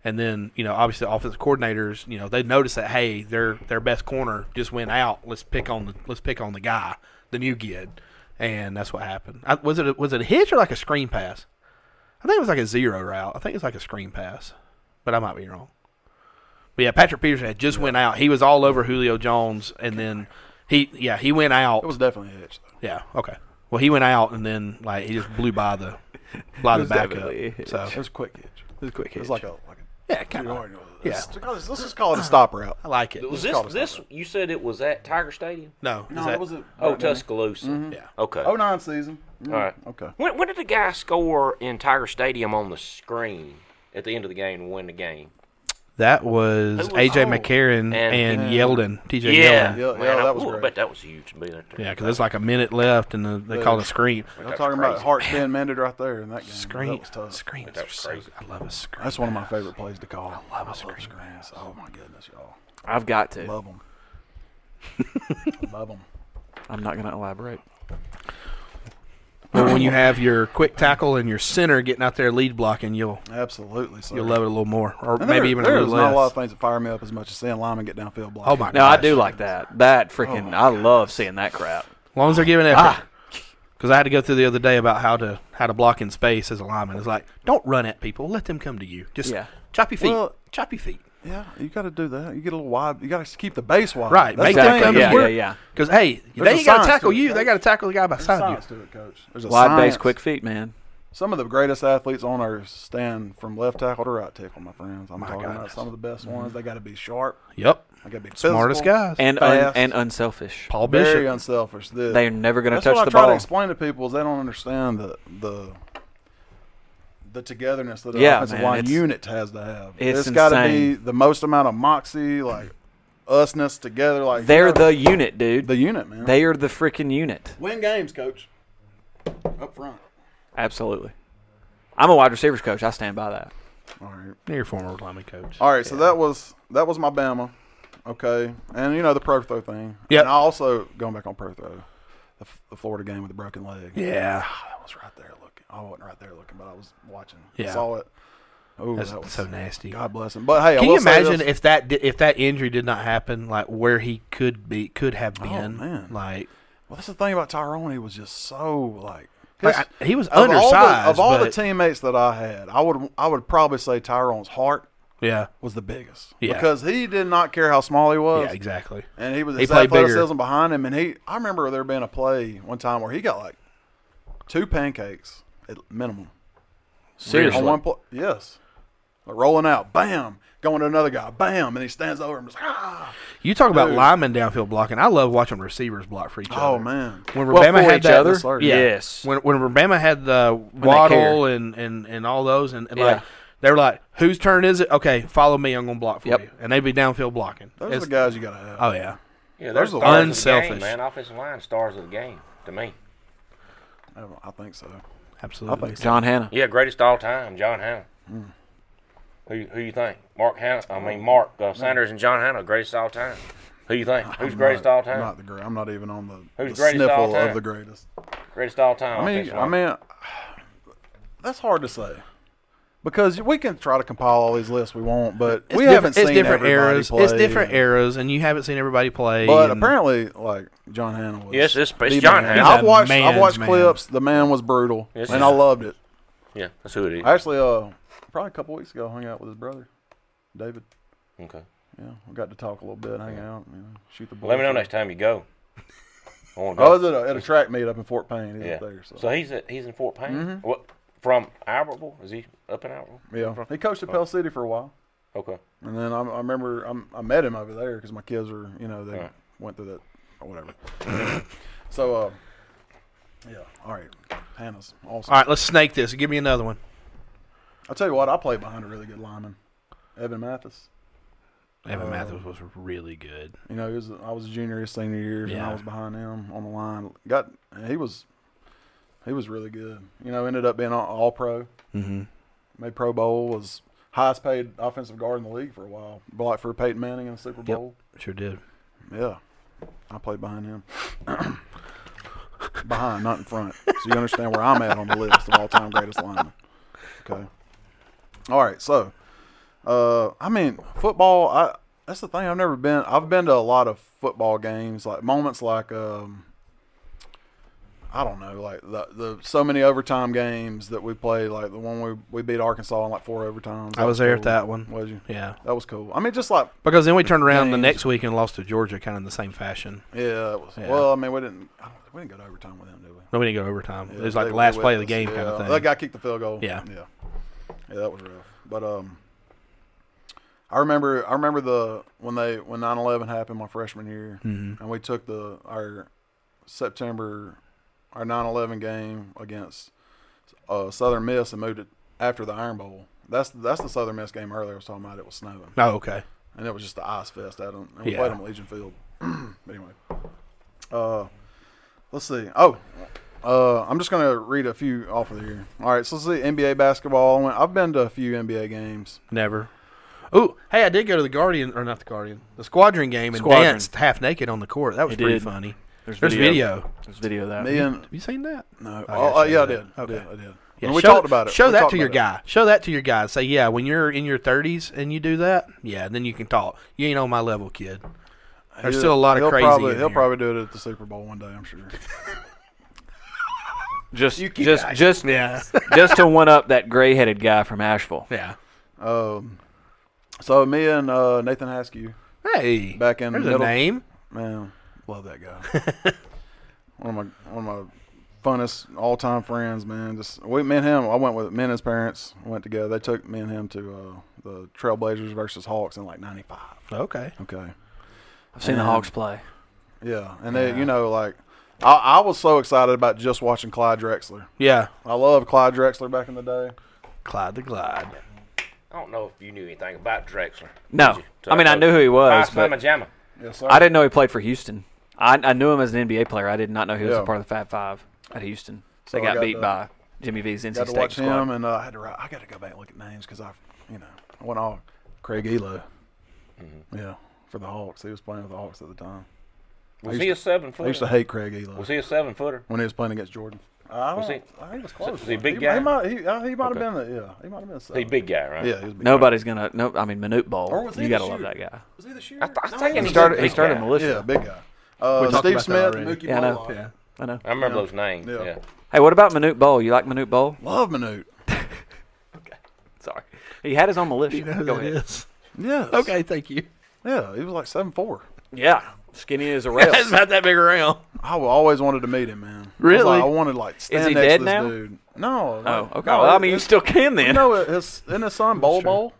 Speaker 2: and then you know obviously the offensive coordinators, you know they noticed that hey, their their best corner just went out. Let's pick on the let's pick on the guy, the new kid, and that's what happened. I, was it a, was it a hitch or like a screen pass? I think it was like a zero route. I think it was like a screen pass, but I might be wrong. But yeah, Patrick Peterson had just went out. He was all over Julio Jones, and then he yeah he went out.
Speaker 3: it was definitely a hitch. Though.
Speaker 2: Yeah. Okay. Well, he went out and then like he just blew by the blew the backup.
Speaker 1: definitely a hitch.
Speaker 2: So
Speaker 3: It was a quick hitch. It
Speaker 1: This is a quick hit.
Speaker 3: was like a like a
Speaker 2: yeah, kind of. Yeah.
Speaker 3: Let's, let's just call it a stop route.
Speaker 2: I like it.
Speaker 4: Was
Speaker 3: Just
Speaker 4: this
Speaker 3: call it
Speaker 4: this? You said it was at Tiger Stadium.
Speaker 2: no, is
Speaker 3: No,
Speaker 2: that-
Speaker 3: it was a
Speaker 4: Oh, Tuscaloosa.
Speaker 2: Yeah.
Speaker 4: Okay.
Speaker 3: Oh nine season. Mm,
Speaker 4: All right.
Speaker 3: Okay.
Speaker 4: When, when did the guy score in Tiger Stadium on the screen at the end of the game to win the game?
Speaker 2: that was
Speaker 4: Who was-
Speaker 2: AJ
Speaker 4: oh.
Speaker 2: McCarron and,
Speaker 4: And-
Speaker 2: Yeldon, TJ
Speaker 4: Yeah,
Speaker 2: Yeldon.
Speaker 3: Yeah,
Speaker 4: man,
Speaker 3: yeah,
Speaker 4: I,
Speaker 3: that was
Speaker 4: ooh, I
Speaker 3: great.
Speaker 4: bet that was huge to be there.
Speaker 2: Yeah, because there's like a minute left and the, they called a screen.
Speaker 3: I'm talking about hearts being mended right there in that game.
Speaker 2: Screen,
Speaker 3: That was tough.
Speaker 2: screen.
Speaker 4: That was crazy.
Speaker 2: I love a screen.
Speaker 3: That's one of my favorite plays to call. I love, screen screens. Oh my goodness, y'all.
Speaker 1: I've got to.
Speaker 3: Love them. love them.
Speaker 1: I'm not gonna elaborate.
Speaker 2: Or when you have your quick tackle and your center getting out there lead blocking, you'll
Speaker 3: Absolutely. So
Speaker 2: you'll love it a little more, or
Speaker 3: And
Speaker 2: maybe
Speaker 3: there-
Speaker 2: even a
Speaker 3: there
Speaker 2: little
Speaker 3: is not
Speaker 2: less.
Speaker 3: a lot of things that fire me up as much as seeing linemen get downfield block.
Speaker 2: oh my!
Speaker 1: No, I
Speaker 2: gosh.
Speaker 3: Oh
Speaker 1: do like that. That freaking I love seeing that crap.
Speaker 3: Ah.
Speaker 2: As long as they're giving effort. Because I had to go through the other day about how to how to block in space as a lineman. It's like don't run at people. Let them come to you. Just
Speaker 1: Yeah.
Speaker 2: choppy feet.
Speaker 3: Well-
Speaker 2: choppy feet.
Speaker 3: Yeah, you got to do that. You get a little wide. You got to keep the base wide.
Speaker 2: Right.
Speaker 3: That's
Speaker 2: Make
Speaker 3: the
Speaker 1: Exactly,
Speaker 2: them come
Speaker 1: yeah,
Speaker 2: to you.
Speaker 1: yeah, yeah.
Speaker 2: Because hey,
Speaker 3: There's a
Speaker 2: they ain't got
Speaker 3: science
Speaker 2: to tackle
Speaker 3: to it,
Speaker 2: you.
Speaker 3: coach.
Speaker 2: They got to tackle the guy
Speaker 3: There's
Speaker 2: beside you.
Speaker 3: science to it, coach. There's a
Speaker 1: Wide base,
Speaker 3: science.
Speaker 1: quick feet, man.
Speaker 3: Some of the greatest athletes on earth stand from left tackle to right tackle, my friends. I'm talking about
Speaker 2: goodness.
Speaker 3: some of the best ones. They got to be sharp.
Speaker 2: Yep.
Speaker 3: They got to be
Speaker 2: Smartest
Speaker 3: physical,
Speaker 2: guys.
Speaker 1: And un-
Speaker 3: Fast.
Speaker 1: and unselfish.
Speaker 2: Paul
Speaker 3: Very um,
Speaker 2: Bishop.
Speaker 3: unselfish. The-
Speaker 1: They're never going to
Speaker 3: That's
Speaker 1: touch
Speaker 3: what
Speaker 1: the
Speaker 3: I try
Speaker 1: ball.
Speaker 3: to explain to people is they don't understand the the the togetherness that an
Speaker 1: Yeah,
Speaker 3: offensive
Speaker 1: man,
Speaker 3: line
Speaker 1: it's-
Speaker 3: unit has to have.
Speaker 1: it's
Speaker 3: it's got to be
Speaker 1: insane.
Speaker 3: the most amount of moxie, like usness together. Like you
Speaker 1: They're the
Speaker 3: gotta-
Speaker 1: unit, dude.
Speaker 3: the unit, man.
Speaker 1: They are the freaking unit.
Speaker 3: win games, coach. Up front.
Speaker 1: Absolutely. I'm a wide receivers coach. I stand by that.
Speaker 3: All right.
Speaker 2: Near former lineman coach.
Speaker 3: All right, so that was that was my Bama, okay, and you know the pro throw thing.
Speaker 2: Yep.
Speaker 3: And I also going back on pro throw, the, F- the Florida game with the broken leg.
Speaker 2: Yeah.
Speaker 3: I was right there looking. I wasn't right there looking, but I was watching.
Speaker 2: Yeah.
Speaker 3: saw it. Oh,
Speaker 2: That's
Speaker 3: that was
Speaker 2: so nasty.
Speaker 3: God bless him. But hey, I
Speaker 2: Can
Speaker 3: will
Speaker 2: you
Speaker 3: say
Speaker 2: imagine
Speaker 3: this.
Speaker 2: if that di- if that injury did not happen, like where he could be could have been,
Speaker 3: Oh, man.
Speaker 2: like
Speaker 3: Well, that's the thing about Tyrone. He was just so like.
Speaker 2: Like,
Speaker 3: his-
Speaker 2: I- he was
Speaker 3: of all the-
Speaker 2: undersized,
Speaker 3: Of all the,
Speaker 2: but-
Speaker 3: teammates that I had, I would I would probably say Tyrone's heart
Speaker 2: yeah,
Speaker 3: was the biggest
Speaker 2: Yeah.
Speaker 3: because he did not care how small he was.
Speaker 2: yeah, exactly.
Speaker 3: And he was
Speaker 2: He
Speaker 3: his
Speaker 2: played bigger.
Speaker 3: athleticism behind him, and he. I remember there being a play one time where he got like two pancakes at minimum.
Speaker 2: Seriously.
Speaker 3: on one play, yes, like rolling out, bam, going to another guy, bam, and he stands over him, just ah.
Speaker 2: You talk about
Speaker 3: Dude.
Speaker 2: lineman downfield blocking. I love watching receivers block for each other.
Speaker 3: Oh man,
Speaker 2: When
Speaker 1: Well,
Speaker 2: Alabama
Speaker 1: for
Speaker 2: had
Speaker 1: each
Speaker 2: that,
Speaker 1: other?
Speaker 3: Yes, sir.
Speaker 2: yeah.
Speaker 1: Yes.
Speaker 2: When when Alabama had the
Speaker 1: they
Speaker 2: Waddle and, and and all those, and, and like
Speaker 1: Yeah.
Speaker 2: they were like, "Whose turn is it? Okay, follow me. I'm gonna block for
Speaker 1: Yep.
Speaker 2: you." And they'd be downfield blocking.
Speaker 3: those are
Speaker 2: It's-
Speaker 3: the guys you gotta have.
Speaker 2: oh yeah,
Speaker 4: Yeah,
Speaker 3: There's
Speaker 4: there's
Speaker 3: a
Speaker 4: the stars of the
Speaker 2: unselfish.
Speaker 4: game, man. Offensive line stars of the game to me.
Speaker 3: I, don't- I think so.
Speaker 2: absolutely.
Speaker 3: I think
Speaker 1: John Hanna.
Speaker 4: Yeah, greatest all time, John Hanna. Who who you think? Mark Hanna. I mean Mark uh, Sanders and John Hanna, greatest all time. Who you think? Who's
Speaker 3: I'm
Speaker 4: greatest
Speaker 3: not-
Speaker 4: all
Speaker 3: I'm
Speaker 4: time?
Speaker 3: Not the great. I'm not even on the,
Speaker 4: Who's
Speaker 3: the
Speaker 4: greatest all
Speaker 3: sniffle
Speaker 4: time?
Speaker 3: of the greatest.
Speaker 4: Greatest all time.
Speaker 3: I mean,
Speaker 4: offensive
Speaker 3: I
Speaker 4: line.
Speaker 3: mean, that's hard to say because we can try to compile all these lists we want, but
Speaker 2: It's
Speaker 3: we
Speaker 2: diff-
Speaker 3: haven't
Speaker 2: it's
Speaker 3: seen
Speaker 2: different
Speaker 3: everybody
Speaker 2: eras.
Speaker 3: Play
Speaker 2: It's different
Speaker 3: and-
Speaker 2: eras, and you haven't seen everybody play.
Speaker 3: But
Speaker 2: and-
Speaker 3: apparently, like John Hanna was.
Speaker 4: Yes, it's- it's
Speaker 3: the
Speaker 4: John
Speaker 3: man.
Speaker 4: Hanna.
Speaker 2: He's
Speaker 3: I've
Speaker 2: a
Speaker 3: watched. I've
Speaker 2: man's
Speaker 3: watched
Speaker 2: man.
Speaker 3: clips. The man was brutal,
Speaker 4: Yes,
Speaker 3: and
Speaker 4: he
Speaker 3: I
Speaker 4: is.
Speaker 3: loved it.
Speaker 4: yeah, that's who it is.
Speaker 3: I actually, uh, probably a couple weeks ago, hung out with his brother, David.
Speaker 4: okay.
Speaker 3: Yeah, we got to talk a little bit, hang out, you know, shoot the ball.
Speaker 4: Let me know next time you go. I want to
Speaker 3: I
Speaker 4: go.
Speaker 3: was at Oh, a, at a track meet up in Fort Payne. He's
Speaker 4: yeah.
Speaker 3: up there, so, Mm-hmm.
Speaker 4: So he's at, he's in Fort Payne. What from Albertville? Is he up in Albertville?
Speaker 3: yeah, he coached at Pell City for a while.
Speaker 4: Okay.
Speaker 3: And then I, I remember I'm, I met him over there because my kids were, you know, they
Speaker 4: Right.
Speaker 3: went through that or whatever. so, uh, yeah, all right. Hannah's awesome.
Speaker 2: all right, let's snake this. Give me another one.
Speaker 3: I'll tell you what, I played behind a really good lineman, Evan Mathis. Uh,
Speaker 2: Evan Mathis was really good.
Speaker 3: You know, he was, I was a junior his senior year, and I
Speaker 2: Yeah.
Speaker 3: was behind him on the line. Got he was he was really good. You know, ended up being all, all pro. Mm-hmm. Made Pro Bowl. Was highest paid offensive guard in the league for a while. Blocked for Peyton Manning in the Super Bowl.
Speaker 2: Sure did.
Speaker 3: Yeah. I played behind him. behind, not in front. So you understand where I'm at on the list of all time greatest linemen. Okay. All right, so uh I mean football I that's the thing I've never been I've been to a lot of football games, like moments like um I don't know, like the the so many overtime games that we played, like the one we we beat Arkansas in like four overtimes.
Speaker 2: I was there at
Speaker 3: cool.
Speaker 2: that one.
Speaker 3: Was you?
Speaker 2: Yeah.
Speaker 3: That was cool. I mean just like
Speaker 2: Because then we turned around the
Speaker 3: Games.
Speaker 2: next week and lost to Georgia, kind of in the same fashion.
Speaker 3: Yeah, it was.
Speaker 2: Yeah.
Speaker 3: Well, I mean, we didn't. I don't- We didn't go to overtime with them, did we?
Speaker 2: No, we didn't go overtime.
Speaker 3: Yeah,
Speaker 2: it was like
Speaker 3: they
Speaker 2: the
Speaker 3: were
Speaker 2: last
Speaker 3: with
Speaker 2: play of the
Speaker 3: us.
Speaker 2: game, kind
Speaker 3: Yeah,
Speaker 2: of thing.
Speaker 3: That guy kicked the field goal.
Speaker 2: Yeah.
Speaker 3: yeah, yeah. That was rough. But um, I remember. I remember the when they when 9-11 happened my freshman year,
Speaker 2: Mm-hmm.
Speaker 3: and we took the our September our 9-11 game against uh, Southern Miss and moved it after the Iron Bowl. That's that's the Southern Miss game earlier I was talking about. It was snowing
Speaker 2: oh, okay.
Speaker 3: and it was just the ice fest at them. And we
Speaker 2: Yeah.
Speaker 3: played them at Legion Field. anyway, uh, let's see. Oh, uh, I'm just gonna read a few off of here. All right, so let's see NBA basketball. I went, I've been to a few NBA games.
Speaker 2: Never. Ooh, hey, I did go to the Guardian, or not the Guardian, the Squadron game and
Speaker 1: Squadron.
Speaker 2: danced half naked on the court. That was
Speaker 1: He
Speaker 2: pretty
Speaker 1: did.
Speaker 2: funny.
Speaker 1: There's There's video of
Speaker 3: Me
Speaker 1: that.
Speaker 3: and
Speaker 2: Have you seen that?
Speaker 3: no,
Speaker 2: I
Speaker 3: oh,
Speaker 2: gotta
Speaker 3: uh,
Speaker 2: show
Speaker 3: yeah, I
Speaker 2: that.
Speaker 3: did. I did. I did.
Speaker 2: Yeah,
Speaker 3: And we
Speaker 2: show-
Speaker 3: talked about it.
Speaker 2: Show
Speaker 3: We
Speaker 2: that
Speaker 3: talked
Speaker 2: to your
Speaker 3: about it.
Speaker 2: guy. Show that to your guy. Say, yeah, when you're in your 30s and you do that, yeah, then you can talk. You ain't on my level, kid. There's
Speaker 3: He'll-
Speaker 2: still a lot of
Speaker 3: he'll
Speaker 2: crazy.
Speaker 3: Probably,
Speaker 2: in
Speaker 3: he'll
Speaker 2: here.
Speaker 3: probably do it at the Super Bowl one day. I'm sure.
Speaker 1: Just
Speaker 3: You keep
Speaker 1: just
Speaker 3: it, I-
Speaker 1: just
Speaker 2: Yeah.
Speaker 1: just to one up that gray-headed guy from Asheville.
Speaker 2: yeah.
Speaker 3: Um, so me and uh, Nathan Haskew,
Speaker 2: Hey.
Speaker 3: Back in
Speaker 2: There's
Speaker 3: middle.
Speaker 2: a name.
Speaker 3: man, love that guy. one of my one of my funnest all time friends, man. Just we, me and him. I went with me and his parents. Went together. They took me and him to uh, the Trailblazers versus Hawks in like '95.
Speaker 2: Okay.
Speaker 3: Okay.
Speaker 1: I've seen the Hawks play.
Speaker 3: Yeah, and they, you know, like I, I was so excited about just watching Clyde Drexler.
Speaker 2: Yeah.
Speaker 3: I love Clyde Drexler back in the day.
Speaker 2: Clyde the Glide.
Speaker 4: I don't know if you knew anything about Drexler.
Speaker 1: No.
Speaker 4: did you?
Speaker 1: I mean, I knew who he was,
Speaker 4: Five Slam
Speaker 1: but-
Speaker 4: Jamma.
Speaker 3: Yes, sir.
Speaker 1: I didn't know he played for Houston. I, I knew him as an NBA player. I did not know he was a
Speaker 3: Yeah.
Speaker 1: part of the Fab Five at Houston.
Speaker 3: So
Speaker 1: they
Speaker 3: I
Speaker 1: got,
Speaker 3: got
Speaker 1: beat
Speaker 3: to-
Speaker 1: by Jimmy V's NC
Speaker 3: got to
Speaker 1: State
Speaker 3: watch
Speaker 1: squad.
Speaker 3: him, and uh, I had to write. I got to go back and look at names because I, you know, I went all Craig Elo. Yeah, for the Hawks. He was playing with the Hawks at the time.
Speaker 4: Was he a seven
Speaker 3: I used to
Speaker 4: footer?
Speaker 3: hate Craig Elo
Speaker 4: Was he a seven footer?
Speaker 3: when he was playing against Jordan. I
Speaker 4: Was
Speaker 3: don't-
Speaker 4: he-
Speaker 3: I think it was close.
Speaker 4: was he a big
Speaker 3: he,
Speaker 4: guy?
Speaker 3: He might, he, uh, he might
Speaker 4: Okay.
Speaker 3: have been. The, yeah, he might have been.
Speaker 4: He's
Speaker 3: Seven.
Speaker 4: a big guy, right?
Speaker 3: Yeah, he was a big.
Speaker 1: Nobody's gonna. No, I mean Manute
Speaker 3: Or
Speaker 1: Ball.
Speaker 3: was he
Speaker 1: You
Speaker 3: the
Speaker 1: gotta love that
Speaker 3: shooter?
Speaker 1: guy.
Speaker 3: Was he the shooter?
Speaker 4: I, th- I was
Speaker 3: No,
Speaker 4: thinking
Speaker 1: He
Speaker 4: was a
Speaker 1: started. He
Speaker 4: big
Speaker 1: started
Speaker 4: guy.
Speaker 1: militia.
Speaker 3: Yeah, big guy. Uh,
Speaker 2: We talked
Speaker 3: Steve
Speaker 2: about that
Speaker 3: Smith,
Speaker 2: already.
Speaker 3: Mookie
Speaker 1: Yeah, I know.
Speaker 3: Blaylock.
Speaker 2: Yeah.
Speaker 1: I know.
Speaker 4: I remember those names.
Speaker 3: Yeah.
Speaker 4: Yeah.
Speaker 1: Hey, what about Manute Ball? You like Manute Ball?
Speaker 3: Love Manute.
Speaker 1: Sorry, he had his own militia.
Speaker 2: You know who
Speaker 1: Go
Speaker 2: that
Speaker 1: ahead.
Speaker 2: is?
Speaker 3: Yes.
Speaker 2: Okay, thank you.
Speaker 3: Yeah, he was like seven four.
Speaker 1: Yeah, skinny as a rail.
Speaker 2: That's about that big around.
Speaker 3: I wa- always wanted to meet him, man. I, was
Speaker 2: Really?
Speaker 3: like, I wanted to, like stand
Speaker 1: he
Speaker 3: next
Speaker 1: dead
Speaker 3: to this
Speaker 1: now?
Speaker 3: dude. No.
Speaker 1: oh,
Speaker 3: like,
Speaker 1: okay.
Speaker 3: no,
Speaker 1: well, I
Speaker 3: it-
Speaker 1: mean, you
Speaker 3: it's-
Speaker 1: still can then.
Speaker 3: No, it- his and his son Bol Bol.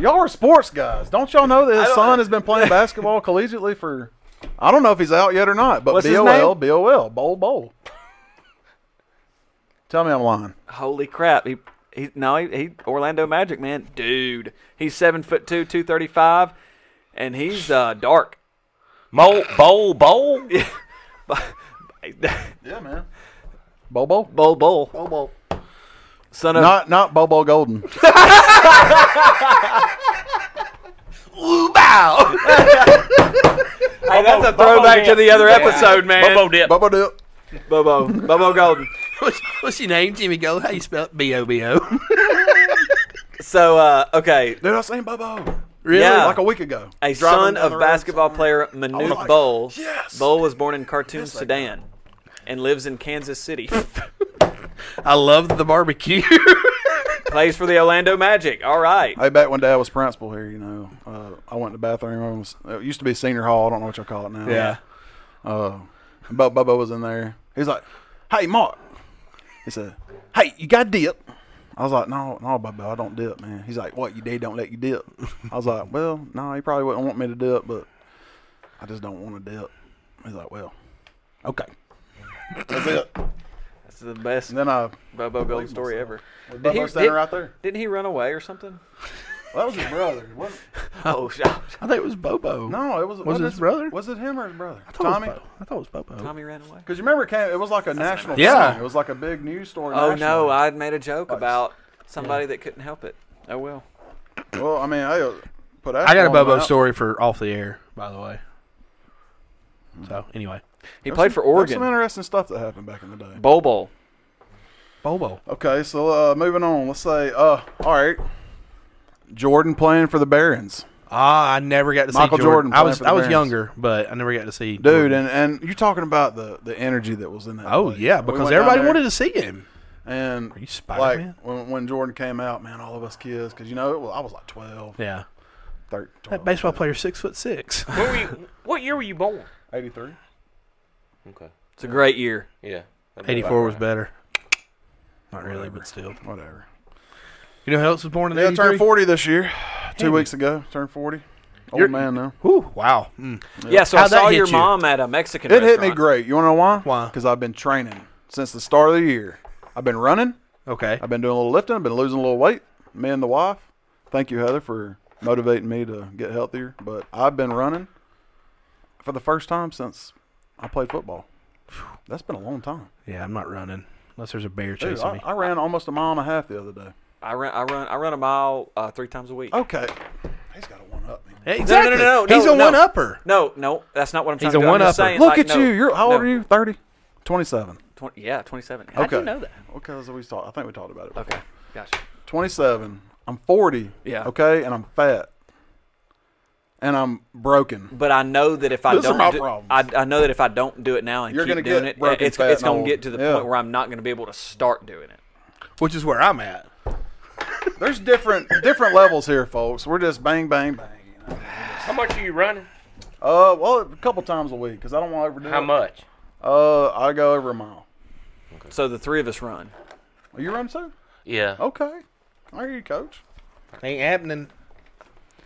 Speaker 3: y'all are sports guys, don't y'all know that his son has been playing basketball collegiately for? I don't know if he's out yet or not, but
Speaker 1: What's his
Speaker 3: bol
Speaker 1: name?
Speaker 3: bol bol bol. Tell me I'm lying.
Speaker 1: Holy crap! He, he no, he, he Orlando Magic man, dude. He's seven foot two, two thirty five, and he's uh, dark.
Speaker 4: Mole, bowl, bowl.
Speaker 3: Yeah, man. Bol bol.
Speaker 1: Bull, bull,
Speaker 3: Bol bol.
Speaker 1: son of
Speaker 3: Not not Bol bol Golden.
Speaker 1: Hey, that's a
Speaker 4: Bobo
Speaker 1: throwback
Speaker 4: Dip.
Speaker 1: to the other
Speaker 4: Yeah.
Speaker 1: episode, man.
Speaker 4: Bobo dip.
Speaker 3: Bol bol dip.
Speaker 1: Bobo, Bobo Golden.
Speaker 2: What's, what's your name, Jimmy Go? How you spell it? B O B O.
Speaker 1: So, uh, okay,
Speaker 3: Dude, I seen Bobo.
Speaker 2: Really?
Speaker 1: Yeah.
Speaker 3: Like a week ago.
Speaker 1: a
Speaker 3: Driving
Speaker 1: son
Speaker 3: down
Speaker 1: of
Speaker 3: the road
Speaker 1: basketball
Speaker 3: somewhere.
Speaker 1: player
Speaker 3: I was
Speaker 1: Manute
Speaker 3: like,
Speaker 1: Bowl.
Speaker 3: yes.
Speaker 1: Bowl was born in Khartoum, Sudan, and lives in Kansas City.
Speaker 2: I love the barbecue.
Speaker 1: Plays for the Orlando Magic. All right.
Speaker 3: Hey, back when Dad was principal here, you know, uh, I went to the bathroom. I was- It used to be senior hall. I don't know what y'all call it now. Uh, but Bubba was in there. He's like, "Hey, Mark," he said, "Hey, you got dip?" I was like, "No, no, Bubba, I don't dip, man." He's like, "What? Your dad don't let you dip?" I was like, "Well, no, he probably wouldn't want me to dip, but I just don't want to dip." He's like, "Well, okay." That's it.
Speaker 1: That's the best
Speaker 3: And then I,
Speaker 1: Bobo Golden story ever.
Speaker 3: Bubba
Speaker 1: he-
Speaker 3: standing
Speaker 1: did-
Speaker 3: right there.
Speaker 1: Didn't he run away or something?
Speaker 3: That was his brother. It wasn't-
Speaker 1: Oh, sh-
Speaker 2: I thought it was Bobo.
Speaker 3: no, it was
Speaker 2: Was it his brother?
Speaker 3: Was it him or his brother?
Speaker 2: I thought
Speaker 3: Tommy.
Speaker 2: It was Bo- I thought it was Bobo.
Speaker 1: Tommy ran away.
Speaker 3: Because you remember, it, came, it was like a national.
Speaker 2: Yeah.
Speaker 3: thing. it was like a big news story.
Speaker 1: Oh no,
Speaker 3: nationally.
Speaker 1: I had made a joke about somebody that couldn't help it. Oh well.
Speaker 3: Well, I mean, I uh, put.
Speaker 2: I got a
Speaker 3: Ashmore on
Speaker 2: Bobo
Speaker 3: that.
Speaker 2: story for off the air, by the way.
Speaker 3: Hmm.
Speaker 2: So anyway,
Speaker 1: He played for
Speaker 3: There's
Speaker 1: Oregon.
Speaker 3: some interesting stuff that happened back in the day.
Speaker 1: Bobo.
Speaker 2: Bobo.
Speaker 3: Okay, so uh, moving on. Let's say, uh, all right, Jordan playing for the Barons,
Speaker 2: Ah, I never got to
Speaker 3: Michael
Speaker 2: see
Speaker 3: Jordan
Speaker 2: I
Speaker 3: playing
Speaker 2: was
Speaker 3: for the
Speaker 2: I was
Speaker 3: Barons.
Speaker 2: younger, but I never got to see
Speaker 3: dude,
Speaker 2: Jordan.
Speaker 3: and and you're talking about the the energy that was in that.
Speaker 2: oh
Speaker 3: play.
Speaker 2: yeah,
Speaker 3: We
Speaker 2: because
Speaker 3: went down
Speaker 2: everybody
Speaker 3: there,
Speaker 2: wanted to see him.
Speaker 3: And
Speaker 2: you Spider-Man?
Speaker 3: like when, when Jordan came out, man, all of us kids, because you know, it was, I was like 12,
Speaker 2: Yeah,
Speaker 3: 13,
Speaker 2: that baseball player six foot six.
Speaker 4: When were you, what year were you born?
Speaker 3: 83.
Speaker 4: Okay.
Speaker 1: It's a great year.
Speaker 4: Yeah. That'd be
Speaker 2: Eighty
Speaker 4: about
Speaker 2: four was
Speaker 4: right.
Speaker 2: better. Not really, but still.
Speaker 3: Whatever.
Speaker 2: You know who else was born in
Speaker 3: Yeah, I
Speaker 2: '83?
Speaker 3: turned 40 this year. Two weeks ago, turned 40. Old
Speaker 2: You're-
Speaker 3: man now.
Speaker 2: Whew, wow. Mm.
Speaker 1: Yeah, so
Speaker 2: How'd
Speaker 1: I
Speaker 2: that
Speaker 1: saw
Speaker 2: hit
Speaker 1: your
Speaker 2: you?
Speaker 1: mom at a Mexican
Speaker 3: It hit
Speaker 1: restaurant.
Speaker 3: me great. You want to know why?
Speaker 2: Why?
Speaker 3: Because I've been training since the start of the year. I've been running.
Speaker 2: Okay.
Speaker 3: I've been doing a little lifting. I've been losing a little weight. Me and the wife. Thank you, Heather, for motivating me to get healthier. But I've been running for the first time since I played football. That's been a long time.
Speaker 2: Yeah, I'm not running unless there's a bear
Speaker 3: Dude,
Speaker 2: chasing
Speaker 3: I,
Speaker 2: me.
Speaker 3: I ran almost a mile and a half the other day.
Speaker 1: I run, I run, I run a mile uh, three times a week.
Speaker 3: Okay. He's got a one up me.
Speaker 2: Hey,
Speaker 1: No, no, no, no, no,
Speaker 2: He's a
Speaker 1: no.
Speaker 2: one upper.
Speaker 1: No, no, that's not what I'm trying
Speaker 2: He's
Speaker 1: to
Speaker 2: a
Speaker 1: do. I'm just
Speaker 2: one-upper.
Speaker 1: saying,
Speaker 3: Look
Speaker 1: like,
Speaker 3: at
Speaker 1: no,
Speaker 3: you. You're how old
Speaker 1: no.
Speaker 3: are you? 30? 27.
Speaker 1: 20, yeah, 27. How
Speaker 3: Okay.
Speaker 1: do you know that?
Speaker 3: Okay, that's what we talked. I think we talked about it. before.
Speaker 1: Okay, gotcha.
Speaker 3: 27. I'm 40.
Speaker 1: Yeah.
Speaker 3: Okay, and I'm fat. and I'm broken.
Speaker 1: But I know that if I
Speaker 3: Those are
Speaker 1: don't,
Speaker 3: my
Speaker 1: do, I,
Speaker 3: problems.
Speaker 1: I know that if I don't do it now and
Speaker 3: You're
Speaker 1: keep
Speaker 3: gonna
Speaker 1: doing
Speaker 3: get
Speaker 1: it,
Speaker 3: broken,
Speaker 1: it's
Speaker 3: fat,
Speaker 1: it's
Speaker 3: and
Speaker 1: gonna
Speaker 3: old.
Speaker 1: get to the
Speaker 3: Yeah.
Speaker 1: point where I'm not gonna be able to start doing it.
Speaker 2: which is where I'm at.
Speaker 3: There's different different levels here, folks. We're just bang, bang, bang. you know.
Speaker 4: How much are you running?
Speaker 3: Uh, well, a couple times a week because I don't want to overdo
Speaker 4: How
Speaker 3: it.
Speaker 4: much?
Speaker 3: Uh, I go over a mile.
Speaker 1: So the three of us run.
Speaker 3: Are you running, sir?
Speaker 4: Yeah.
Speaker 3: Okay. I hear you, coach.
Speaker 2: Ain't happening.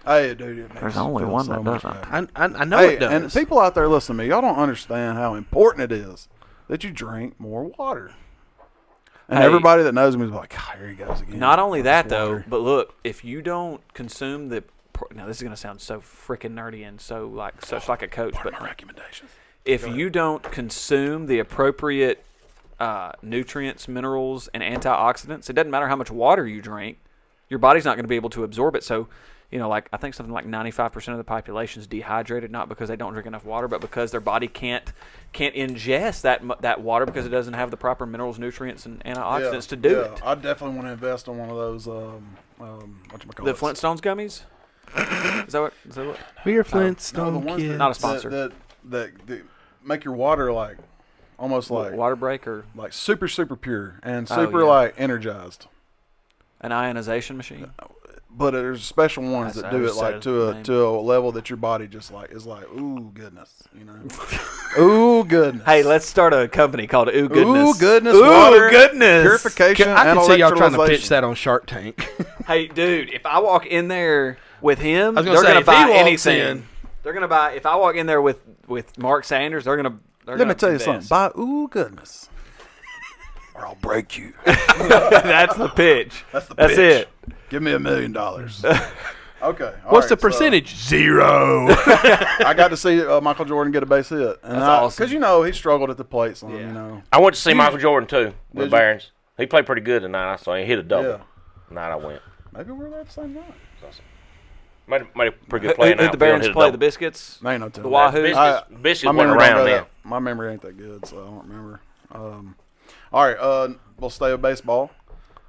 Speaker 3: Hey, dude. It There's
Speaker 1: only one that doesn't.
Speaker 2: I, I, I know
Speaker 3: Hey,
Speaker 2: it does.
Speaker 3: and people out there listening to me, y'all don't understand how important it is that you drink more water. And
Speaker 1: Hey.
Speaker 3: everybody that knows me is like, "Ah, here he goes again.
Speaker 1: Not only that
Speaker 3: Just
Speaker 1: though,
Speaker 3: water.
Speaker 1: but look, if you don't consume the pro- now this is gonna sound so freaking nerdy and so like such like a coach, but
Speaker 3: Pardon my recommendations.
Speaker 1: if you don't consume the appropriate uh, nutrients, minerals, and antioxidants, it doesn't matter how much water you drink, your body's not going to be able to absorb it. So, you know, like I think something like 95% of the population is dehydrated, not because they don't drink enough water, but because their body can't can't ingest that mu- that water because it doesn't have the proper minerals, nutrients, and antioxidants to do
Speaker 3: yeah,
Speaker 1: it.
Speaker 3: I definitely want to invest on one of those. Um, um, whatchamacallit?
Speaker 1: the Flintstones gummies. is that what? Is that what?
Speaker 2: we're
Speaker 3: No, the
Speaker 2: Flintstone
Speaker 3: ones that,
Speaker 2: kids.
Speaker 1: Not a sponsor.
Speaker 3: That, that, that, that make your water like almost like
Speaker 1: Water break or
Speaker 3: like super super pure and
Speaker 1: Oh,
Speaker 3: super
Speaker 1: yeah.
Speaker 3: like energized.
Speaker 1: an ionization machine?
Speaker 3: But there's special ones
Speaker 1: That's-
Speaker 3: that
Speaker 1: I
Speaker 3: do it
Speaker 1: just said
Speaker 3: like
Speaker 1: his
Speaker 3: to a
Speaker 1: name.
Speaker 3: to a level that your body just like is like ooh goodness, you know, ooh goodness.
Speaker 1: Hey, let's start a company called Ooh
Speaker 3: ooh
Speaker 1: Goodness.
Speaker 3: goodness,
Speaker 2: Ooh,
Speaker 3: water,
Speaker 2: goodness.
Speaker 3: purification.
Speaker 2: I can
Speaker 3: and
Speaker 2: see y'all trying to
Speaker 3: electrolyzation.
Speaker 2: pitch that on Shark Tank.
Speaker 1: Hey, dude, if I walk in there with him,
Speaker 2: I was
Speaker 1: they're
Speaker 2: gonna say,
Speaker 1: gonna
Speaker 2: if he
Speaker 1: buy
Speaker 2: walks
Speaker 1: anything.
Speaker 2: in-
Speaker 1: They're gonna buy. If I walk in there with with Mark Sanders, they're gonna. They're
Speaker 3: Let
Speaker 1: gonna
Speaker 3: me tell you
Speaker 1: invest.
Speaker 3: something. By ooh goodness, or I'll break you.
Speaker 1: That's the pitch.
Speaker 3: That's the
Speaker 1: That's
Speaker 3: pitch.
Speaker 1: it.
Speaker 3: Give me a million dollars. Okay. all
Speaker 2: What's the
Speaker 3: right, so-
Speaker 2: percentage? Zero.
Speaker 3: I got to see uh, Michael Jordan get a base hit. And That's
Speaker 1: awesome.
Speaker 3: Because, you know, he struggled at the plate some,
Speaker 1: Yeah.
Speaker 3: you know.
Speaker 4: I went to see Michael Jordan too with
Speaker 3: you?
Speaker 4: Barons. He played pretty good tonight. I saw he hit a double.
Speaker 3: Yeah.
Speaker 4: Tonight I went.
Speaker 3: Maybe we're there at the same night.
Speaker 4: Made, a- made a pretty
Speaker 1: Who,
Speaker 4: good play.
Speaker 1: who
Speaker 4: in
Speaker 1: did the Barons play? The Biscuits.
Speaker 3: There ain't no telling.
Speaker 1: The Wahoo.
Speaker 4: Biscuits,
Speaker 3: I-
Speaker 4: Biscuits
Speaker 3: my
Speaker 4: went
Speaker 3: memory don't
Speaker 4: around
Speaker 3: go
Speaker 4: then.
Speaker 3: that- My memory ain't that good, so I don't remember. Um, all right. Uh, we'll stay with baseball.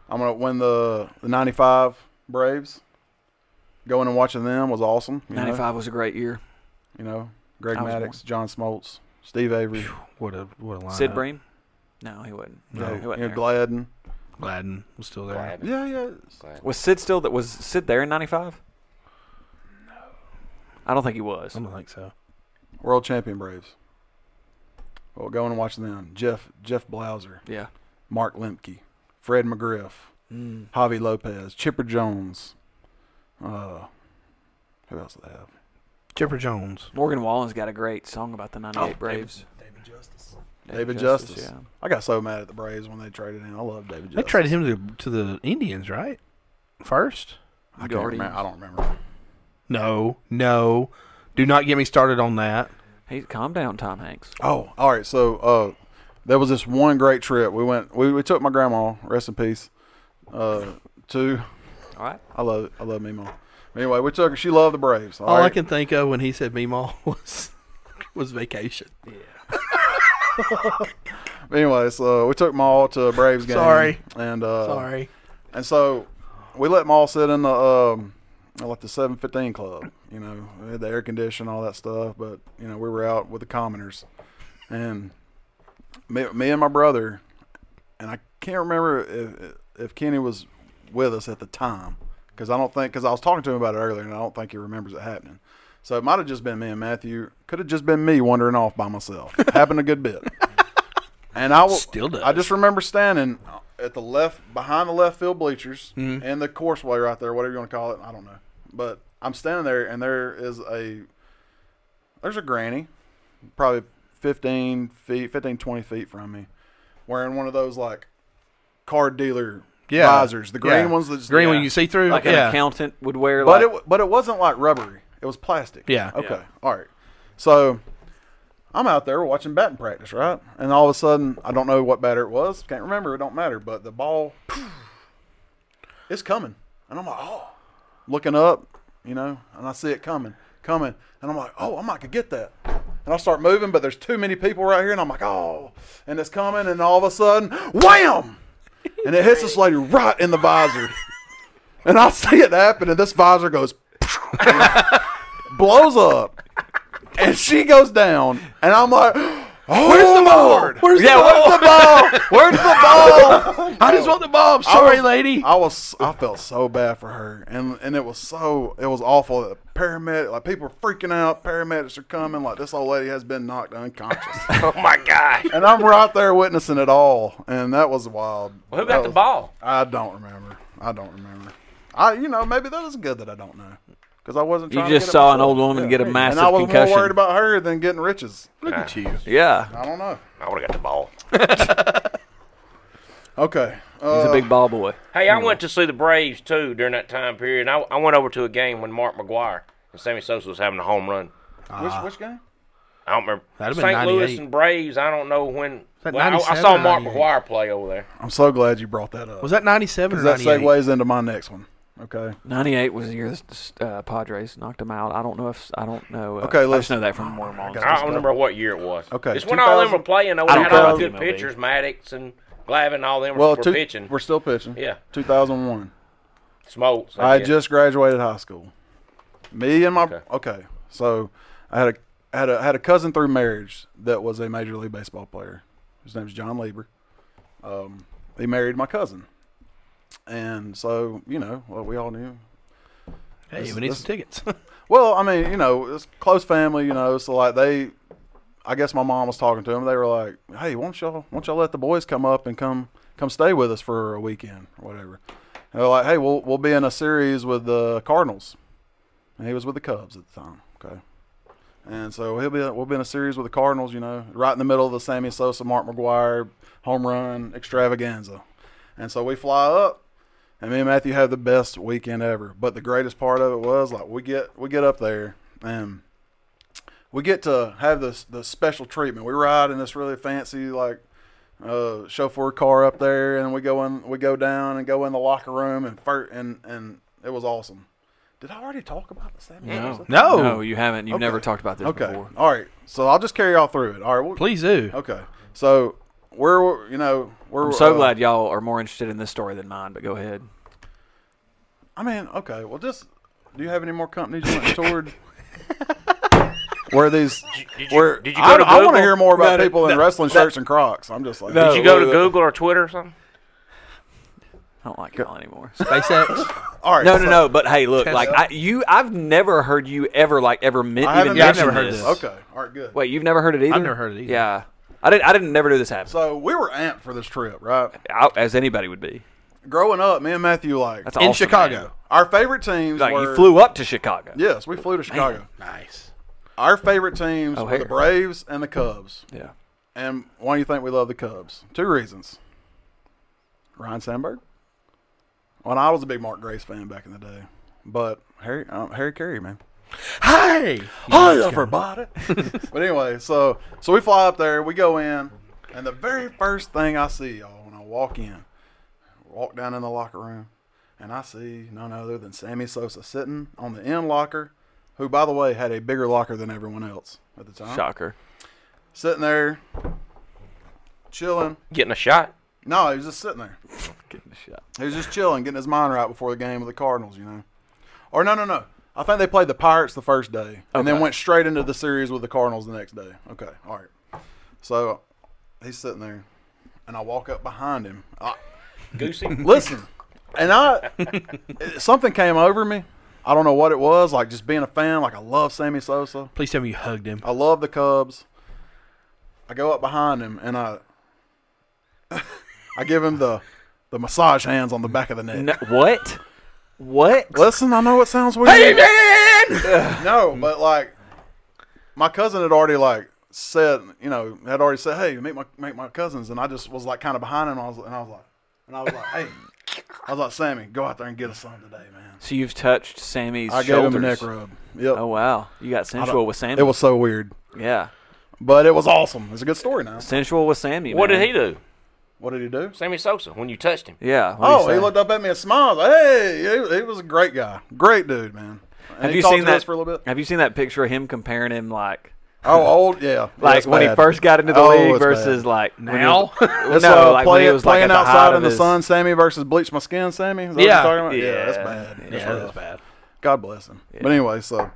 Speaker 3: I'm going to win the, the 95 Braves. Going and watching them was awesome. You
Speaker 1: Ninety
Speaker 3: Know?
Speaker 1: five was a great year.
Speaker 3: You know, Greg
Speaker 1: I was
Speaker 3: Maddox, John Smoltz, Steve Avery,
Speaker 2: what a what a line.
Speaker 1: Sid Bream. No, he wasn't. No, he wasn't.
Speaker 3: you know,
Speaker 1: there.
Speaker 3: Gladden.
Speaker 2: Gladden was still there.
Speaker 4: Glad.
Speaker 3: Yeah, yeah.
Speaker 1: was Sid still? That was Sid there in ninety five? I don't think he was.
Speaker 2: I don't think so.
Speaker 3: World champion Braves. Well, going and watching them. Jeff Jeff Blauser.
Speaker 1: Yeah.
Speaker 3: Mark Lemke, Fred McGriff,
Speaker 2: Mm.
Speaker 3: Javi Lopez, Chipper Jones. Uh, who else do they have?
Speaker 2: Chipper Jones.
Speaker 1: Morgan Wallen's got a great song about the ninety eight Braves.
Speaker 3: David,
Speaker 1: Oh, Justice,
Speaker 3: Justice.
Speaker 1: yeah.
Speaker 3: I got so mad at the Braves when they traded him. I love David Justice.
Speaker 2: They traded him to, to the Indians, right? First?
Speaker 3: I, can't
Speaker 1: Guardians.
Speaker 3: remember. I don't remember.
Speaker 2: No, no. Do not get me started on that.
Speaker 1: Hey, calm down, Tom Hanks.
Speaker 3: Oh, all right. So uh, there was this one great trip. We went. We, we took my grandma. Rest in peace. Uh, to
Speaker 1: All right.
Speaker 3: I love I love me mom. Anyway, we took her. She loved the Braves.
Speaker 2: All I
Speaker 3: right?
Speaker 2: can think of when he said Meemaw was was vacation.
Speaker 3: Anyway, so uh, we took Maul to a Braves game.
Speaker 2: Sorry.
Speaker 3: And uh,
Speaker 2: Sorry.
Speaker 3: And so we let Maul sit in the um, like the seven fifteen club. You know, we had the air condition, all that stuff. But you know, we were out with the commoners, and me, me and my brother, and I can't remember if if Kenny was with us at the time because I don't think because I was talking to him about it earlier, and I don't think he remembers it happening. So it might have just been me and Matthew. Could have just been me wandering off by myself. happened a good bit. And I will,
Speaker 2: Still does.
Speaker 3: I just remember standing at the left behind the left field bleachers
Speaker 2: Mm-hmm.
Speaker 3: and the courseway right there, whatever you want to call it. I don't know, but I'm standing there and there is a there's a granny, probably 15 feet, 15 20 feet from me, wearing one of those like car dealer visors, the green
Speaker 2: Yeah.
Speaker 3: ones that's
Speaker 2: green one you see through.
Speaker 1: Like an
Speaker 2: yeah.
Speaker 1: accountant would wear.
Speaker 3: but
Speaker 1: like,
Speaker 3: it wa- but it wasn't like rubbery. It was plastic.
Speaker 2: Yeah.
Speaker 3: Okay.
Speaker 1: Yeah.
Speaker 3: All right. So I'm out there watching batting practice, right? And all of a sudden, I don't know what batter it was. Can't remember. It don't matter. But the ball, it's coming, and I'm like, oh, looking up, you know, and I see it coming, coming, and I'm like, oh, I might could get that. And I start moving, but there's too many people right here, and I'm like, oh, and it's coming, and all of a sudden, wham! And it hits this lady right in the visor. And I see it happen, and this visor goes blows up, and she goes down, and I'm like, oh, where's the board? Where's
Speaker 1: Yeah,
Speaker 3: the ball? Where's the ball?
Speaker 2: I just want the bomb. Sorry, lady.
Speaker 3: I was I felt so bad for her, and and it was so it was awful. The paramedic, like people were freaking out. Paramedics are coming. Like this old lady has been knocked unconscious,
Speaker 4: Oh my gosh.
Speaker 3: and I'm right there witnessing it all. And that was wild.
Speaker 4: Well, who
Speaker 3: That
Speaker 4: got the
Speaker 3: was-
Speaker 4: ball?
Speaker 3: I don't remember. I don't remember. I you know maybe that is good that I don't know because I wasn't.
Speaker 1: You
Speaker 3: trying
Speaker 1: just
Speaker 3: to get it
Speaker 1: saw an
Speaker 3: myself.
Speaker 1: old woman get a massive
Speaker 3: and I was
Speaker 1: concussion. Ah.
Speaker 3: more worried about her than getting riches.
Speaker 2: Look at you.
Speaker 1: Yeah,
Speaker 3: I don't know.
Speaker 4: I would have got the ball.
Speaker 3: Okay. Uh,
Speaker 1: he's a big ball boy.
Speaker 4: Hey, I went to see the Braves too during that time period. And I, I went over to a game when Mark McGuire and Sammy Sosa was having a home run.
Speaker 3: which,
Speaker 1: Ah.
Speaker 3: which game?
Speaker 4: I don't remember.
Speaker 2: That'd have been
Speaker 4: St. Louis
Speaker 2: 98.
Speaker 4: and Braves. I don't know when.
Speaker 2: that
Speaker 4: Well, I, I
Speaker 2: 97
Speaker 4: saw
Speaker 2: or
Speaker 4: Mark
Speaker 2: 98?
Speaker 4: McGuire play over there.
Speaker 3: I'm so glad you brought that up.
Speaker 2: Was that 97 or
Speaker 3: 'Cause that
Speaker 2: 98?
Speaker 3: segues into my next one. Okay.
Speaker 1: Ninety-eight was the year the uh, Padres knocked him out. I don't know if I don't know. Uh,
Speaker 3: Okay,
Speaker 1: I just
Speaker 3: listen.
Speaker 1: know that from more Marlins.
Speaker 4: I don't remember what year it was.
Speaker 3: Okay,
Speaker 4: it's when all them
Speaker 3: 2000
Speaker 4: were playing. though.
Speaker 1: I
Speaker 4: They
Speaker 1: don't
Speaker 4: had
Speaker 1: know.
Speaker 4: all the good pitchers, Maddox and Glavin. All them were,
Speaker 3: Well,
Speaker 4: were
Speaker 3: two,
Speaker 4: pitching.
Speaker 3: We're still pitching.
Speaker 4: Yeah.
Speaker 3: 2001.
Speaker 4: Smokes.
Speaker 3: I
Speaker 4: guess.
Speaker 3: just graduated high school. Me and my okay.
Speaker 4: Okay.
Speaker 3: So I had a I had a I had a cousin through marriage that was a major league baseball player. His name's John Lieber. Um, he married my cousin, and so you know well, we all knew.
Speaker 2: Hey, we need some tickets.
Speaker 3: Well, I mean, you know, it's close family, you know, so like they, I guess my mom was talking to them. They were like, "Hey, won't y'all, won't y'all let the boys come up and come, come stay with us for a weekend, or whatever?" And they're like, "Hey, we'll we'll be in a series with the Cardinals." And he was with the Cubs at the time. Okay. And so he'll be we'll be in a series with the Cardinals, you know, right in the middle of the Sammy Sosa, Mark McGuire home run extravaganza. And so we fly up, and me and Matthew have the best weekend ever. But the greatest part of it was like we get we get up there and we get to have this the special treatment. We ride in this really fancy like uh, chauffeur car up there, and we go in we go down and go in the locker room and fir- and and it was awesome. Did I already talk about the Sammy Sosa?
Speaker 2: no.
Speaker 1: No, you haven't. You've never
Speaker 3: Okay.
Speaker 1: talked about this
Speaker 3: Okay.
Speaker 1: before.
Speaker 3: All right. So I'll just carry y'all through it. All right. Well,
Speaker 2: Please do.
Speaker 3: Okay. So we're you know we're
Speaker 1: I'm so
Speaker 3: uh,
Speaker 1: glad y'all are more interested in this story than mine. But go ahead.
Speaker 3: I mean, okay. Well, just do you have any more companies you went toward? Where these?
Speaker 4: Did you,
Speaker 3: Where
Speaker 4: did you go
Speaker 3: I,
Speaker 4: to Google?
Speaker 3: I want to hear more about
Speaker 1: No,
Speaker 3: people in
Speaker 1: no,
Speaker 3: wrestling shirts and Crocs. I'm just like,
Speaker 1: No.
Speaker 4: Did you go to
Speaker 1: Uh,
Speaker 4: Google or Twitter or something?
Speaker 1: I don't like y'all anymore.
Speaker 2: SpaceX.
Speaker 3: all right.
Speaker 1: No,
Speaker 3: so-
Speaker 1: no, no. But hey, look,
Speaker 2: Tesla.
Speaker 1: like I, you, I've never heard you ever like ever men,
Speaker 3: I haven't
Speaker 1: even
Speaker 2: Yeah, I've
Speaker 1: mention
Speaker 2: never heard this.
Speaker 3: Okay. All right. Good.
Speaker 1: Wait, you've never heard it either?
Speaker 2: never heard it either.
Speaker 1: Yeah, I didn't. I didn't never do this happen.
Speaker 3: So we were amped for this trip, right?
Speaker 1: I, as anybody would be.
Speaker 3: Growing up, me and Matthew like
Speaker 1: That's
Speaker 2: In
Speaker 1: awesome,
Speaker 2: Chicago.
Speaker 3: our favorite teams.
Speaker 1: man. Like
Speaker 3: were,
Speaker 1: you flew up to Chicago.
Speaker 3: Yes, we flew to Chicago.
Speaker 2: Nice.
Speaker 3: Our favorite teams were
Speaker 1: O'Hare.
Speaker 3: the Braves and the Cubs.
Speaker 1: Yeah.
Speaker 3: And why do you think we love the Cubs? Two reasons. Ryan Sandberg. Well, I was a big Mark Grace fan back in the day, but Harry um, Harry Carey, man.
Speaker 2: Hey.
Speaker 3: Hi, everybody. but anyway, so so we fly up there, we go in, and the very first thing I see, y'all, when I walk in, walk down in the locker room, and I see none other than Sammy Sosa sitting on the end locker, who, by the way, had a bigger locker than everyone else at the time.
Speaker 1: Shocker.
Speaker 3: Sitting there, chilling.
Speaker 4: Getting a shot.
Speaker 3: No, he was just sitting there.
Speaker 1: Getting the shot.
Speaker 3: He was just chilling, getting his mind right before the game with the Cardinals, you know. Or no, no, no. I think they played the Pirates the first day, and then
Speaker 1: Okay.
Speaker 3: went straight into the series with the Cardinals the next day. Okay, all right. So he's sitting there, and I walk up behind him. I,
Speaker 4: Goosey.
Speaker 3: listen, and I something came over me. I don't know what it was. Like just being a fan. Like I love Sammy Sosa.
Speaker 2: Please tell me you hugged him.
Speaker 3: I love the Cubs. I go up behind him and I I give him the the massage hands on the back of the neck.
Speaker 1: No, what? What?
Speaker 3: Listen, I know it sounds weird. No, but like my cousin had already like said, you know, had already said, "Hey, meet my make my cousins," and I just was like kind of behind him. I was and I was like, and I was like, "Hey," I was like, "Sammy, go out there and get us some today, man."
Speaker 1: So you've touched Sammy's
Speaker 3: I gave
Speaker 1: shoulders.
Speaker 3: him a neck rub. Yep.
Speaker 1: Oh wow, you got sensual with Sammy.
Speaker 3: It was so weird,
Speaker 1: yeah,
Speaker 3: but it was awesome. It's a good story now.
Speaker 1: sensual with Sammy.
Speaker 4: What
Speaker 1: man.
Speaker 4: did he do?
Speaker 3: What did he do?
Speaker 4: Sammy Sosa when you touched him.
Speaker 1: Yeah. what'd
Speaker 3: Oh, he
Speaker 1: say?
Speaker 3: looked up at me and smiled. Hey, he, he was a great guy, great dude, man. And
Speaker 1: Have
Speaker 3: he
Speaker 1: you
Speaker 3: talked
Speaker 1: seen
Speaker 3: to
Speaker 1: that
Speaker 3: us for a little bit?
Speaker 1: Have you seen that picture of him comparing him like?
Speaker 3: Oh, old, yeah.
Speaker 1: like
Speaker 3: That's
Speaker 1: when he
Speaker 3: bad.
Speaker 1: first got into the
Speaker 3: Oh,
Speaker 1: league
Speaker 3: it's bad.
Speaker 1: versus like
Speaker 2: Now?
Speaker 1: When he was,
Speaker 3: That's,
Speaker 1: no,
Speaker 3: uh,
Speaker 1: like when
Speaker 3: playing,
Speaker 1: he was like
Speaker 3: playing
Speaker 1: at the height
Speaker 3: outside
Speaker 1: of
Speaker 3: in the
Speaker 1: his-
Speaker 3: sun, Sammy versus bleach my skin, Sammy. Is that
Speaker 2: Yeah.
Speaker 3: what you're talking about?
Speaker 1: Yeah.
Speaker 3: that's bad.
Speaker 2: Yeah, that was bad.
Speaker 3: God bless him. But anyway, so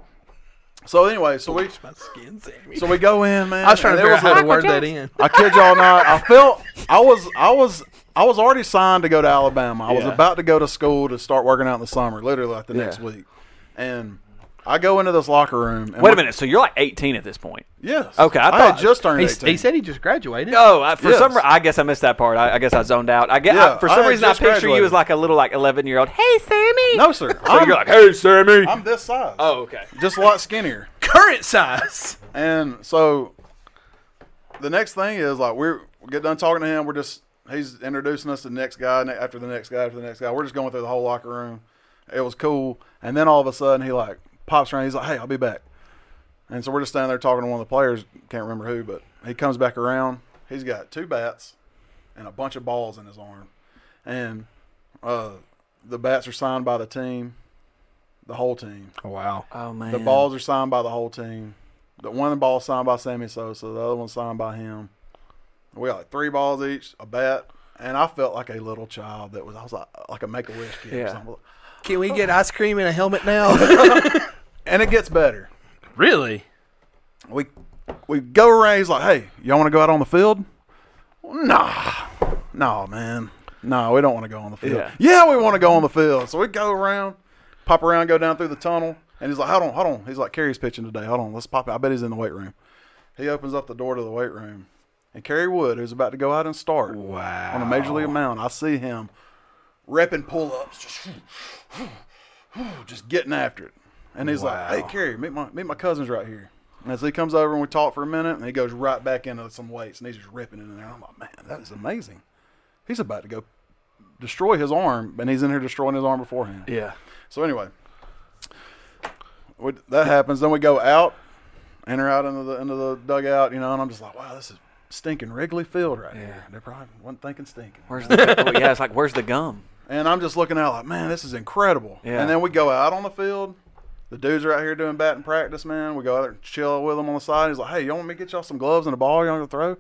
Speaker 3: So anyway, so we
Speaker 2: Skin Sammy.
Speaker 3: so we go in, man.
Speaker 2: I was trying
Speaker 3: and
Speaker 2: to
Speaker 3: there
Speaker 2: figure out
Speaker 3: was
Speaker 2: how
Speaker 3: a-
Speaker 2: to word that in.
Speaker 3: I kid y'all not. I felt I was I was I was already signed to go to Alabama. I was
Speaker 2: Yeah.
Speaker 3: about to go to school to start working out in the summer, literally like the next week. And I go into this locker room. And
Speaker 1: Wait a
Speaker 3: my-
Speaker 1: minute. So you're like 18 at this point.
Speaker 3: Yes.
Speaker 1: Okay, I
Speaker 3: I,
Speaker 1: thought-
Speaker 3: had just turned.
Speaker 2: He,
Speaker 3: 18.
Speaker 2: he said he just graduated.
Speaker 1: Oh, I, for
Speaker 3: Yes.
Speaker 1: some reason, I guess I missed that part. I, I guess I zoned out. I get
Speaker 3: Yeah,
Speaker 1: I, for
Speaker 3: I
Speaker 1: some
Speaker 3: had
Speaker 1: reason I
Speaker 3: just
Speaker 1: picture you
Speaker 3: graduated.
Speaker 1: as like a little like 11 year old. Hey, Sammy.
Speaker 3: no, sir.
Speaker 1: So
Speaker 3: I'm,
Speaker 1: you're like, hey, Sammy.
Speaker 3: I'm this size.
Speaker 1: oh, okay.
Speaker 3: just a lot skinnier.
Speaker 2: Current size.
Speaker 3: And so the next thing is like we're we get done talking to him. We're just he's introducing us to the next guy ne- after the next guy after the next guy. We're just going through the whole locker room. It was cool. And then all of a sudden he like pops around. He's like, "Hey, I'll be back." And so we're just standing there talking to one of the players. Can't remember who, but he comes back around. He's got two bats and a bunch of balls in his arm, and uh, the bats are signed by the team, the whole team.
Speaker 2: Wow.
Speaker 1: Oh man.
Speaker 3: The balls are signed by the whole team. The one ball signed by Sammy Sosa. The other one signed by him. We got like three balls each, a bat, and I felt like a little child that was. I was like, like a make a wish kid. Or
Speaker 1: Yeah.
Speaker 3: something.
Speaker 2: Can we get ice cream and a helmet now?
Speaker 3: And it gets better.
Speaker 2: really?
Speaker 3: We we go around. He's like, "Hey, y'all want to go out on the field?" Nah, nah, man, nah. We don't want to go on the field.
Speaker 1: Yeah.
Speaker 3: Yeah, we want to go on the field. So we go around, pop around, go down through the tunnel, and he's like, "Hold on, hold on." He's like, "Kerry's pitching today. Hold on, let's pop it." I bet he's in the weight room. He opens up the door to the weight room, and Kerry Wood, who's about to go out and start
Speaker 2: Wow.
Speaker 3: on a major league mound, I see him repping pull ups, just just getting after it. And he's like, "Hey, Kerry, meet my meet my cousins right here." And so he comes over and we talk for a minute, and he goes right back into some weights, and he's just ripping it in there. I'm like, "Man, that is amazing." He's about to go destroy his arm, and he's in here destroying his arm beforehand.
Speaker 1: Yeah.
Speaker 3: So anyway, we, that happens. Then we go out, enter out into the into the dugout, you know, and I'm just like, "Wow, this is stinking Wrigley Field right here." They probably wasn't thinking stinking.
Speaker 1: Where's the? yeah, it's like where's the gum?
Speaker 3: And I'm just looking out like, man, this is incredible.
Speaker 1: Yeah.
Speaker 3: And then we go out on the field. The dudes are out here doing batting practice, man. We go out there and chill with them on the side. He's like, hey, you want me to get y'all some gloves and a ball y'all gonna throw?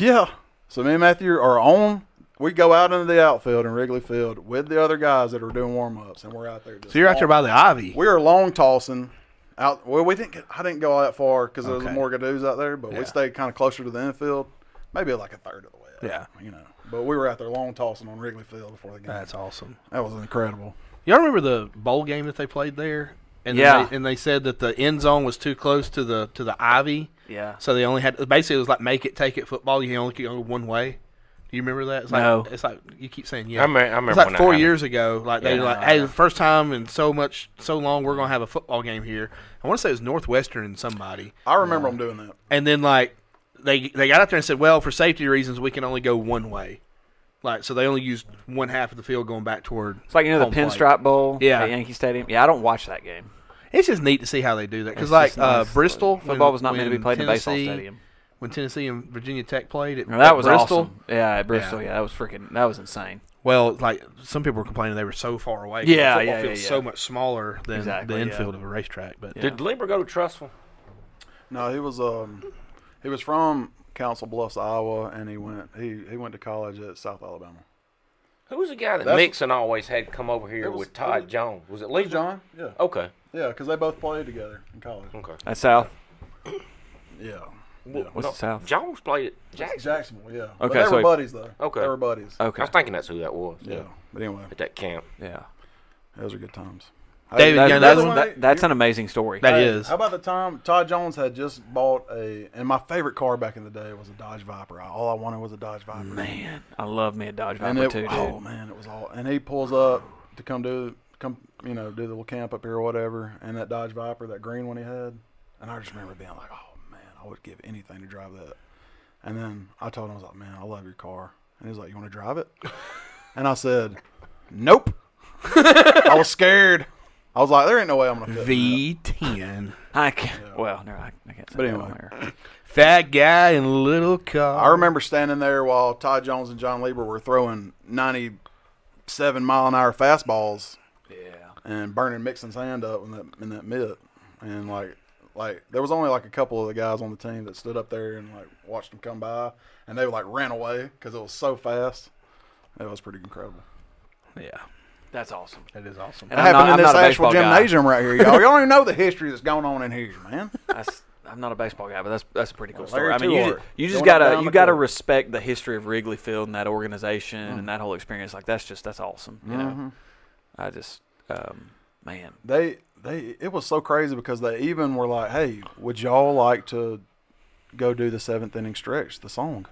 Speaker 3: Yeah. So me and Matthew are on. We go out into the outfield in Wrigley Field with the other guys that are doing warm ups, and we're out there. Just
Speaker 2: So you're out there by the Ivy.
Speaker 3: we were long tossing out. Well, we didn't. Get, I didn't go all that far because there was
Speaker 2: Okay.
Speaker 3: more gadoos out there, but
Speaker 2: Yeah.
Speaker 3: we stayed kind of closer to the infield, maybe like a third of the way. Out,
Speaker 2: Yeah.
Speaker 3: you know. But we were out there long tossing on Wrigley Field before the game.
Speaker 2: That's awesome.
Speaker 3: That was incredible.
Speaker 2: Y'all remember the bowl game that they played there? And then
Speaker 1: Yeah.
Speaker 2: they, and they said that the end zone was too close to the to the Ivy.
Speaker 1: Yeah.
Speaker 2: So they only had basically it was like make it, take it football. You only could go one way. Do you remember that? It's like,
Speaker 1: No.
Speaker 2: It's like you keep saying yeah.
Speaker 4: I me- I remember
Speaker 2: It's like
Speaker 4: when that
Speaker 2: four
Speaker 4: happened.
Speaker 2: years ago. Like they were like, hey, the first time in so much so long, we're gonna have a football game here. I want to say it was Northwestern and somebody.
Speaker 3: I remember them doing that.
Speaker 2: And then like they they got out there and said, well, for safety reasons, we can only go one way. Like so, they only used one half of the field going back toward.
Speaker 1: It's like you know the
Speaker 2: home plate.
Speaker 1: Pinstripe Bowl.
Speaker 2: Yeah.
Speaker 1: At Yankee Stadium. Oh, Yeah, I don't watch that game.
Speaker 2: It's just neat to see how they do that
Speaker 1: It's
Speaker 2: because, like
Speaker 1: just
Speaker 2: uh,
Speaker 1: nice.
Speaker 2: Bristol,
Speaker 1: Football was not meant to be played in a baseball
Speaker 2: Tennessee-
Speaker 1: stadium.
Speaker 2: When Tennessee and Virginia Tech played, at,
Speaker 1: No, that
Speaker 2: at
Speaker 1: was
Speaker 2: Bristol.
Speaker 1: awesome. Yeah, at Bristol. Yeah. that was freaking. That was insane.
Speaker 2: Well, like some people were complaining they were so far away. 'cause
Speaker 1: Yeah,
Speaker 2: the football
Speaker 1: yeah,
Speaker 2: field's
Speaker 1: yeah, yeah.
Speaker 2: so much smaller than
Speaker 1: Exactly,
Speaker 2: the
Speaker 1: yeah.
Speaker 2: infield of a racetrack. But
Speaker 4: Did Lieber go to Trustful?
Speaker 3: No, he was um, he was from Council Bluffs, Iowa, and he went he he went to college at South Alabama.
Speaker 4: Who was the guy that
Speaker 3: That's-
Speaker 4: Nixon always had come over here
Speaker 3: It was-
Speaker 4: with Todd
Speaker 3: it was-
Speaker 4: Jones? Was it Lieber?
Speaker 3: John? Yeah.
Speaker 4: Okay.
Speaker 3: Yeah, because they both played together in college.
Speaker 4: Okay.
Speaker 1: At South.
Speaker 3: Yeah.
Speaker 4: Well,
Speaker 1: What's the South?
Speaker 4: Jones played at Jackson.
Speaker 3: Jacksonville, yeah. But
Speaker 1: Okay,
Speaker 3: they
Speaker 1: so
Speaker 3: were
Speaker 1: he-
Speaker 3: buddies though.
Speaker 4: Okay.
Speaker 3: They were buddies.
Speaker 1: Okay.
Speaker 4: I was thinking that's who that was.
Speaker 3: Yeah. But anyway,
Speaker 4: At that camp.
Speaker 1: Yeah.
Speaker 3: those are good times.
Speaker 2: David,
Speaker 1: That-
Speaker 2: you got
Speaker 1: that's,
Speaker 2: another one?
Speaker 1: that- that's an amazing story.
Speaker 2: that
Speaker 3: Hey,
Speaker 2: is
Speaker 3: How about the time Todd Jones had just bought a, and my favorite car back in the day was a Dodge Viper. I- All I wanted was a Dodge Viper.
Speaker 1: Oh, Man, I love me a Dodge
Speaker 3: and
Speaker 1: Viper
Speaker 3: it,
Speaker 1: too, dude.
Speaker 3: oh man, it was all. And he pulls up to come do, come you know, do the little camp up here or whatever. And that Dodge Viper, that green one he had, and I just remember being like, oh man, I would give anything to drive that. And then I told him I was like, man, I love your car. And he was like, you want to drive it? And I said, nope. I was scared. I was like, there ain't no way I'm gonna fit. in that.
Speaker 2: V10.
Speaker 1: I can't. Well, no, I, I can't. Say
Speaker 3: But
Speaker 1: that
Speaker 3: anyway.
Speaker 1: on there.
Speaker 2: Fat guy in little car.
Speaker 3: I remember standing there while Todd Jones and John Lieber were throwing 97 mile an hour fastballs
Speaker 1: Yeah.
Speaker 3: and burning Mixon's hand up in that in that mitt, and like like there was only like a couple of the guys on the team that stood up there and like watched them come by, and they like ran away because it was so fast. It was pretty incredible.
Speaker 2: Yeah.
Speaker 1: That's awesome.
Speaker 2: That is awesome.
Speaker 1: And I'm
Speaker 3: That happened
Speaker 1: not, I'm
Speaker 3: in this
Speaker 1: not a
Speaker 3: actual
Speaker 1: baseball guy.
Speaker 3: gymnasium right here, y'all. y'all don't even know the history that's going on in here, man.
Speaker 1: That's- I'm not a baseball guy, but that's that's a pretty cool
Speaker 3: Well,
Speaker 1: story.
Speaker 3: Larry
Speaker 1: I mean, you,
Speaker 3: Tudor.
Speaker 1: ju- you just
Speaker 3: Going up and
Speaker 1: gotta you
Speaker 3: down the
Speaker 1: gotta
Speaker 3: court. Mm-hmm.
Speaker 1: respect the history of Wrigley Field and that organization and that whole experience. Like that's just that's awesome. You know, I just um, man,
Speaker 3: they they it was so crazy because they even were like, "Hey, would y'all like to go do the seventh inning stretch?" The song,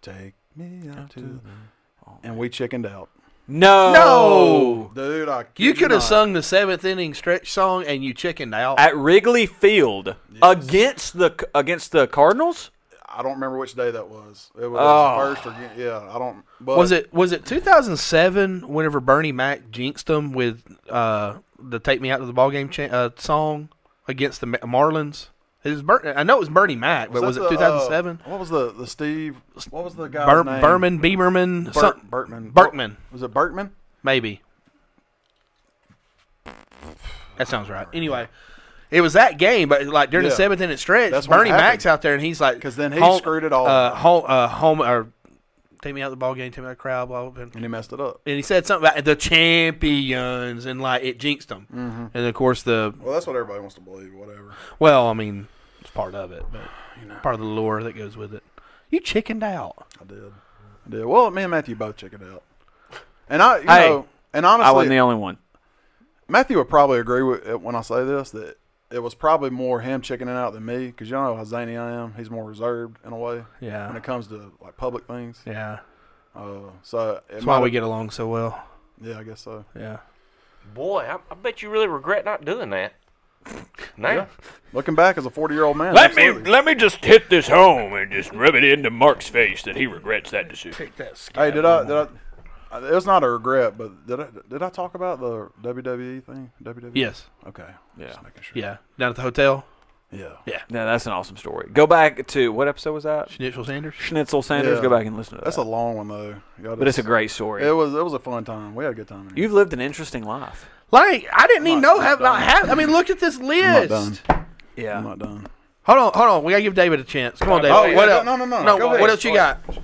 Speaker 3: "Take Me Out to,", the-" and we chickened out.
Speaker 1: no,
Speaker 2: No!
Speaker 3: Dude, I kid
Speaker 2: You could have
Speaker 3: not.
Speaker 2: sung the seventh inning stretch song and you chickened out.
Speaker 1: at Wrigley Field against the against the Cardinals.
Speaker 3: I don't remember which day that was. It was
Speaker 1: Oh.
Speaker 3: first or yeah. I don't. But
Speaker 2: Ah. was it was it 2007 whenever Bernie Mac jinxed them with uh, the "Take Me Out to the Ball Game" cha- uh, song against the Ma- Marlins? It was Ber- I know it was Bernie Mac, but
Speaker 3: that
Speaker 2: was
Speaker 3: the,
Speaker 2: it
Speaker 3: uh,
Speaker 2: 2007?
Speaker 3: what was the the Steve? What was the guy's
Speaker 2: Bur-
Speaker 3: name?
Speaker 2: Berman, Bieberman,
Speaker 3: Bur-
Speaker 2: some-
Speaker 3: Berkman.
Speaker 2: Berkman,
Speaker 3: Was it Berkman?
Speaker 2: maybe. That sounds right. Anyway, it was that game, but like during the
Speaker 3: Yeah.
Speaker 2: seventh inning stretch,
Speaker 3: That's what
Speaker 2: Bernie
Speaker 3: happened.
Speaker 2: Mac's out there and he's like,
Speaker 3: 'Cause then he
Speaker 2: home-
Speaker 3: screwed it all.
Speaker 2: Uh, home, uh, home, or take me out the ball game, take me out the crowd, blah blah. blah.
Speaker 3: And he messed it up.
Speaker 2: and he said something about the champions and like it jinxed them. And of course the
Speaker 3: Well, that's what everybody wants to believe. Whatever.
Speaker 2: well, I mean, it's part of it, but part of the lore that goes with it. You chickened out.
Speaker 3: I did. I did. Well, me and Matthew both check it out. And I, you
Speaker 1: Hey,
Speaker 3: know, and
Speaker 1: I wasn't the
Speaker 3: honestly,
Speaker 1: only one.
Speaker 3: Matthew would probably agree with it when I say this that it was probably more him chickening out than me because you know how zany I am. He's more reserved in a way.
Speaker 2: Yeah.
Speaker 3: When it comes to like public things.
Speaker 2: Yeah.
Speaker 3: Uh, so it
Speaker 2: That's why
Speaker 3: might-
Speaker 2: we get along so well.
Speaker 3: Yeah, I guess so.
Speaker 2: Yeah.
Speaker 4: Boy, I, I bet you really regret not doing that. Now,
Speaker 3: Looking back as a forty-year-old man.
Speaker 4: let me
Speaker 3: absolutely.
Speaker 4: let me just hit this home and just rub it into Mark's face that he regrets that decision.
Speaker 3: Hey, did I? Did I? uh, It was not a regret, but did I? Did I talk about the WWE thing? E? WWE.
Speaker 2: Yes.
Speaker 3: Okay. Just making sure.
Speaker 2: Yeah. Down at the hotel.
Speaker 3: Yeah.
Speaker 1: Yeah, that's an awesome story. Go back to what episode was that?
Speaker 2: Schnitzel Sanders.
Speaker 1: Schnitzel Sanders.
Speaker 3: Yeah.
Speaker 1: Go back and listen to that.
Speaker 3: That's a long one though. Y'all
Speaker 1: but it's a
Speaker 3: just-
Speaker 1: great story.
Speaker 3: It was. It was a fun time. We had a good time. in here.
Speaker 1: You've lived an interesting life.
Speaker 2: Like I didn't even
Speaker 3: not-
Speaker 2: know
Speaker 3: not
Speaker 2: have not
Speaker 3: done.
Speaker 2: have. I mean, look at this
Speaker 3: I'm not
Speaker 2: list.
Speaker 3: done.
Speaker 1: Yeah.
Speaker 3: I'm not done.
Speaker 2: Hold on, hold on. We gotta give David a chance. Come on, David.
Speaker 4: Oh, yeah,
Speaker 2: what
Speaker 4: no,
Speaker 2: else?
Speaker 3: no, no, no.
Speaker 2: no
Speaker 3: Go
Speaker 2: what
Speaker 3: ahead.
Speaker 2: else you got?
Speaker 3: Yeah,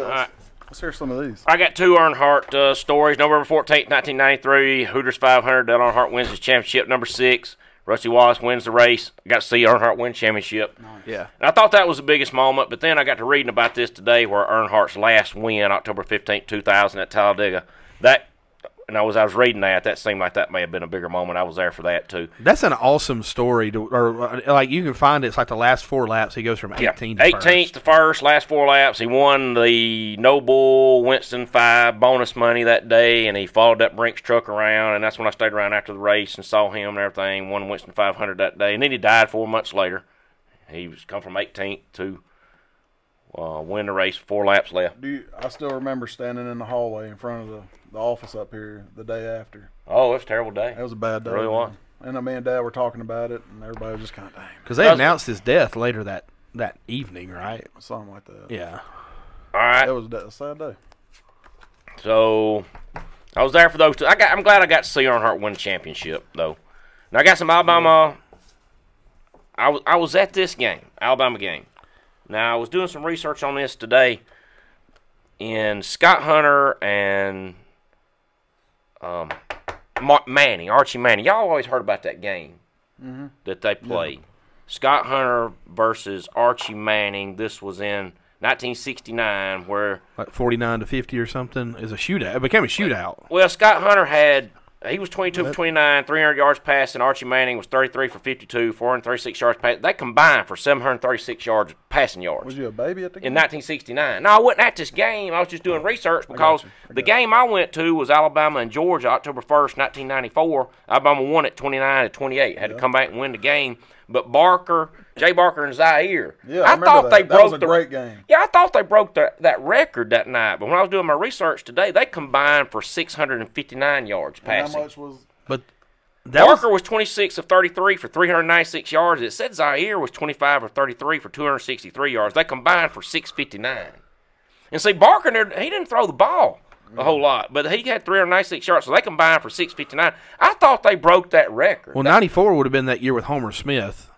Speaker 3: let's,
Speaker 4: right.
Speaker 3: let's hear some of these.
Speaker 4: I got two Earnhardt uh, stories. November fourteenth, 1993, Hooters 500. Dale Earnhardt wins his championship, number six. Rusty Wallace wins the race. I got to see Earnhardt win championship.
Speaker 1: Yeah.
Speaker 4: And I thought that was the biggest moment, but then I got to reading about this today where Earnhardt's last win, October fifteenth, two 2000 at Talladega. That, and I was, I was reading that, that seemed like that may have been a bigger moment. I was there for that too.
Speaker 2: That's an awesome story. To, or uh, like you can find it. it's like the last four laps. He goes from
Speaker 4: Yeah,
Speaker 2: eighteen to first.
Speaker 4: 18th to first, last four laps. He won the Noble Winston 5 bonus money that day, and he followed that Brinks truck around, and that's when I stayed around after the race and saw him and everything, won Winston 500 that day, and then he died four months later. He was come from 18th to uh, win the race, four laps left.
Speaker 3: Do you, I still remember standing in the hallway in front of the, the office up here the day after.
Speaker 4: Oh, it was a terrible day.
Speaker 3: That was a bad day.
Speaker 4: Really was.
Speaker 3: And uh, me and Dad were talking about it, and everybody was just kind of, damn,
Speaker 2: Because they announced his death later that that evening, right?
Speaker 3: something like that.
Speaker 2: Yeah.
Speaker 4: All right.
Speaker 3: That was a, da- a sad day.
Speaker 4: So I was there for those two. I got, I'm glad I got to see Earnhardt win the championship, though. And I got some Alabama. I was I was at this game, Alabama game. Now I was doing some research on this today, and Scott Hunter and um, Ma- Manning, Archie Manning. Y'all always heard about that game that they played. Scott Hunter versus Archie Manning. This was in 1969, where
Speaker 2: Like 49 to 50 or something is a shootout. It became a shootout.
Speaker 4: Well, Scott Hunter had he was 22 for 29, 300 yards passing. Archie Manning was 33 for 52, 436 yards passing. They combined for 736 yards passing yards.
Speaker 3: Was you a baby at the
Speaker 4: In
Speaker 3: game?
Speaker 4: 1969. No, I wasn't at this game. I was just doing research because the game I went to was Alabama and Georgia, October 1st, 1994. Alabama won at 29 to 28. Had to come back and win the game. But Barker, Jay Barker, and Zaire.
Speaker 3: Yeah, I remember
Speaker 4: thought
Speaker 3: that.
Speaker 4: they
Speaker 3: That
Speaker 4: broke
Speaker 3: was a
Speaker 4: the
Speaker 3: great game.
Speaker 4: Yeah, I thought they broke the, that record that night. But when I was doing my research today, they combined for 659 yards
Speaker 3: How
Speaker 4: passing.
Speaker 3: much was
Speaker 2: But that was,
Speaker 4: Barker was 26 of 33 for 396 yards. It said Zaire was 25 of 33 for 263 yards. They combined for 659. And see, Barker, there- he didn't throw the ball a
Speaker 2: Mm-hmm.
Speaker 4: whole lot, but he had 396 yards, so they combined for 659. I thought they broke that record.
Speaker 2: well, 94 would have been that year with Homer Smith.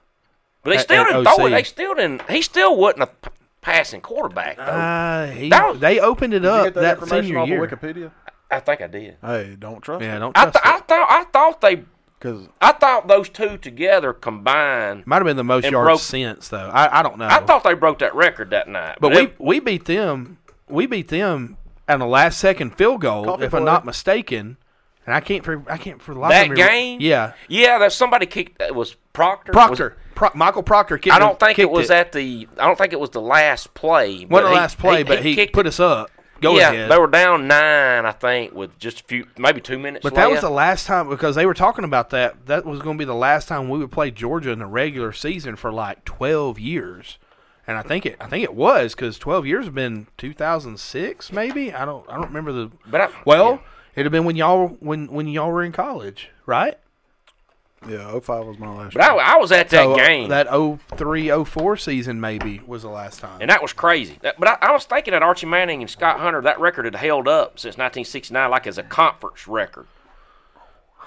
Speaker 4: but they
Speaker 2: at-
Speaker 4: still
Speaker 2: at
Speaker 4: didn't throw
Speaker 2: OC.
Speaker 4: it. They still didn't. He still wasn't a p- passing quarterback, though.
Speaker 2: Uh, he,
Speaker 4: Oh. That was-
Speaker 2: they opened it
Speaker 3: Did you
Speaker 2: up
Speaker 3: get that,
Speaker 2: Uh, that,
Speaker 3: information
Speaker 2: senior
Speaker 3: off
Speaker 2: year.
Speaker 3: of Wikipedia?
Speaker 4: I think I did.
Speaker 3: Hey, don't trust.
Speaker 2: Yeah, don't
Speaker 4: I, th-
Speaker 2: trust
Speaker 4: I
Speaker 2: it.
Speaker 4: thought I thought they
Speaker 3: Because
Speaker 4: I thought those two together combined.
Speaker 2: Might have been the most
Speaker 4: And
Speaker 2: yards
Speaker 4: broke-
Speaker 2: since though. I, I don't know.
Speaker 4: I thought they broke that record that night.
Speaker 2: but we
Speaker 4: it-
Speaker 2: we beat them. We beat them on the last second field goal,
Speaker 3: Coffee
Speaker 2: if I'm
Speaker 3: boy.
Speaker 2: not mistaken. And I can't for I can't for the life
Speaker 4: that
Speaker 2: of me-
Speaker 4: game.
Speaker 2: Yeah,
Speaker 4: yeah. That somebody kicked. It was Proctor. Was-
Speaker 2: Proctor, Pro- Michael Proctor. Kicked
Speaker 4: I don't think it
Speaker 2: kicked
Speaker 4: was at the. I don't think it was the last play. but
Speaker 2: Wasn't the
Speaker 4: he-
Speaker 2: last play, but he,
Speaker 4: kicked
Speaker 2: put
Speaker 4: it.
Speaker 2: us up. Go
Speaker 4: yeah,
Speaker 2: ahead.
Speaker 4: they were down nine, I think, with just a few, maybe two minutes.
Speaker 2: But that was
Speaker 4: left.
Speaker 2: the last time because they were talking about that. That was going to be the last time we would play Georgia in the regular season for like twelve years, and I think it. I think it was because twelve years have been two thousand six, maybe. I don't. I don't remember the.
Speaker 4: But I-
Speaker 2: well,
Speaker 4: yeah.
Speaker 2: it'd have been when y'all when when y'all were in college, right?
Speaker 3: yeah, 05 was my last.
Speaker 4: But I, I was at that
Speaker 2: So, uh,
Speaker 4: game,
Speaker 2: that 03, 04 season maybe was the last time.
Speaker 4: and that was crazy. That- but I, I was thinking that Archie Manning and Scott Hunter, that record had held up since 1969, like as a conference record.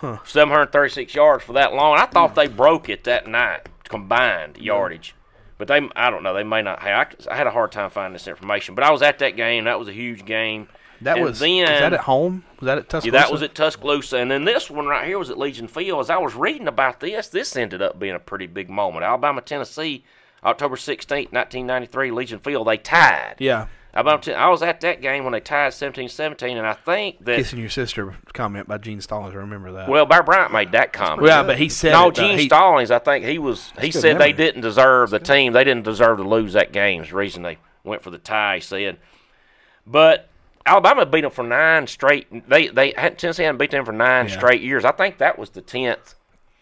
Speaker 4: 736 yards for that long. I
Speaker 2: Hmm.
Speaker 4: thought they broke it that night, combined yardage. But they, I don't know. They may not. Hey, I, I had a hard time finding this information. But I was at that game. That was a huge game.
Speaker 2: That
Speaker 4: And
Speaker 2: was
Speaker 4: then,
Speaker 2: was that at home? Was that at
Speaker 4: Yeah,
Speaker 2: Tuscaloosa?
Speaker 4: that was at Tuscaloosa, and then this one right here was at Legion Field. As I was reading about this, this ended up being a pretty big moment. Alabama, Tennessee, October sixteenth, nineteen ninety-three, Legion Field. They tied.
Speaker 2: Yeah,
Speaker 4: Alabama. Ten- I was at that game when they tied 17-17, and I think that
Speaker 2: kissing your sister comment by Gene Stallings. I remember that.
Speaker 4: Eh. Uh, well, Bear Bryant made that comment.
Speaker 2: yeah, but he said
Speaker 4: no,
Speaker 2: it, though.
Speaker 4: Gene
Speaker 2: He-
Speaker 4: Stallings. I think he was. He
Speaker 3: good
Speaker 4: said
Speaker 3: memory.
Speaker 4: they didn't deserve the team. They didn't deserve to lose that game. Is the reason they went for the tie. He said, but Alabama beat them for nine straight. They they had Tennessee hadn't beat them for nine
Speaker 2: Yeah.
Speaker 4: straight years. I think that was the tenth,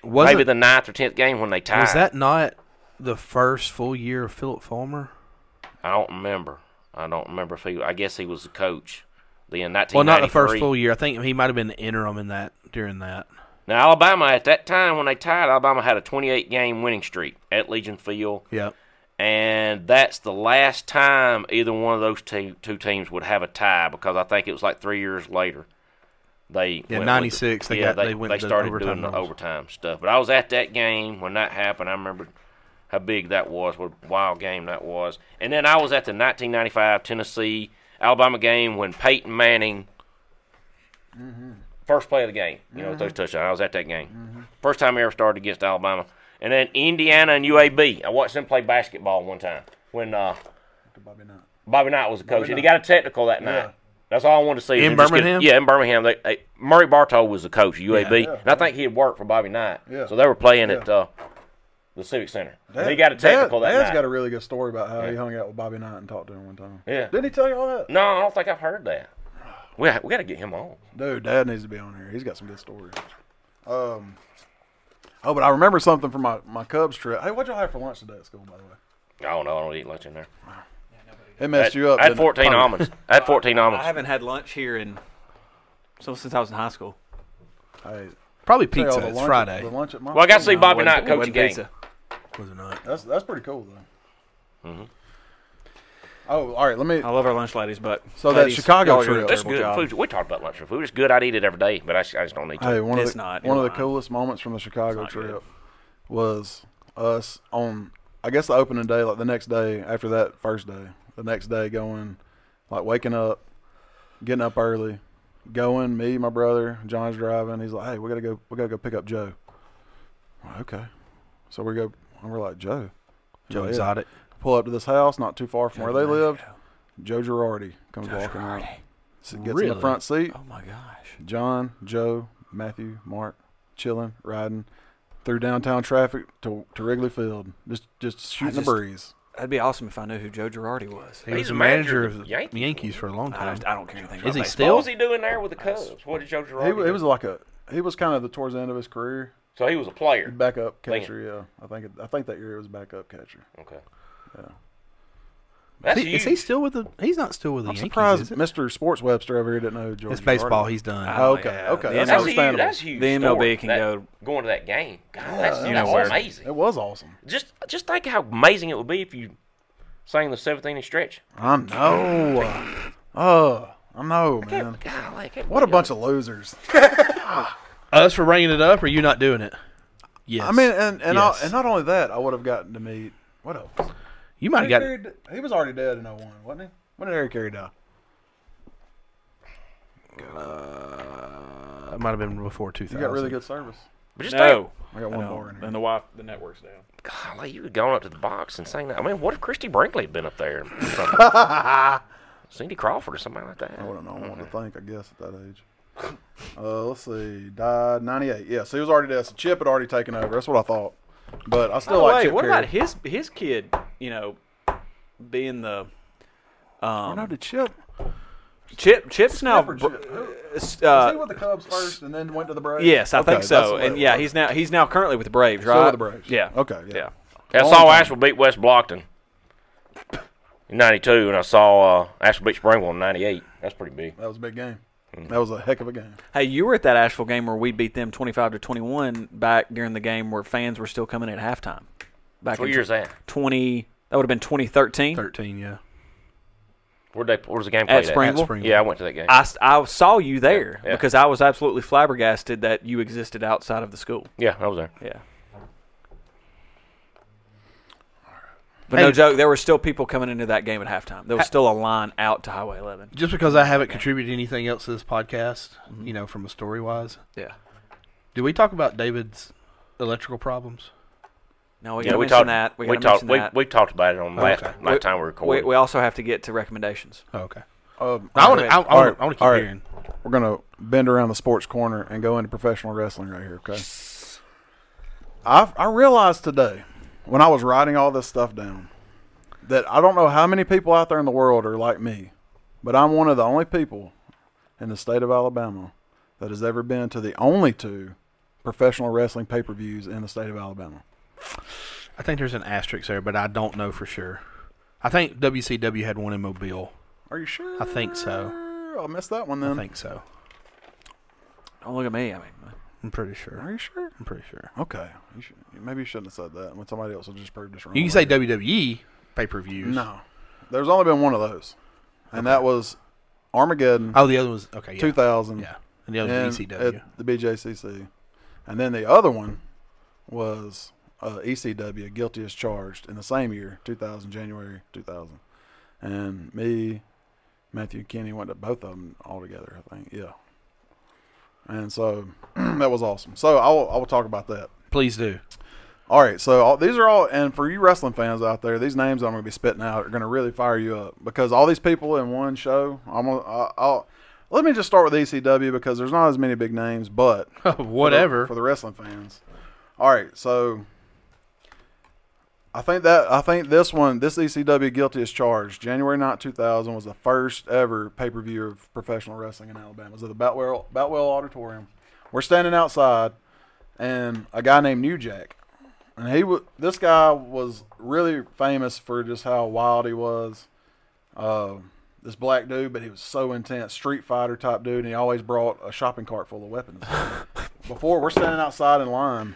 Speaker 2: Wasn't-
Speaker 4: maybe the ninth or tenth game when they tied.
Speaker 2: Was that not the first full year of Philip Fulmer?
Speaker 4: I don't remember. I don't remember if he. I guess he was the coach. Then
Speaker 2: Well,
Speaker 4: nineteen
Speaker 2: not
Speaker 4: ninety
Speaker 2: the first
Speaker 4: three.
Speaker 2: full year. I think he might have been the interim in that during that.
Speaker 4: now Alabama at that time when they tied, Alabama had a twenty eight game winning streak at Legion Field.
Speaker 2: Yep.
Speaker 4: and that's the last time either one of those two, two teams would have a tie because I think it was like three years later. They went with
Speaker 2: 96,
Speaker 4: the-
Speaker 2: they
Speaker 4: yeah,
Speaker 2: got- they went to the
Speaker 4: started
Speaker 2: overtime
Speaker 4: doing the
Speaker 2: rules.
Speaker 4: overtime stuff. But I was at that game when that happened. I remember how big that was, what a wild game that was. And then I was at the 1995 Tennessee Alabama game when Peyton Manning first play of the game. You know, with
Speaker 2: Mm-hmm.
Speaker 4: those touchdowns. I was at that game. First time I ever started against Alabama. And then Indiana and UAB. I watched them play basketball one time when uh,
Speaker 3: Bobby Knight.
Speaker 4: Bobby Knight was the coach, and he got a technical that night. That's all I wanted to see. is
Speaker 2: In
Speaker 4: him just get-
Speaker 2: Birmingham?
Speaker 4: yeah, in Birmingham. They, they, Murray Bartow was the coach, UAB, and I think he had worked for Bobby Knight.
Speaker 3: Yeah.
Speaker 4: So they were playing at uh, the Civic Center. And he got a technical
Speaker 3: Dad,
Speaker 4: that
Speaker 3: Dad's
Speaker 4: night.
Speaker 3: got a really good story about how he hung out with Bobby Knight and talked to him one time.
Speaker 4: Yeah.
Speaker 3: Didn't he tell you all that?
Speaker 4: no, I don't think I've heard that. We ha- we got to get him on.
Speaker 3: Dude, Dad needs to be on here. He's got some good stories. Um, oh, but I remember something from my, my Cubs trip. Hey, what y'all have for lunch today at school, by the way?
Speaker 4: I don't know. I don't eat lunch in there.
Speaker 3: It messed you up.
Speaker 4: I had
Speaker 3: didn't it?
Speaker 4: 14 almonds. I had 14
Speaker 1: I
Speaker 4: almonds.
Speaker 1: haven't had lunch here in so since I was in high school.
Speaker 3: Hey,
Speaker 2: Probably
Speaker 3: tell you all
Speaker 2: pizza.
Speaker 3: oh, the
Speaker 2: It's
Speaker 3: lunch-
Speaker 2: Friday.
Speaker 3: The lunch at my
Speaker 4: Well, I got to see Bobby
Speaker 1: Wasn't-
Speaker 4: Knight coach a
Speaker 1: wasn't
Speaker 4: game.
Speaker 1: pizza.
Speaker 2: Was it not?
Speaker 3: That's that's pretty cool though.
Speaker 4: Mm-hmm.
Speaker 3: Oh, all right. Let me.
Speaker 1: I love our lunch ladies, but
Speaker 3: So that
Speaker 1: ladies,
Speaker 3: Chicago
Speaker 1: y'all are doing
Speaker 3: trip.
Speaker 1: a
Speaker 4: That's
Speaker 1: terrible
Speaker 4: good
Speaker 1: job.
Speaker 4: food. We talked about lunch for food. It's good. I'd eat it every day, but I, just- I just don't need to.
Speaker 3: Hey, one
Speaker 1: It's
Speaker 3: of the
Speaker 1: not,
Speaker 3: one
Speaker 1: you're
Speaker 3: of the
Speaker 1: lying.
Speaker 3: coolest moments from the Chicago
Speaker 1: not good.
Speaker 3: trip was us on I guess the opening day, like the next day after that first day. The next day going, like waking up, getting up early, going. Me, my brother, John's driving. He's like, "Hey, we gotta go. We gotta go pick up Joe." I'm like, okay, so we go and we're like Joe.
Speaker 2: Joe
Speaker 3: Yeah.
Speaker 2: Exotic.
Speaker 3: Pull up to this house, not too far from where they lived. Joe Girardi comes walking out. So gets in
Speaker 2: Really?
Speaker 3: the front seat.
Speaker 1: Oh my gosh.
Speaker 3: John, Joe, Matthew, Mark, chilling, riding through downtown traffic to, to Wrigley Field, just just shooting
Speaker 1: just-
Speaker 3: the breeze.
Speaker 1: That'd be awesome if I knew who Joe Girardi was.
Speaker 2: He
Speaker 4: He's
Speaker 2: was
Speaker 4: the
Speaker 2: the
Speaker 4: manager
Speaker 2: manager
Speaker 4: of
Speaker 2: of
Speaker 4: the
Speaker 2: the
Speaker 4: Yankees.
Speaker 2: Yankees, for a long
Speaker 1: I,
Speaker 2: time.
Speaker 1: just, I don't care anything about
Speaker 2: Is he
Speaker 1: baseball.
Speaker 4: what
Speaker 2: still?
Speaker 4: was he doing there with the Cubs? What did Joe Girardi
Speaker 3: He, wa-
Speaker 4: do?
Speaker 3: he was like a he was kind of the towards the end of his career,
Speaker 4: so he was a player.
Speaker 3: backup
Speaker 4: Thank
Speaker 3: catcher. Yeah, I think it, I think that year it was backup catcher.
Speaker 4: Okay. Yeah.
Speaker 2: Is
Speaker 4: That's
Speaker 2: he, is he
Speaker 4: huge.
Speaker 2: still with the? He's not still with the
Speaker 3: I'm
Speaker 2: Yankees.
Speaker 3: surprised
Speaker 2: is it?
Speaker 3: Mr. Sports Webster over here didn't know. George
Speaker 2: It's baseball.
Speaker 3: Girardi.
Speaker 2: He's done.
Speaker 3: Oh, okay,
Speaker 1: yeah.
Speaker 3: okay,
Speaker 1: The
Speaker 3: that's
Speaker 4: That's a huge.
Speaker 3: understandable.
Speaker 4: That's a huge.
Speaker 1: The MLB
Speaker 4: story,
Speaker 1: can
Speaker 4: that-
Speaker 1: go-
Speaker 4: going to that game. God, that's,
Speaker 1: You
Speaker 4: that's
Speaker 1: know where-
Speaker 4: amazing.
Speaker 3: It was awesome.
Speaker 4: Just just think how amazing it would be if you sang the seventh inning stretch.
Speaker 3: I know. Oh, I know, man.
Speaker 4: God, like
Speaker 3: What a bunch of losers.
Speaker 2: Us for bringing it up, or you not doing it? Yes.
Speaker 3: I mean, and and,
Speaker 2: Yes.
Speaker 3: I, and not only that, I would have gotten to meet what else.
Speaker 2: you might have got.
Speaker 1: oh
Speaker 3: Harry Carey d- he was already dead in 01, wasn't he? When did Harry Carey die?
Speaker 2: Uh, it might have been before 2000.
Speaker 3: You got really good service.
Speaker 4: But just think,
Speaker 6: No.
Speaker 3: I got one bar in
Speaker 6: Then
Speaker 3: here.
Speaker 6: the wife, the network's down.
Speaker 4: golly, you had gone up to the box and sang that. I mean, what if Christy Brinkley had been up there? or something? Cindy Crawford or somebody like that.
Speaker 3: I wouldn't know what to think, I guess, at that age. Uh, let's see. Died 98. Yeah, so he was already dead. So Chip had already taken over. That's what I thought. But I
Speaker 1: By
Speaker 3: still
Speaker 1: the
Speaker 3: like
Speaker 1: way,
Speaker 3: Chip
Speaker 1: Oh, what
Speaker 3: Carey.
Speaker 1: about his his kid? You know, being the
Speaker 2: I know the chip.
Speaker 1: Chip. Chip's now.
Speaker 3: Clifford
Speaker 1: br-
Speaker 3: Chip. Who-
Speaker 1: s-
Speaker 3: Was
Speaker 1: uh,
Speaker 3: he with the Cubs first and then went to the Braves?
Speaker 1: yes, I
Speaker 3: Okay,
Speaker 1: think
Speaker 3: that's
Speaker 1: so.
Speaker 3: what it
Speaker 1: And yeah,
Speaker 3: was.
Speaker 1: he's now he's now currently with the Braves, right?
Speaker 3: Still with the Braves.
Speaker 1: Yeah.
Speaker 3: Okay, yeah.
Speaker 1: Yeah.
Speaker 4: I saw Asheville beat West Blockton in '92, and I saw uh, Asheville beat Springville in '98. That's pretty big.
Speaker 3: That was a big game. That was a heck of a game.
Speaker 1: Hey, you were at that Asheville game where we beat them twenty-five to twenty-one back during the game where fans were still coming in at halftime. Back
Speaker 4: What
Speaker 1: in
Speaker 4: year's that?
Speaker 1: Twenty. That would have been twenty thirteen
Speaker 2: 13, yeah.
Speaker 4: Where they? Where was the game played
Speaker 1: at
Speaker 4: at?
Speaker 1: Springville.
Speaker 2: Springville.
Speaker 4: Yeah, I went to that game.
Speaker 1: I, s- I saw you there
Speaker 4: Yeah, yeah.
Speaker 1: because I was absolutely flabbergasted that you existed outside of the school.
Speaker 4: yeah, I was there.
Speaker 1: Yeah. But no joke, there were still people coming into that game at halftime. There was still a line out to Highway 11.
Speaker 2: Just because I haven't contributed anything else to this podcast, you know, from a story wise,
Speaker 1: Yeah.
Speaker 2: do we talk about David's electrical problems?
Speaker 1: No, we
Speaker 4: Yeah,
Speaker 1: gotta
Speaker 4: we
Speaker 1: mention
Speaker 4: talked.
Speaker 1: that. We,
Speaker 4: we
Speaker 1: gotta
Speaker 4: talked.
Speaker 1: mention
Speaker 4: We,
Speaker 1: that.
Speaker 4: we talked about it on the last
Speaker 2: okay.
Speaker 4: night time we
Speaker 1: we,
Speaker 4: recorded.
Speaker 1: we also have to get to recommendations.
Speaker 2: Oh, okay.
Speaker 3: Um,
Speaker 2: I want
Speaker 1: Go
Speaker 2: to.
Speaker 1: ahead.
Speaker 2: I,
Speaker 3: All right,
Speaker 2: want to keep
Speaker 3: all right.
Speaker 2: hearing.
Speaker 3: We're gonna bend around the sports corner and go into professional wrestling right here. Okay. I I realized today when I was writing all this stuff down that I don't know how many people out there in the world are like me, but I'm one of the only people in the state of Alabama that has ever been to the only two professional wrestling pay per views in the state of Alabama.
Speaker 2: I think there's an asterisk there, but I don't know for sure. I think WCW had one in Mobile.
Speaker 3: Are you sure?
Speaker 2: I think so.
Speaker 3: I missed that one
Speaker 2: I
Speaker 3: then.
Speaker 2: think so.
Speaker 1: Don't Oh, look at me. I mean,
Speaker 2: I'm pretty sure.
Speaker 3: Are you sure?
Speaker 2: I'm pretty sure.
Speaker 3: Okay. You should, maybe you shouldn't have said that. When somebody else will just prove this wrong.
Speaker 2: You can say E
Speaker 3: later.
Speaker 2: WWE pay per views.
Speaker 3: No. There's only been one of those. And that was Armageddon
Speaker 2: Oh, the other one's okay. Yeah.
Speaker 3: 2000.
Speaker 2: Yeah. E And the other
Speaker 3: and uh,
Speaker 2: one's ECW.
Speaker 3: at the BJCC. And then the other one was uh, ECW, Guilty as Charged, in the same year, 2000, January 2000. And me, Matthew, and Kenny went to both of them all together, I think. Yeah. And so that was awesome. So I will, I will talk about that.
Speaker 2: Please do.
Speaker 3: All right, so all, these are all, and for you wrestling fans out there, these names I'm going to be spitting out are going to really fire you up because all these people in one show. I'm gonna, I- I'll let me just start with ECW because there's not as many big names, but
Speaker 2: Whatever.
Speaker 3: for the wrestling fans. All right, so I think that I think this one, this ECW Guilty as Charged, January 9, 2000 was the first ever pay-per-view of professional wrestling in Alabama. It was at the Boutwell Boutwell Auditorium. We're standing outside and a guy named New Jack. And he wa this guy was really famous for just how wild he was. Uh, this black dude, but he was so intense, street fighter type dude, and he always brought a shopping cart full of weapons. Before we're standing outside in line,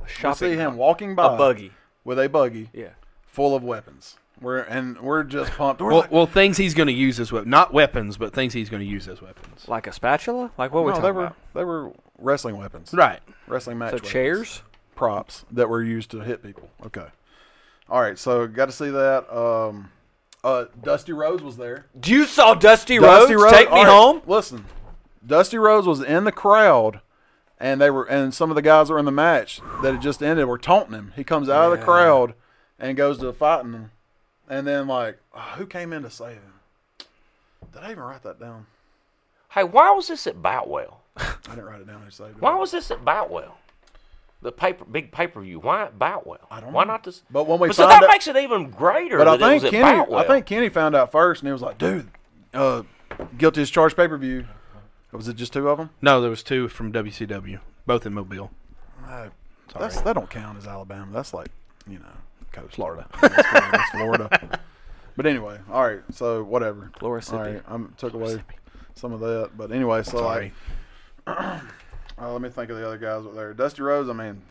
Speaker 3: we see
Speaker 1: shopping
Speaker 3: him walking by
Speaker 1: a buggy.
Speaker 3: with a buggy
Speaker 1: Yeah.
Speaker 3: full of weapons. We're and we're just pumped. We're
Speaker 2: Well,
Speaker 3: like,
Speaker 2: well, things he's going to use as weapons. Not weapons, but things he's going to use as weapons.
Speaker 1: Like a spatula? Like what were we
Speaker 3: no,
Speaker 1: talking
Speaker 3: they were
Speaker 1: about?
Speaker 3: they were wrestling weapons,
Speaker 2: Right.
Speaker 3: Wrestling match.
Speaker 1: So
Speaker 3: weapons.
Speaker 1: chairs?
Speaker 3: props that were used to hit people. Okay. All right, so got to see that. Um, uh, Dusty Rhodes was there.
Speaker 1: You saw Dusty,
Speaker 3: Dusty
Speaker 1: Rhodes,
Speaker 3: Rhodes
Speaker 1: take me
Speaker 3: all right,
Speaker 1: home?
Speaker 3: Listen, Dusty Rhodes was in the crowd, and they were, and some of the guys that were in the match that had just ended were taunting him. He comes out of the crowd and goes to fighting them, and then like, ah, who came in to save him? Did I even write that down?
Speaker 4: Hey, why was this at Boutwell?
Speaker 3: I didn't write it down. Who saved him?
Speaker 4: Why was this at Boutwell? The paper, big pay per view. Why at Boutwell?
Speaker 3: I don't
Speaker 4: Why
Speaker 3: know.
Speaker 4: not this?
Speaker 3: But when we
Speaker 4: so
Speaker 3: found
Speaker 4: that
Speaker 3: out-
Speaker 4: makes it even greater.
Speaker 3: But I
Speaker 4: that it was
Speaker 3: think
Speaker 4: at
Speaker 3: Kenny,
Speaker 4: Boutwell.
Speaker 3: I think Kenny found out first, and he was like, "Dude, uh, guilty as charged pay per view." Was it just two of them?
Speaker 2: No, there was two from WCW, both in Mobile.
Speaker 3: That's, that don't count as Alabama. That's like, you know, coast.
Speaker 2: Florida.
Speaker 3: That's Florida. That's Florida. But anyway, all right. So whatever.
Speaker 1: Florissippi.
Speaker 3: All right, I took away some of that. But anyway, so
Speaker 2: Sorry.
Speaker 3: like, uh, let me think of the other guys up there. Dusty Rose. I mean,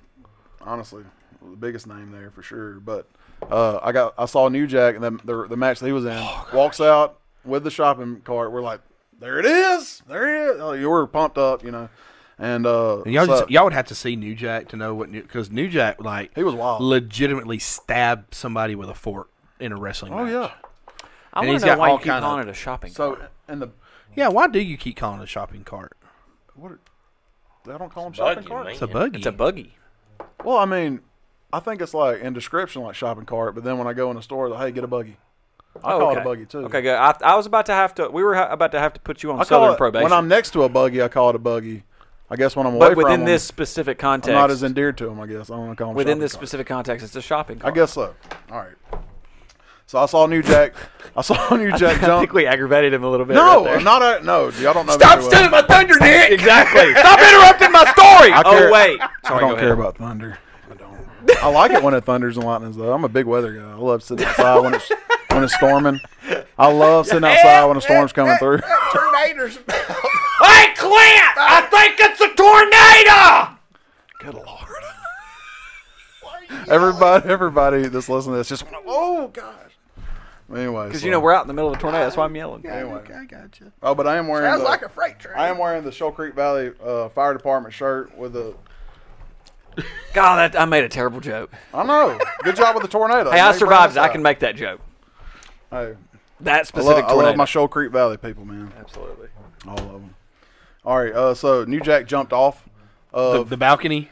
Speaker 3: honestly, the biggest name there for sure. But uh, I got I saw New Jack and the the, the match that he was in.
Speaker 2: Oh,
Speaker 3: walks out with the shopping cart. We're like, there it is. There it is. Oh, you were pumped up, you know. And, uh,
Speaker 2: And y'all,
Speaker 3: so-
Speaker 2: just, y'all would have to see New Jack to know what New because New Jack like
Speaker 3: He was wild.
Speaker 2: legitimately stabbed somebody with a fork in a wrestling.
Speaker 3: oh
Speaker 2: match.
Speaker 3: yeah.
Speaker 1: I
Speaker 2: And
Speaker 1: want
Speaker 2: he's
Speaker 1: to know
Speaker 2: got
Speaker 1: why
Speaker 2: all
Speaker 1: you keep
Speaker 2: kinda-
Speaker 1: calling it a shopping
Speaker 3: So and the
Speaker 2: Yeah, why do you keep calling it a shopping cart?
Speaker 3: What? Are, they don't call them
Speaker 4: Buggy,
Speaker 3: shopping carts.
Speaker 4: man.
Speaker 2: It's a buggy.
Speaker 1: It's a buggy.
Speaker 3: Well, I mean, I think it's like in description like shopping cart, but then when I go in the store, like, hey, get a buggy. I call it a buggy too.
Speaker 1: Oh, Okay, good. I, I was about to have to. We were ha- about to have to put you on
Speaker 3: I call
Speaker 1: southern
Speaker 3: it,
Speaker 1: probation.
Speaker 3: when I'm next to a buggy, I call it a buggy. I guess when I'm away
Speaker 1: but
Speaker 3: from
Speaker 1: within
Speaker 3: them,
Speaker 1: this specific context,
Speaker 3: I'm not as endeared to them. I guess I don't want to call them
Speaker 1: within
Speaker 3: shopping
Speaker 1: this
Speaker 3: carts.
Speaker 1: specific context, it's a shopping
Speaker 3: I
Speaker 1: cart.
Speaker 3: guess so. All right. So I saw New Jack. I saw New Jack
Speaker 1: I
Speaker 3: jump.
Speaker 1: think we aggravated him a little bit.
Speaker 3: no,
Speaker 1: right there.
Speaker 3: not a no. Y'all don't know.
Speaker 4: Stop
Speaker 3: me too
Speaker 4: stealing my thunder, Nick!
Speaker 1: exactly.
Speaker 4: Stop interrupting my story!
Speaker 3: I
Speaker 1: oh
Speaker 3: care-
Speaker 1: wait, sorry.
Speaker 3: Well. I
Speaker 1: go
Speaker 3: don't
Speaker 1: ahead.
Speaker 3: care about thunder. I don't. I like it when it thunders and lightnings though. I'm a big weather guy. I love sitting outside when it's when it's storming. I love sitting outside when a storm's coming through.
Speaker 2: Tornadoes.
Speaker 4: Hey, Clint! I think it's a tornado!
Speaker 3: Good lord. everybody, everybody that's listening to this just went, oh gosh. Anyway,
Speaker 1: Because you know we're out in the middle of a tornado. That's why I'm yelling.
Speaker 2: I got you.
Speaker 3: Oh, but I am wearing.
Speaker 2: Sounds
Speaker 3: the-
Speaker 2: like a freight train.
Speaker 3: I am wearing the Shoal Creek Valley uh, Fire Department shirt with the.
Speaker 1: God, that, I made a terrible joke.
Speaker 3: I know. Good job with the tornado.
Speaker 1: Hey, I
Speaker 3: Make your
Speaker 1: survived. it.
Speaker 3: ass
Speaker 1: I
Speaker 3: out.
Speaker 1: can make that joke.
Speaker 3: Hey,
Speaker 1: That
Speaker 3: I love,
Speaker 1: specific
Speaker 3: I love
Speaker 1: tornado.
Speaker 3: my Shoal Creek Valley people, man.
Speaker 1: Absolutely.
Speaker 3: All of them. All right. Uh, so New Jack jumped off
Speaker 2: The,
Speaker 3: of the,
Speaker 2: the balcony.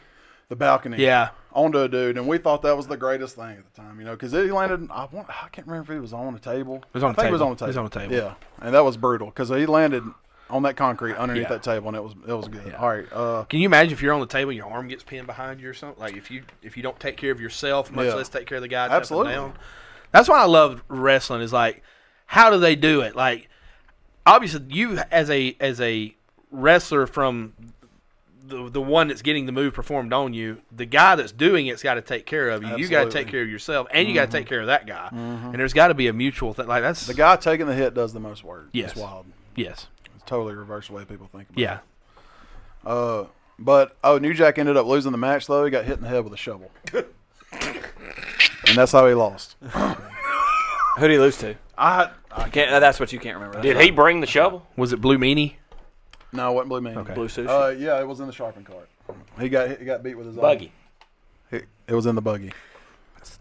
Speaker 3: balcony.
Speaker 2: Yeah.
Speaker 3: Onto a dude, and we thought that was the greatest thing at the time, you know, because he landed. I want. I can't remember if he was on a table. It
Speaker 2: was on
Speaker 3: I
Speaker 2: a
Speaker 3: think It was
Speaker 2: table.
Speaker 3: on a table.
Speaker 2: It was on a table.
Speaker 3: Yeah, and that was brutal because he landed on that concrete underneath
Speaker 2: Yeah.
Speaker 3: that table, and it was it was good. All right. Uh,
Speaker 2: Can you imagine if you're on the table, your arm gets pinned behind you or something? Like if you if you don't take care of yourself, much
Speaker 3: Yeah.
Speaker 2: less take care of the guy.
Speaker 3: Absolutely.
Speaker 2: Absolutely. Down. That's why I love wrestling. Is like, how do they do it? Like, obviously, you as a as a wrestler from the the one that's getting the move performed on you, the guy that's doing it's got to take care of you. You got to
Speaker 3: Absolutely.
Speaker 2: take care of yourself, and you got to take care of that guy. And there's got to be a mutual thing. Like that's
Speaker 3: the guy taking the hit does the most work.
Speaker 2: Yes.
Speaker 3: It's wild.
Speaker 2: Yes.
Speaker 3: It's totally reverse the way people think about
Speaker 2: Yeah.
Speaker 3: it. Uh, but oh, New Jack ended up losing the match though. He got hit in the head with a shovel, and that's how he lost.
Speaker 1: Who do you lose to?
Speaker 3: I, I
Speaker 1: You can't. uh, That's what you can't remember.
Speaker 4: Did he bring the shovel?
Speaker 2: Was it Blue Meanie?
Speaker 3: no, it wasn't Blue Man. Okay.
Speaker 1: Blue sushi.
Speaker 3: Uh, yeah, it was in the shopping cart. He got hit, he got beat with his own.
Speaker 4: Buggy.
Speaker 3: It, it was in the buggy.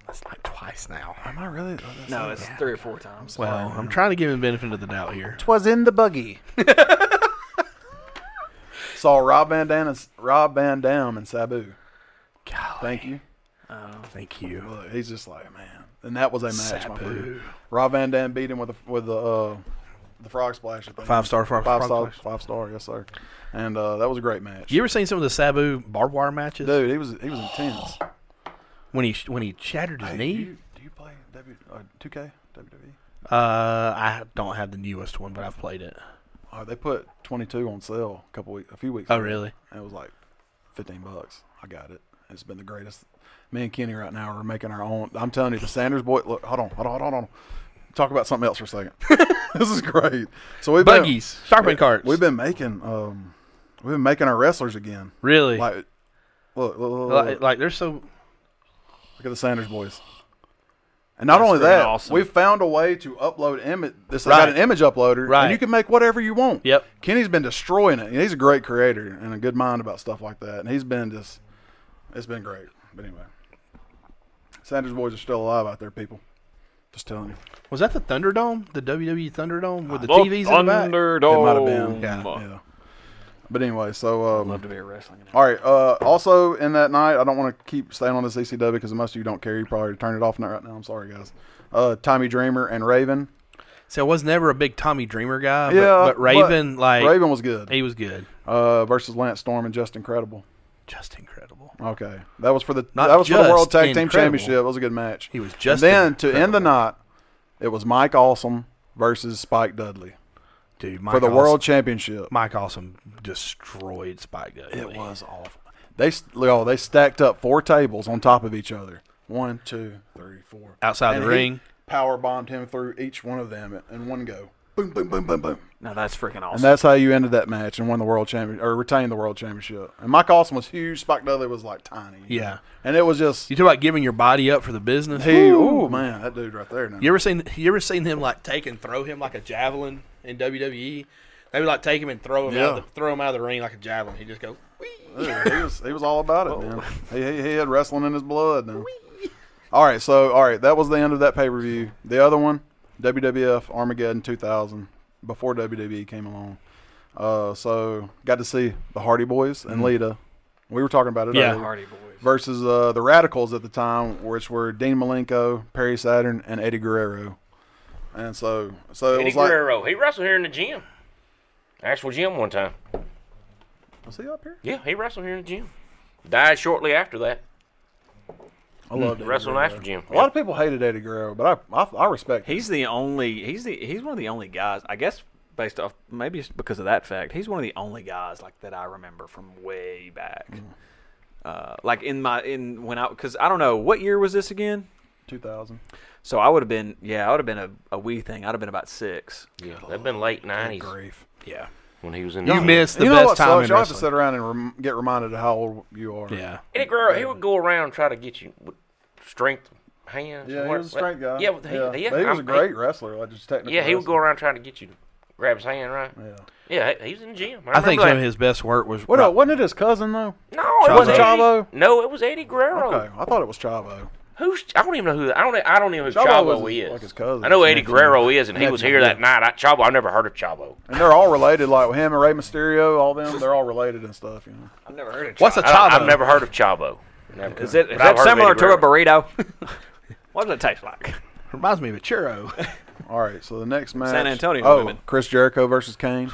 Speaker 2: That's like twice now.
Speaker 3: Am I really? Oh, that's
Speaker 1: no, it's three or four times.
Speaker 2: Well, I'm trying to give him benefit of the doubt here.
Speaker 3: was in the buggy. Saw Rob Van Dam and Rob Van Dam in Sabu. Thank you.
Speaker 2: Thank you.
Speaker 3: Look, he's just like man, and that was a match. My friend. Rob Van Dam beat him with a, with the uh, the frog splash. I think.
Speaker 2: Five star frog-
Speaker 3: five
Speaker 2: frog
Speaker 3: star,
Speaker 2: splash.
Speaker 3: five star. Yes, sir. And uh, that was a great match.
Speaker 2: You ever seen some of the Sabu barbed wire matches?
Speaker 3: Dude, he was he was intense.
Speaker 2: Oh, When he when he shattered his
Speaker 3: Hey, do,
Speaker 2: knee.
Speaker 3: you, do you play W uh, E? two K WWE?
Speaker 2: Uh, I don't have the newest one, but I've played it.
Speaker 3: Oh, they put twenty two on sale a couple weeks, a few weeks.
Speaker 2: Oh,
Speaker 3: ago.
Speaker 2: really?
Speaker 3: And it was like fifteen bucks. I got it. It's been the greatest. Me and Kenny right now are making our own. I'm telling you, the Sanders boy. Look, hold on, hold on, hold on. Hold on. Talk about something else for a second. this is great. So we've been-
Speaker 2: Buggies, sharpen carts.
Speaker 3: We've been making um, we've been making our wrestlers again.
Speaker 2: really like,
Speaker 3: Like, uh, look, look, look, look,
Speaker 2: like,
Speaker 3: look
Speaker 2: they're so
Speaker 3: at the Sanders boys. And not only
Speaker 2: freaking
Speaker 3: that,
Speaker 2: awesome.
Speaker 3: we've found a way to upload image. This I got
Speaker 2: Right.
Speaker 3: an image uploader,
Speaker 2: Right.
Speaker 3: and you can make whatever you want.
Speaker 2: Yep.
Speaker 3: Kenny's been destroying it. He's a great creator and a good mind about stuff like that, and he's been just, it's been great. But anyway, Sanders boys are still alive out there, people. Just telling you,
Speaker 2: was that the Thunderdome, the WWE Thunderdome with the
Speaker 4: Well,
Speaker 2: TVs in the back.
Speaker 3: it might have been.
Speaker 2: Yeah.
Speaker 3: yeah. But anyway, so um,
Speaker 1: Love to be a wrestling. announcer.
Speaker 3: All right. Uh, also, in that night, I don't want to keep staying on this E ECW because most of you don't care. You probably turn it off now- right now. I'm sorry, guys. Uh, Tommy Dreamer and Raven.
Speaker 2: So I was never a big Tommy Dreamer guy, but,
Speaker 3: Yeah,
Speaker 2: but Raven like
Speaker 3: Raven was good.
Speaker 2: he was good,
Speaker 3: Uh, versus Lance Storm and Just Incredible.
Speaker 2: just incredible.
Speaker 3: Okay, that was for the
Speaker 2: Not
Speaker 3: that was for the
Speaker 2: just
Speaker 3: World Tag Team
Speaker 2: incredible.
Speaker 3: Championship. It was a good match.
Speaker 2: He was just
Speaker 3: And then to end the night, it was Mike Awesome versus Spike Dudley
Speaker 2: Dude, Mike
Speaker 3: for the
Speaker 2: Awesome,
Speaker 3: World Championship.
Speaker 2: Mike Awesome destroyed Spike Dudley.
Speaker 3: It was awful. They st- oh, they stacked up four tables on top of each other. One, two, three, four.
Speaker 2: Outside the
Speaker 3: And he
Speaker 2: ring.
Speaker 3: Power bombed him through each one of them in one go. Boom, boom, boom, boom, boom.
Speaker 1: No, that's freaking awesome.
Speaker 3: And that's how you ended that match and won the world championship or retained the world championship. And Mike Austin was huge. Spike Dudley was like tiny.
Speaker 2: Yeah.
Speaker 3: And it was just
Speaker 2: You
Speaker 3: he.
Speaker 2: talk about giving your body up for the business.
Speaker 3: Oh man, that dude right there. Now.
Speaker 2: You ever seen you ever seen him like take and throw him like a javelin in WWE? They would like take him and throw him out
Speaker 3: Yeah.
Speaker 2: of the, throw him out of the ring like a javelin. He just goes.
Speaker 3: Dude, he was he was all about it, man. He, he, he had wrestling in his blood. Now. All right, so all right, that was the end of that pay per view. The other one, WWF Armageddon 2000. before WWE came along. Uh, so got to see the Hardy Boys and Lita. We were talking about it.
Speaker 6: Yeah.
Speaker 3: earlier.
Speaker 1: Hardy Boys.
Speaker 3: versus uh, the Radicals at the time, which were Dean Malenko, Perry Saturn, and Eddie Guerrero. And so, so it
Speaker 4: Eddie
Speaker 3: was like,
Speaker 4: Guerrero, he wrestled here in the gym, actual gym one time.
Speaker 3: was he up here?
Speaker 4: Yeah, he wrestled here in the gym. Died shortly after that.
Speaker 3: I loved Eddie
Speaker 4: Wrestled
Speaker 3: Guerrero.
Speaker 4: after gym.
Speaker 3: Hmm. A lot of people hated Eddie Guerrero, but I, I, I respect. him.
Speaker 1: He's the only. He's the. He's one of the only guys. I guess based off maybe it's because of that fact, he's one of the only guys like that I remember from way back. Uh, like in my in when I because I don't know what year was this again.
Speaker 3: 2000.
Speaker 1: So I would have been yeah I would have been a, a wee thing. I'd have been about six.
Speaker 4: Yeah, that'd been late nineties
Speaker 3: Grief.
Speaker 2: Yeah.
Speaker 4: when he was in.
Speaker 2: You
Speaker 4: the
Speaker 2: missed the
Speaker 3: you know
Speaker 2: best
Speaker 3: what
Speaker 2: time in
Speaker 3: sucks? Y'all have to
Speaker 2: wrestling.
Speaker 3: sit around and rem- get reminded of how old you are.
Speaker 2: Yeah.
Speaker 4: Eddie Guerrero. He would go around and try to get you with strength, hands.
Speaker 3: Yeah, he
Speaker 4: what-
Speaker 3: was a strength guy.
Speaker 4: Yeah, he, yeah,
Speaker 3: But he was
Speaker 4: I'm-
Speaker 3: a great wrestler. Like just technical.
Speaker 4: yeah, he would go
Speaker 3: wrestler.
Speaker 4: around trying to get you, to grab his hand, right?
Speaker 3: Yeah.
Speaker 4: Yeah, he, he was in the gym. I,
Speaker 2: I think
Speaker 4: remember
Speaker 2: some of
Speaker 4: that.
Speaker 2: his best work was.
Speaker 3: What?
Speaker 2: right-
Speaker 3: uh, Wasn't it his cousin though?
Speaker 4: No, it was
Speaker 2: Chavo.
Speaker 4: Chavo.
Speaker 3: Chavo?
Speaker 4: No, it was Eddie Guerrero.
Speaker 3: Okay, I thought it was Chavo.
Speaker 4: Who's I don't even know who I don't I don't even know who
Speaker 3: Chavo
Speaker 4: Chavo,
Speaker 3: was his-
Speaker 4: is.
Speaker 3: like his cousin,
Speaker 4: I know
Speaker 3: his
Speaker 4: Eddie
Speaker 3: nephew.
Speaker 4: Guerrero is, and he was
Speaker 3: Nephew,
Speaker 4: here that
Speaker 3: yeah.
Speaker 4: night. I, Chavo, I've never heard of Chavo.
Speaker 3: And they're all related, like him and Rey Mysterio, all them. They're all related and stuff, you know.
Speaker 1: I've never heard of.
Speaker 2: What's a
Speaker 4: I,
Speaker 2: Chavo?
Speaker 4: have never heard of Chavo. Never.
Speaker 1: Is it is
Speaker 4: But
Speaker 1: that
Speaker 4: I've heard of
Speaker 1: similar
Speaker 4: Eddie
Speaker 1: to a burrito? what does it taste like?
Speaker 2: Reminds me of a churro.
Speaker 3: All right, so the next match,
Speaker 1: San Antonio
Speaker 3: Oh,
Speaker 1: women.
Speaker 3: Chris Jericho versus Kane.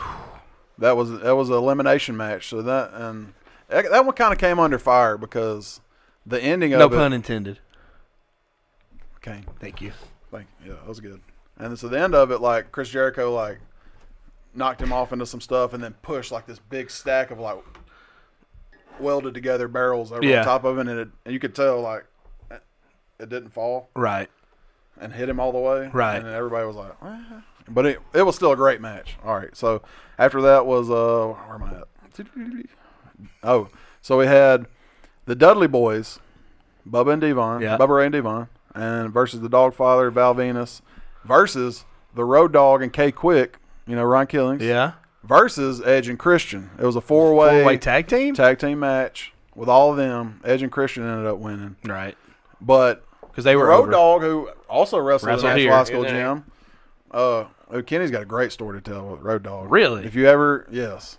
Speaker 3: That was that was an elimination match. So that and that that one kind of came under fire because the ending
Speaker 2: no
Speaker 3: of it.
Speaker 2: pun intended.
Speaker 3: Kane,
Speaker 2: Thank you.
Speaker 3: thank yeah, that was good. And so the end of it, like Chris Jericho, like knocked him off into some stuff, and then pushed like this big stack of like welded together barrels over
Speaker 2: Yeah.
Speaker 3: on top of it, and, it, and you could tell like it didn't fall.
Speaker 2: Right.
Speaker 3: and hit him all the way.
Speaker 2: Right.
Speaker 3: And then everybody was like, "Eh." but it, it was still a great match. All right. So after that was, uh, where am I at? Oh, so we had the Dudley boys, Bubba and Devon,
Speaker 2: Yeah.
Speaker 3: Bubba Ray and Devon, and versus the Dogfather, Val Venus, versus the Road Dog and K Quick, you know, Ron Killings.
Speaker 2: Yeah.
Speaker 3: Versus Edge and Christian. It was a four way
Speaker 2: Four-way tag team?
Speaker 3: Tag team match with all of them. Edge and Christian ended up winning.
Speaker 2: Right.
Speaker 3: But
Speaker 2: Because they were
Speaker 3: Road
Speaker 2: over.
Speaker 3: Dog, who also wrestled,
Speaker 2: Wrestled
Speaker 3: in the
Speaker 2: here.
Speaker 3: High School
Speaker 4: Isn't it?
Speaker 3: Gym. Uh, oh, Kenny's got a great story to tell with Road Dog.
Speaker 2: Really?
Speaker 3: If you ever, yes,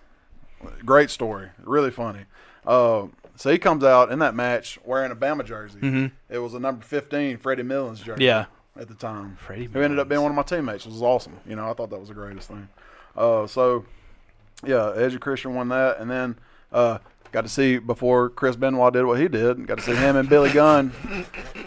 Speaker 3: great story, really funny. Uh, so he comes out in that match wearing a Bama jersey. It was a number fifteen Freddie Millins
Speaker 2: Mm-hmm.
Speaker 3: jersey.
Speaker 2: Yeah.
Speaker 3: At the time,
Speaker 2: Freddie
Speaker 3: who ended up being one of my teammates, which was awesome. You know, I thought that was the greatest thing. Uh, so yeah, Edge and Christian won that, and then uh, got to see before Chris Benoit did what he did. Got to see him and Billy Gunn.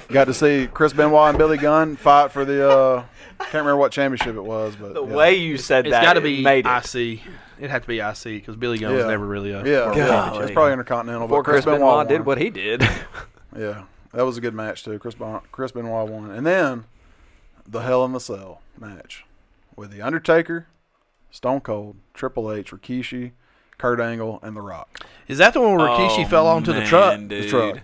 Speaker 3: got to see Chris Benoit and Billy Gunn fight for the. Uh, can't remember what championship it was, but
Speaker 1: The
Speaker 3: yeah.
Speaker 1: way you said
Speaker 2: It's
Speaker 1: that,
Speaker 2: got to
Speaker 1: it
Speaker 2: be
Speaker 1: made it.
Speaker 2: IC. It had to be IC because Billy Gunn was
Speaker 3: Yeah.
Speaker 2: never really a.
Speaker 3: yeah, yeah.
Speaker 1: Golly.
Speaker 3: it's probably intercontinental.
Speaker 1: Before
Speaker 3: but Chris, Benoit,
Speaker 1: did
Speaker 3: won.
Speaker 1: what he did.
Speaker 3: Yeah, that was a good match too. Chris ben- Chris Benoit won, and then the Hell in the Cell match with the Undertaker, Stone Cold, Triple H, Rikishi, Kurt Angle, and The Rock.
Speaker 2: Is that the one where Rikishi fell onto the truck?
Speaker 3: The truck.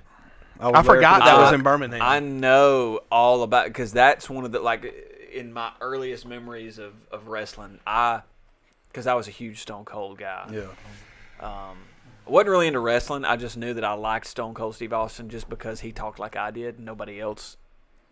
Speaker 2: I
Speaker 3: there
Speaker 2: forgot
Speaker 3: for the
Speaker 2: that
Speaker 3: truck.
Speaker 2: was in Birmingham.
Speaker 1: Uh, I know all about because that's one of the like in my earliest memories of, of wrestling. I because I was a huge Stone Cold guy.
Speaker 3: Yeah.
Speaker 1: I wasn't really into wrestling. I just knew that I liked Stone Cold Steve Austin just because he talked like I did. Nobody else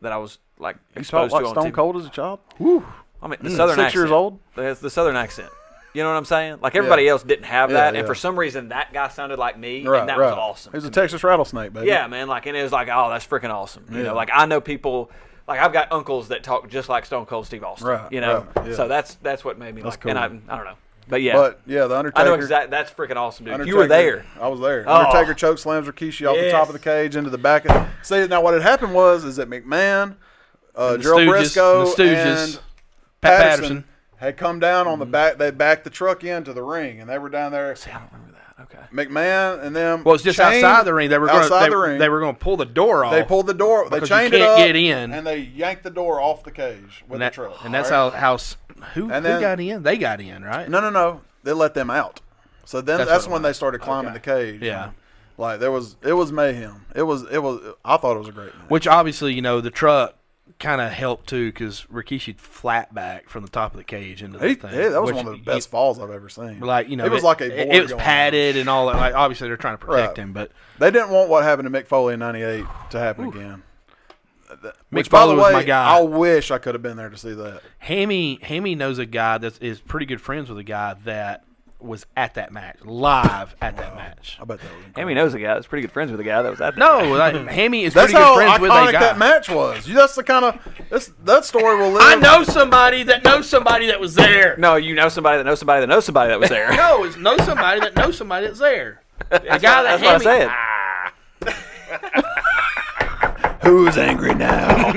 Speaker 1: that I was like
Speaker 3: You
Speaker 1: exposed
Speaker 3: talk like
Speaker 1: to on
Speaker 3: Stone
Speaker 1: TV.
Speaker 3: Cold as a child?
Speaker 1: I mean, the Southern
Speaker 3: six
Speaker 1: accent.
Speaker 3: years old?
Speaker 1: That's the Southern accent. You know what I'm saying? Like everybody else didn't have
Speaker 3: Yeah,
Speaker 1: that, and
Speaker 3: yeah.
Speaker 1: for some reason that guy sounded like me, and that was awesome.
Speaker 3: He was
Speaker 1: to
Speaker 3: a
Speaker 1: me.
Speaker 3: Texas rattlesnake, baby.
Speaker 1: Yeah, man. Like, and it was like, oh, that's freaking awesome. You
Speaker 3: Yeah.
Speaker 1: know, like I know people, like I've got uncles that talk just like Stone Cold Steve Austin.
Speaker 3: Right,
Speaker 1: You know,
Speaker 3: right, yeah.
Speaker 1: so that's that's what made me like. And I, I don't know, but yeah,
Speaker 3: But yeah, the
Speaker 1: I
Speaker 3: Undertaker.
Speaker 1: know exactly. That's freaking awesome, dude. You were
Speaker 3: Undertaker-
Speaker 1: there.
Speaker 3: I was there.
Speaker 1: Oh.
Speaker 3: Undertaker choke slams Rikishi off the
Speaker 1: Yes.
Speaker 3: top of the cage into the back. Of, see, now what had happened was is that McMahon, uh,
Speaker 2: The
Speaker 3: Gerald
Speaker 2: Stooges-
Speaker 3: Briscoe,
Speaker 2: the Stooges,
Speaker 3: and
Speaker 2: Pat
Speaker 3: Patterson,
Speaker 2: Patterson. Mm-hmm.
Speaker 3: had come down on the back. They backed the truck into the ring, and they were down there.
Speaker 1: I don't remember that. Okay.
Speaker 3: McMahon and them.
Speaker 2: Well, it's just
Speaker 3: chained-
Speaker 2: outside the ring. They were going.
Speaker 3: outside
Speaker 2: They,
Speaker 3: the ring.
Speaker 2: they were going to pull the door off.
Speaker 3: They pulled the door. They
Speaker 2: because you
Speaker 3: chained it
Speaker 2: can't
Speaker 3: up.
Speaker 2: get in.
Speaker 3: and they yanked the door off the cage with
Speaker 2: and, that-
Speaker 3: the truck.
Speaker 2: and that's
Speaker 3: All right?
Speaker 2: how how s- who,
Speaker 3: And
Speaker 2: who
Speaker 3: then-
Speaker 2: got in? They got in, right?
Speaker 3: No, no, no. They let them out. So then
Speaker 2: That's
Speaker 3: that's,
Speaker 2: what it
Speaker 3: when they started climbing the cage.
Speaker 2: Yeah.
Speaker 3: Like there was, it was mayhem. It was, it was. I thought it was a great. Match.
Speaker 2: Which obviously, you know, the truck kind of helped too because Rikishi flat back from the top of the cage into the
Speaker 3: He-
Speaker 2: thing.
Speaker 3: yeah, that was
Speaker 2: which
Speaker 3: one of the
Speaker 2: you-
Speaker 3: best falls I've ever seen.
Speaker 2: Like you know,
Speaker 3: it was like a board
Speaker 2: it was
Speaker 3: going
Speaker 2: padded and all that. Like obviously, they're trying to protect
Speaker 3: Right.
Speaker 2: him, but
Speaker 3: They didn't want what happened to Mick Foley in '98 to happen again. That,
Speaker 2: Mick
Speaker 3: which, by the
Speaker 2: Foley was
Speaker 3: way,
Speaker 2: my guy.
Speaker 3: I wish I could have been there to see that.
Speaker 2: Hammy Hammy knows a guy that is pretty good friends with a guy that was at that match, live at that match.
Speaker 3: I bet that was.
Speaker 1: Hammy knows a guy that's pretty good friends with a guy that was at that.
Speaker 2: No, like, Hammy is
Speaker 3: That's
Speaker 2: pretty good
Speaker 3: how
Speaker 2: friends with a
Speaker 3: iconic
Speaker 2: guy.
Speaker 3: that match was. You- That's the kind of that's, that story will live.
Speaker 2: I know somebody that knows somebody that was there.
Speaker 1: No, you know somebody that knows somebody that knows somebody that was there.
Speaker 2: No, it's know somebody that knows somebody that's there. A guy that
Speaker 1: That's what I
Speaker 2: Hammy.
Speaker 1: said.
Speaker 3: who's angry now.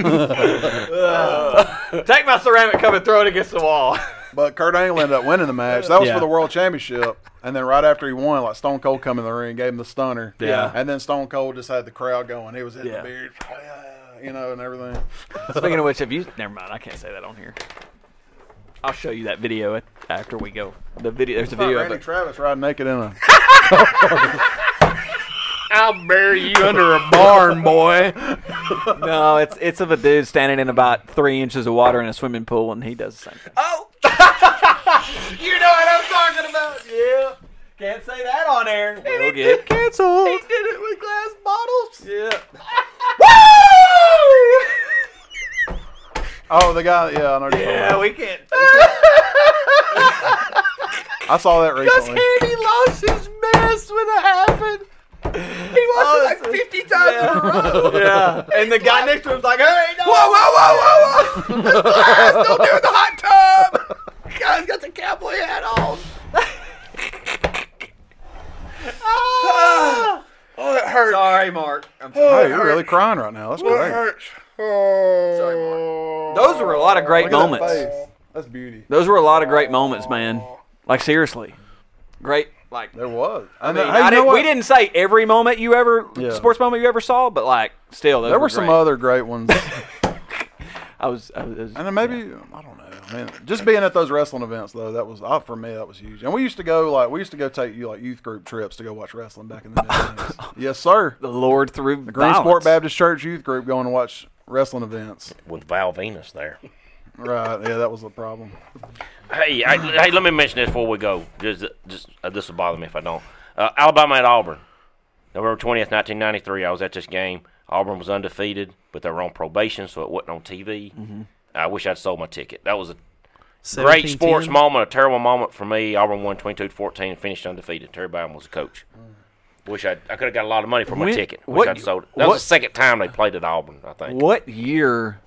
Speaker 1: Take my ceramic cup and throw it against the wall.
Speaker 3: but Kurt Angle ended up winning the match. That was
Speaker 2: Yeah.
Speaker 3: for the world championship. And then right after he won, like Stone Cold come in the ring, gave him the stunner.
Speaker 2: Yeah.
Speaker 3: And then Stone Cold just had the crowd going. He was hitting
Speaker 1: Yeah.
Speaker 3: the beard, you know, and everything.
Speaker 1: Speaking of which, have you? Never mind. I can't say that on here. I'll show you that video at- after we go. The video. There's a video of
Speaker 3: Randy
Speaker 1: it.
Speaker 3: Travis riding naked in a
Speaker 2: I'll bury you under a barn, boy.
Speaker 1: No, it's it's of a dude standing in about three inches of water in a swimming pool, and he does the same thing. Oh, you know what I'm talking about? Yeah. Can't say that on air. We'll get canceled. He did it with glass bottles. Yeah.
Speaker 3: Oh, the guy. Yeah, I know. Yeah,
Speaker 1: Yeah, we can't.
Speaker 3: I saw that recently.
Speaker 2: He lost his mess when it happened. He lost it like 50 times in a row.
Speaker 1: Oh, Yeah. And the guy next to him's like, "Hey, no."
Speaker 2: Whoa, whoa, whoa, whoa, whoa. Don't do it in the hot tub. Guy's got the cowboy hat on.
Speaker 1: Sorry, Mark. I'm sorry.
Speaker 3: Hey, you're really crying right now. That's great.
Speaker 1: Those were a lot of great
Speaker 3: Look at that
Speaker 1: moments.
Speaker 3: face. That's beauty.
Speaker 1: Those were a lot of great moments, man. Like seriously, great. Like
Speaker 3: There was.
Speaker 1: I
Speaker 3: then-
Speaker 1: mean,
Speaker 3: uh, hey,
Speaker 1: I
Speaker 3: you know
Speaker 1: didn't,
Speaker 3: what?
Speaker 1: we didn't say every moment you ever
Speaker 3: Yeah.
Speaker 1: sports moment you ever saw, but like still, those
Speaker 3: There were some
Speaker 1: great.
Speaker 3: other great ones.
Speaker 1: I was, I was, I was-
Speaker 3: And then maybe I don't know. I mean, just being at those wrestling events though, that was uh, for me that was huge. And we used to go like we used to go take you like youth group trips to go watch wrestling back in the mid Yes, sir.
Speaker 1: the Lord through the
Speaker 3: Greensport Baptist Church youth group going to watch wrestling events.
Speaker 4: with Val Venus there.
Speaker 3: Right? Yeah, that was the problem.
Speaker 4: Hey, I, hey, let me mention this before we go. Just, just uh, this will bother me if I don't. Uh, Alabama at Auburn, November twentieth, nineteen ninety three. I was at this game. Auburn was undefeated, but they were on probation, so it wasn't on TV. I wish I'd sold my ticket. That was a great sports moment, a terrible moment for me. Auburn won 22-14 and finished undefeated. Terry Bowden was the coach. Wish I'd, I could have got a lot of money for my
Speaker 1: Mm. When-
Speaker 4: ticket. Wish
Speaker 1: what-
Speaker 4: I'd sold it. That
Speaker 1: what-
Speaker 4: was the second time they played at Auburn, I think.
Speaker 1: What year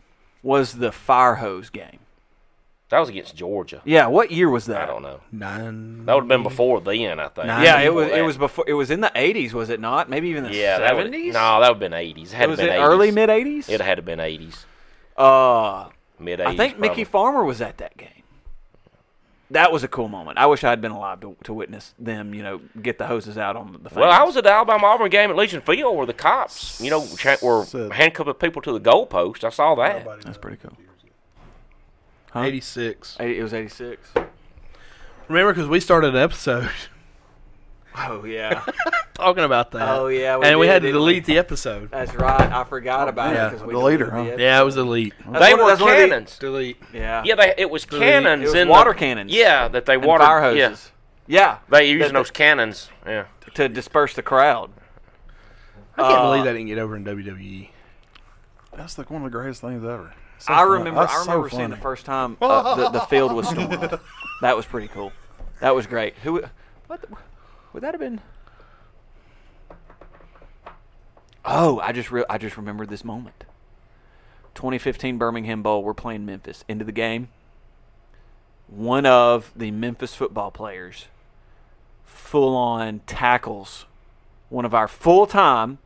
Speaker 1: was the fire hose game?
Speaker 4: That was against Georgia.
Speaker 1: Yeah, what year was that?
Speaker 4: I don't know.
Speaker 2: Nine.
Speaker 4: That would have been before then, I think.
Speaker 2: Nine.
Speaker 1: Yeah, it
Speaker 4: Before
Speaker 1: was. It
Speaker 4: that.
Speaker 1: was before. It was in the eighties, was it not? Maybe even the
Speaker 4: Yeah, that would-
Speaker 1: seventies.
Speaker 4: No, that would have been eighties. Had
Speaker 1: was
Speaker 4: been
Speaker 1: it
Speaker 4: 80s.
Speaker 1: early mid eighties?
Speaker 4: It had to been eighties,
Speaker 1: Uh,
Speaker 4: mid
Speaker 1: I
Speaker 4: eighties.
Speaker 1: think Mickey Farmer was at that game. That was a cool moment. I wish I had been alive to, to witness them, you know, get the hoses out on the.
Speaker 4: Well, I
Speaker 1: fans.
Speaker 4: was at the Alabama Auburn game at Legion Field where the cops, you know, cha- were
Speaker 3: Said-
Speaker 4: handcuffing people to the goalpost. I saw that.
Speaker 1: That's pretty cool.
Speaker 2: 86.
Speaker 1: Eighty- It was eighty six.
Speaker 2: Remember, because we started an episode
Speaker 1: Oh yeah,
Speaker 2: talking about that.
Speaker 1: Oh, yeah, we
Speaker 2: and we
Speaker 1: did,
Speaker 2: had to
Speaker 1: didn't
Speaker 2: delete the episode.
Speaker 1: that's right. I forgot about
Speaker 3: yeah,
Speaker 1: it because
Speaker 3: the leader, huh?
Speaker 2: Yeah, it was delete.
Speaker 4: Oh, They were
Speaker 1: that's one of the-
Speaker 4: cannons.
Speaker 2: Delete.
Speaker 1: Yeah,
Speaker 4: Yeah, they, it was cannons
Speaker 1: It was
Speaker 4: in the-
Speaker 1: water cannons.
Speaker 4: Yeah, that they
Speaker 1: and
Speaker 4: water
Speaker 1: fire hoses. Yeah,
Speaker 4: Yeah, they using
Speaker 1: That-
Speaker 4: those cannons. Yeah,
Speaker 1: to disperse the crowd.
Speaker 2: I can't believe that didn't get over in E. WWE.
Speaker 3: That's like one of the greatest things ever. So
Speaker 1: I
Speaker 3: fun-
Speaker 1: remember.
Speaker 3: that's
Speaker 1: I
Speaker 3: so
Speaker 1: remember seeing the
Speaker 3: funny.
Speaker 1: first time uh, the, the field was stormed. that was pretty cool. That was great. Who? What? The, would that have been? Oh, I just re- I just remembered this moment. 2015 Birmingham Bowl. We're playing Memphis. Into the game. One of the Memphis football players, full on tackles, one of our full time.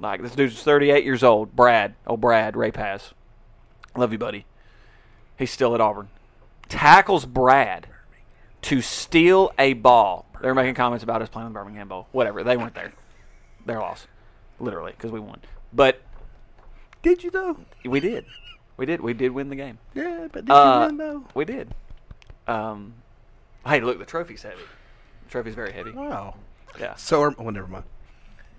Speaker 1: Like this dude's 38 years old. Brad. Oh, Brad. Ray Pass. Love you, buddy. He's still at Auburn. Tackles Brad to steal a ball. They're making comments about us playing the Birmingham Bowl. Whatever. They weren't there. Their loss, literally, because we won. But
Speaker 2: Did you though?
Speaker 1: we did. We did. We did win the game.
Speaker 2: Yeah, but did
Speaker 1: Uh,
Speaker 2: you win though?
Speaker 1: We did. Um, hey, look, the trophy's heavy. The trophy's very heavy.
Speaker 2: Wow.
Speaker 1: Yeah.
Speaker 2: Oh. So, are, well, never mind.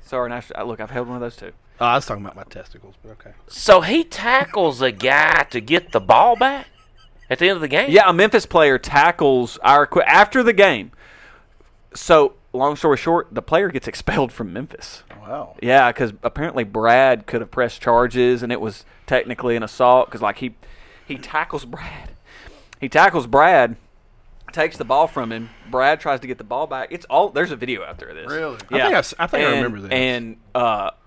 Speaker 1: Sorry, national. Look, I've held one of those too.
Speaker 2: Oh, I was talking about my testicles, but okay.
Speaker 4: so he tackles a guy to get the ball back at the end of the game.
Speaker 1: Yeah, a Memphis player tackles our qu- after the game. So long story short, the player gets expelled from Memphis.
Speaker 3: Wow.
Speaker 1: Yeah, because apparently Brad could have pressed charges, and it was technically an assault because like he he tackles Brad, he tackles Brad, takes the ball from him. Brad tries to get the ball back. It's all there's a video out there of this.
Speaker 3: Really? I
Speaker 1: Yeah.
Speaker 2: think I've s- I think I
Speaker 1: and,
Speaker 2: remember this.
Speaker 1: And uh,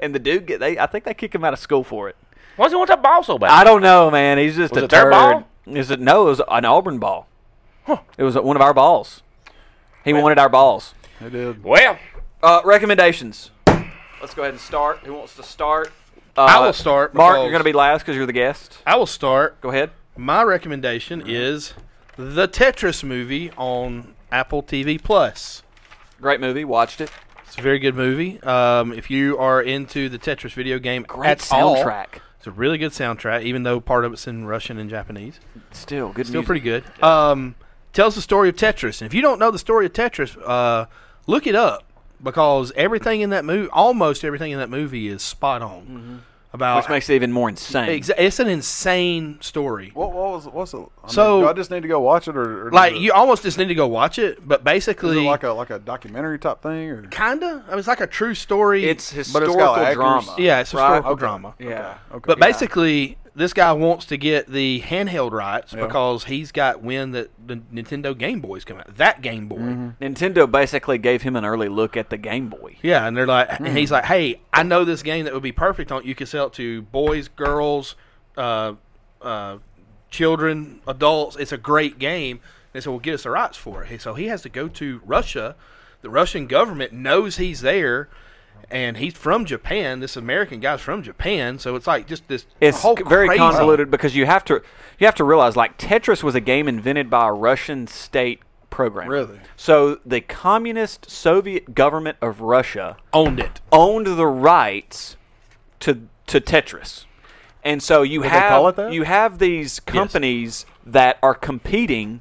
Speaker 1: and the dude get they I think they kick him out of school for it.
Speaker 4: What's he want that ball so bad?
Speaker 1: I don't know, man. He's just
Speaker 4: Was
Speaker 1: a
Speaker 4: it their
Speaker 1: turd.
Speaker 4: ball?
Speaker 1: Is it no? It was an Auburn ball. It was one of our balls. He wanted our balls.
Speaker 3: It did.
Speaker 4: well,
Speaker 1: Uh, recommendations. Let's go ahead and start. Who wants to start? Uh,
Speaker 2: I will start
Speaker 1: Mark,
Speaker 2: because-
Speaker 1: you're going to be last because you're the guest.
Speaker 2: I will start.
Speaker 1: Go ahead.
Speaker 2: My recommendation is the Tetris movie on Apple TV Plus.
Speaker 1: Great movie. Watched it.
Speaker 2: It's a very good movie. Um, if you are into the Tetris video game,
Speaker 1: Great
Speaker 2: at all-
Speaker 1: soundtrack.
Speaker 2: it's a really good soundtrack, even though part of it's in Russian and Japanese.
Speaker 1: Still good.
Speaker 2: Still
Speaker 1: music.
Speaker 2: pretty good. Um, tells the story of Tetris, and if you don't know the story of Tetris, uh, look it up because everything in that movie, almost everything in that movie, is spot on. About
Speaker 1: Mm-hmm. Which makes it even more insane.
Speaker 2: Exa- it's an insane story.
Speaker 3: What, what was what's the, I
Speaker 2: So-
Speaker 3: mean, do I just need to go watch it or, or
Speaker 2: Like
Speaker 3: is it-
Speaker 2: you almost just need to go watch it, but
Speaker 3: is
Speaker 2: basically,
Speaker 3: it like a like a documentary type thing or
Speaker 2: kinda. I mean, it's like a true story.
Speaker 1: It's
Speaker 3: got
Speaker 1: historical
Speaker 3: actors.
Speaker 1: drama.
Speaker 2: yeah, it's a
Speaker 1: right?
Speaker 2: historical drama.
Speaker 1: Yeah.
Speaker 3: okay.
Speaker 2: But basically, this guy wants to get the handheld rights because he's got wind that the Nintendo Game Boy's come out. That Game Boy.
Speaker 1: Nintendo basically gave him an early look at the Game Boy.
Speaker 2: Yeah, and they're like, and
Speaker 1: Hmm.
Speaker 2: he's like, hey, I know this game that would be perfect on. You could sell it to boys, girls, uh, uh, children, adults. It's a great game. They said, well, get us the rights for it. So he has to go to Russia. The Russian government knows he's there, and he's from Japan. This American guy's from Japan, so it's like just this
Speaker 1: It's
Speaker 2: whole
Speaker 1: c- very
Speaker 2: crazy-
Speaker 1: convoluted because you have to you have to realize like Tetris was a game invented by a Russian state program.
Speaker 3: Really?
Speaker 1: So the communist Soviet government of Russia
Speaker 2: Owned it.
Speaker 1: owned the rights to to Tetris, and so you
Speaker 3: they
Speaker 1: have
Speaker 3: call it that?
Speaker 1: you have these companies that are competing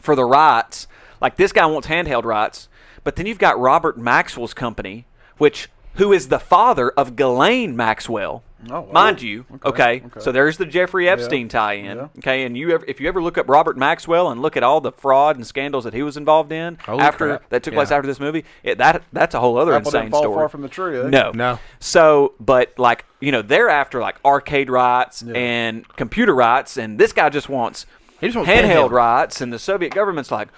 Speaker 1: for the rights. Like this guy wants handheld rights, but then you've got Robert Maxwell's company, which who is the father of Ghislaine Maxwell.
Speaker 3: Oh, wow.
Speaker 1: Mind you, okay,
Speaker 3: okay.
Speaker 1: So there's the Jeffrey Epstein tie-in, okay. And you, ever, if you ever look up Robert Maxwell and look at all the fraud and scandals that he was involved in
Speaker 2: Holy
Speaker 1: after
Speaker 2: crap.
Speaker 1: that took place
Speaker 2: Yeah.
Speaker 1: after this movie, it, that that's a whole other
Speaker 3: Apple
Speaker 1: insane
Speaker 3: didn't fall
Speaker 1: story.
Speaker 3: far from the tree, eh?
Speaker 1: No,
Speaker 2: No.
Speaker 1: So, but like you know, they're after like arcade rights and computer rights, and this guy just wants,
Speaker 2: He just wants
Speaker 1: handheld
Speaker 2: handheld.
Speaker 1: rights, and the Soviet government's like,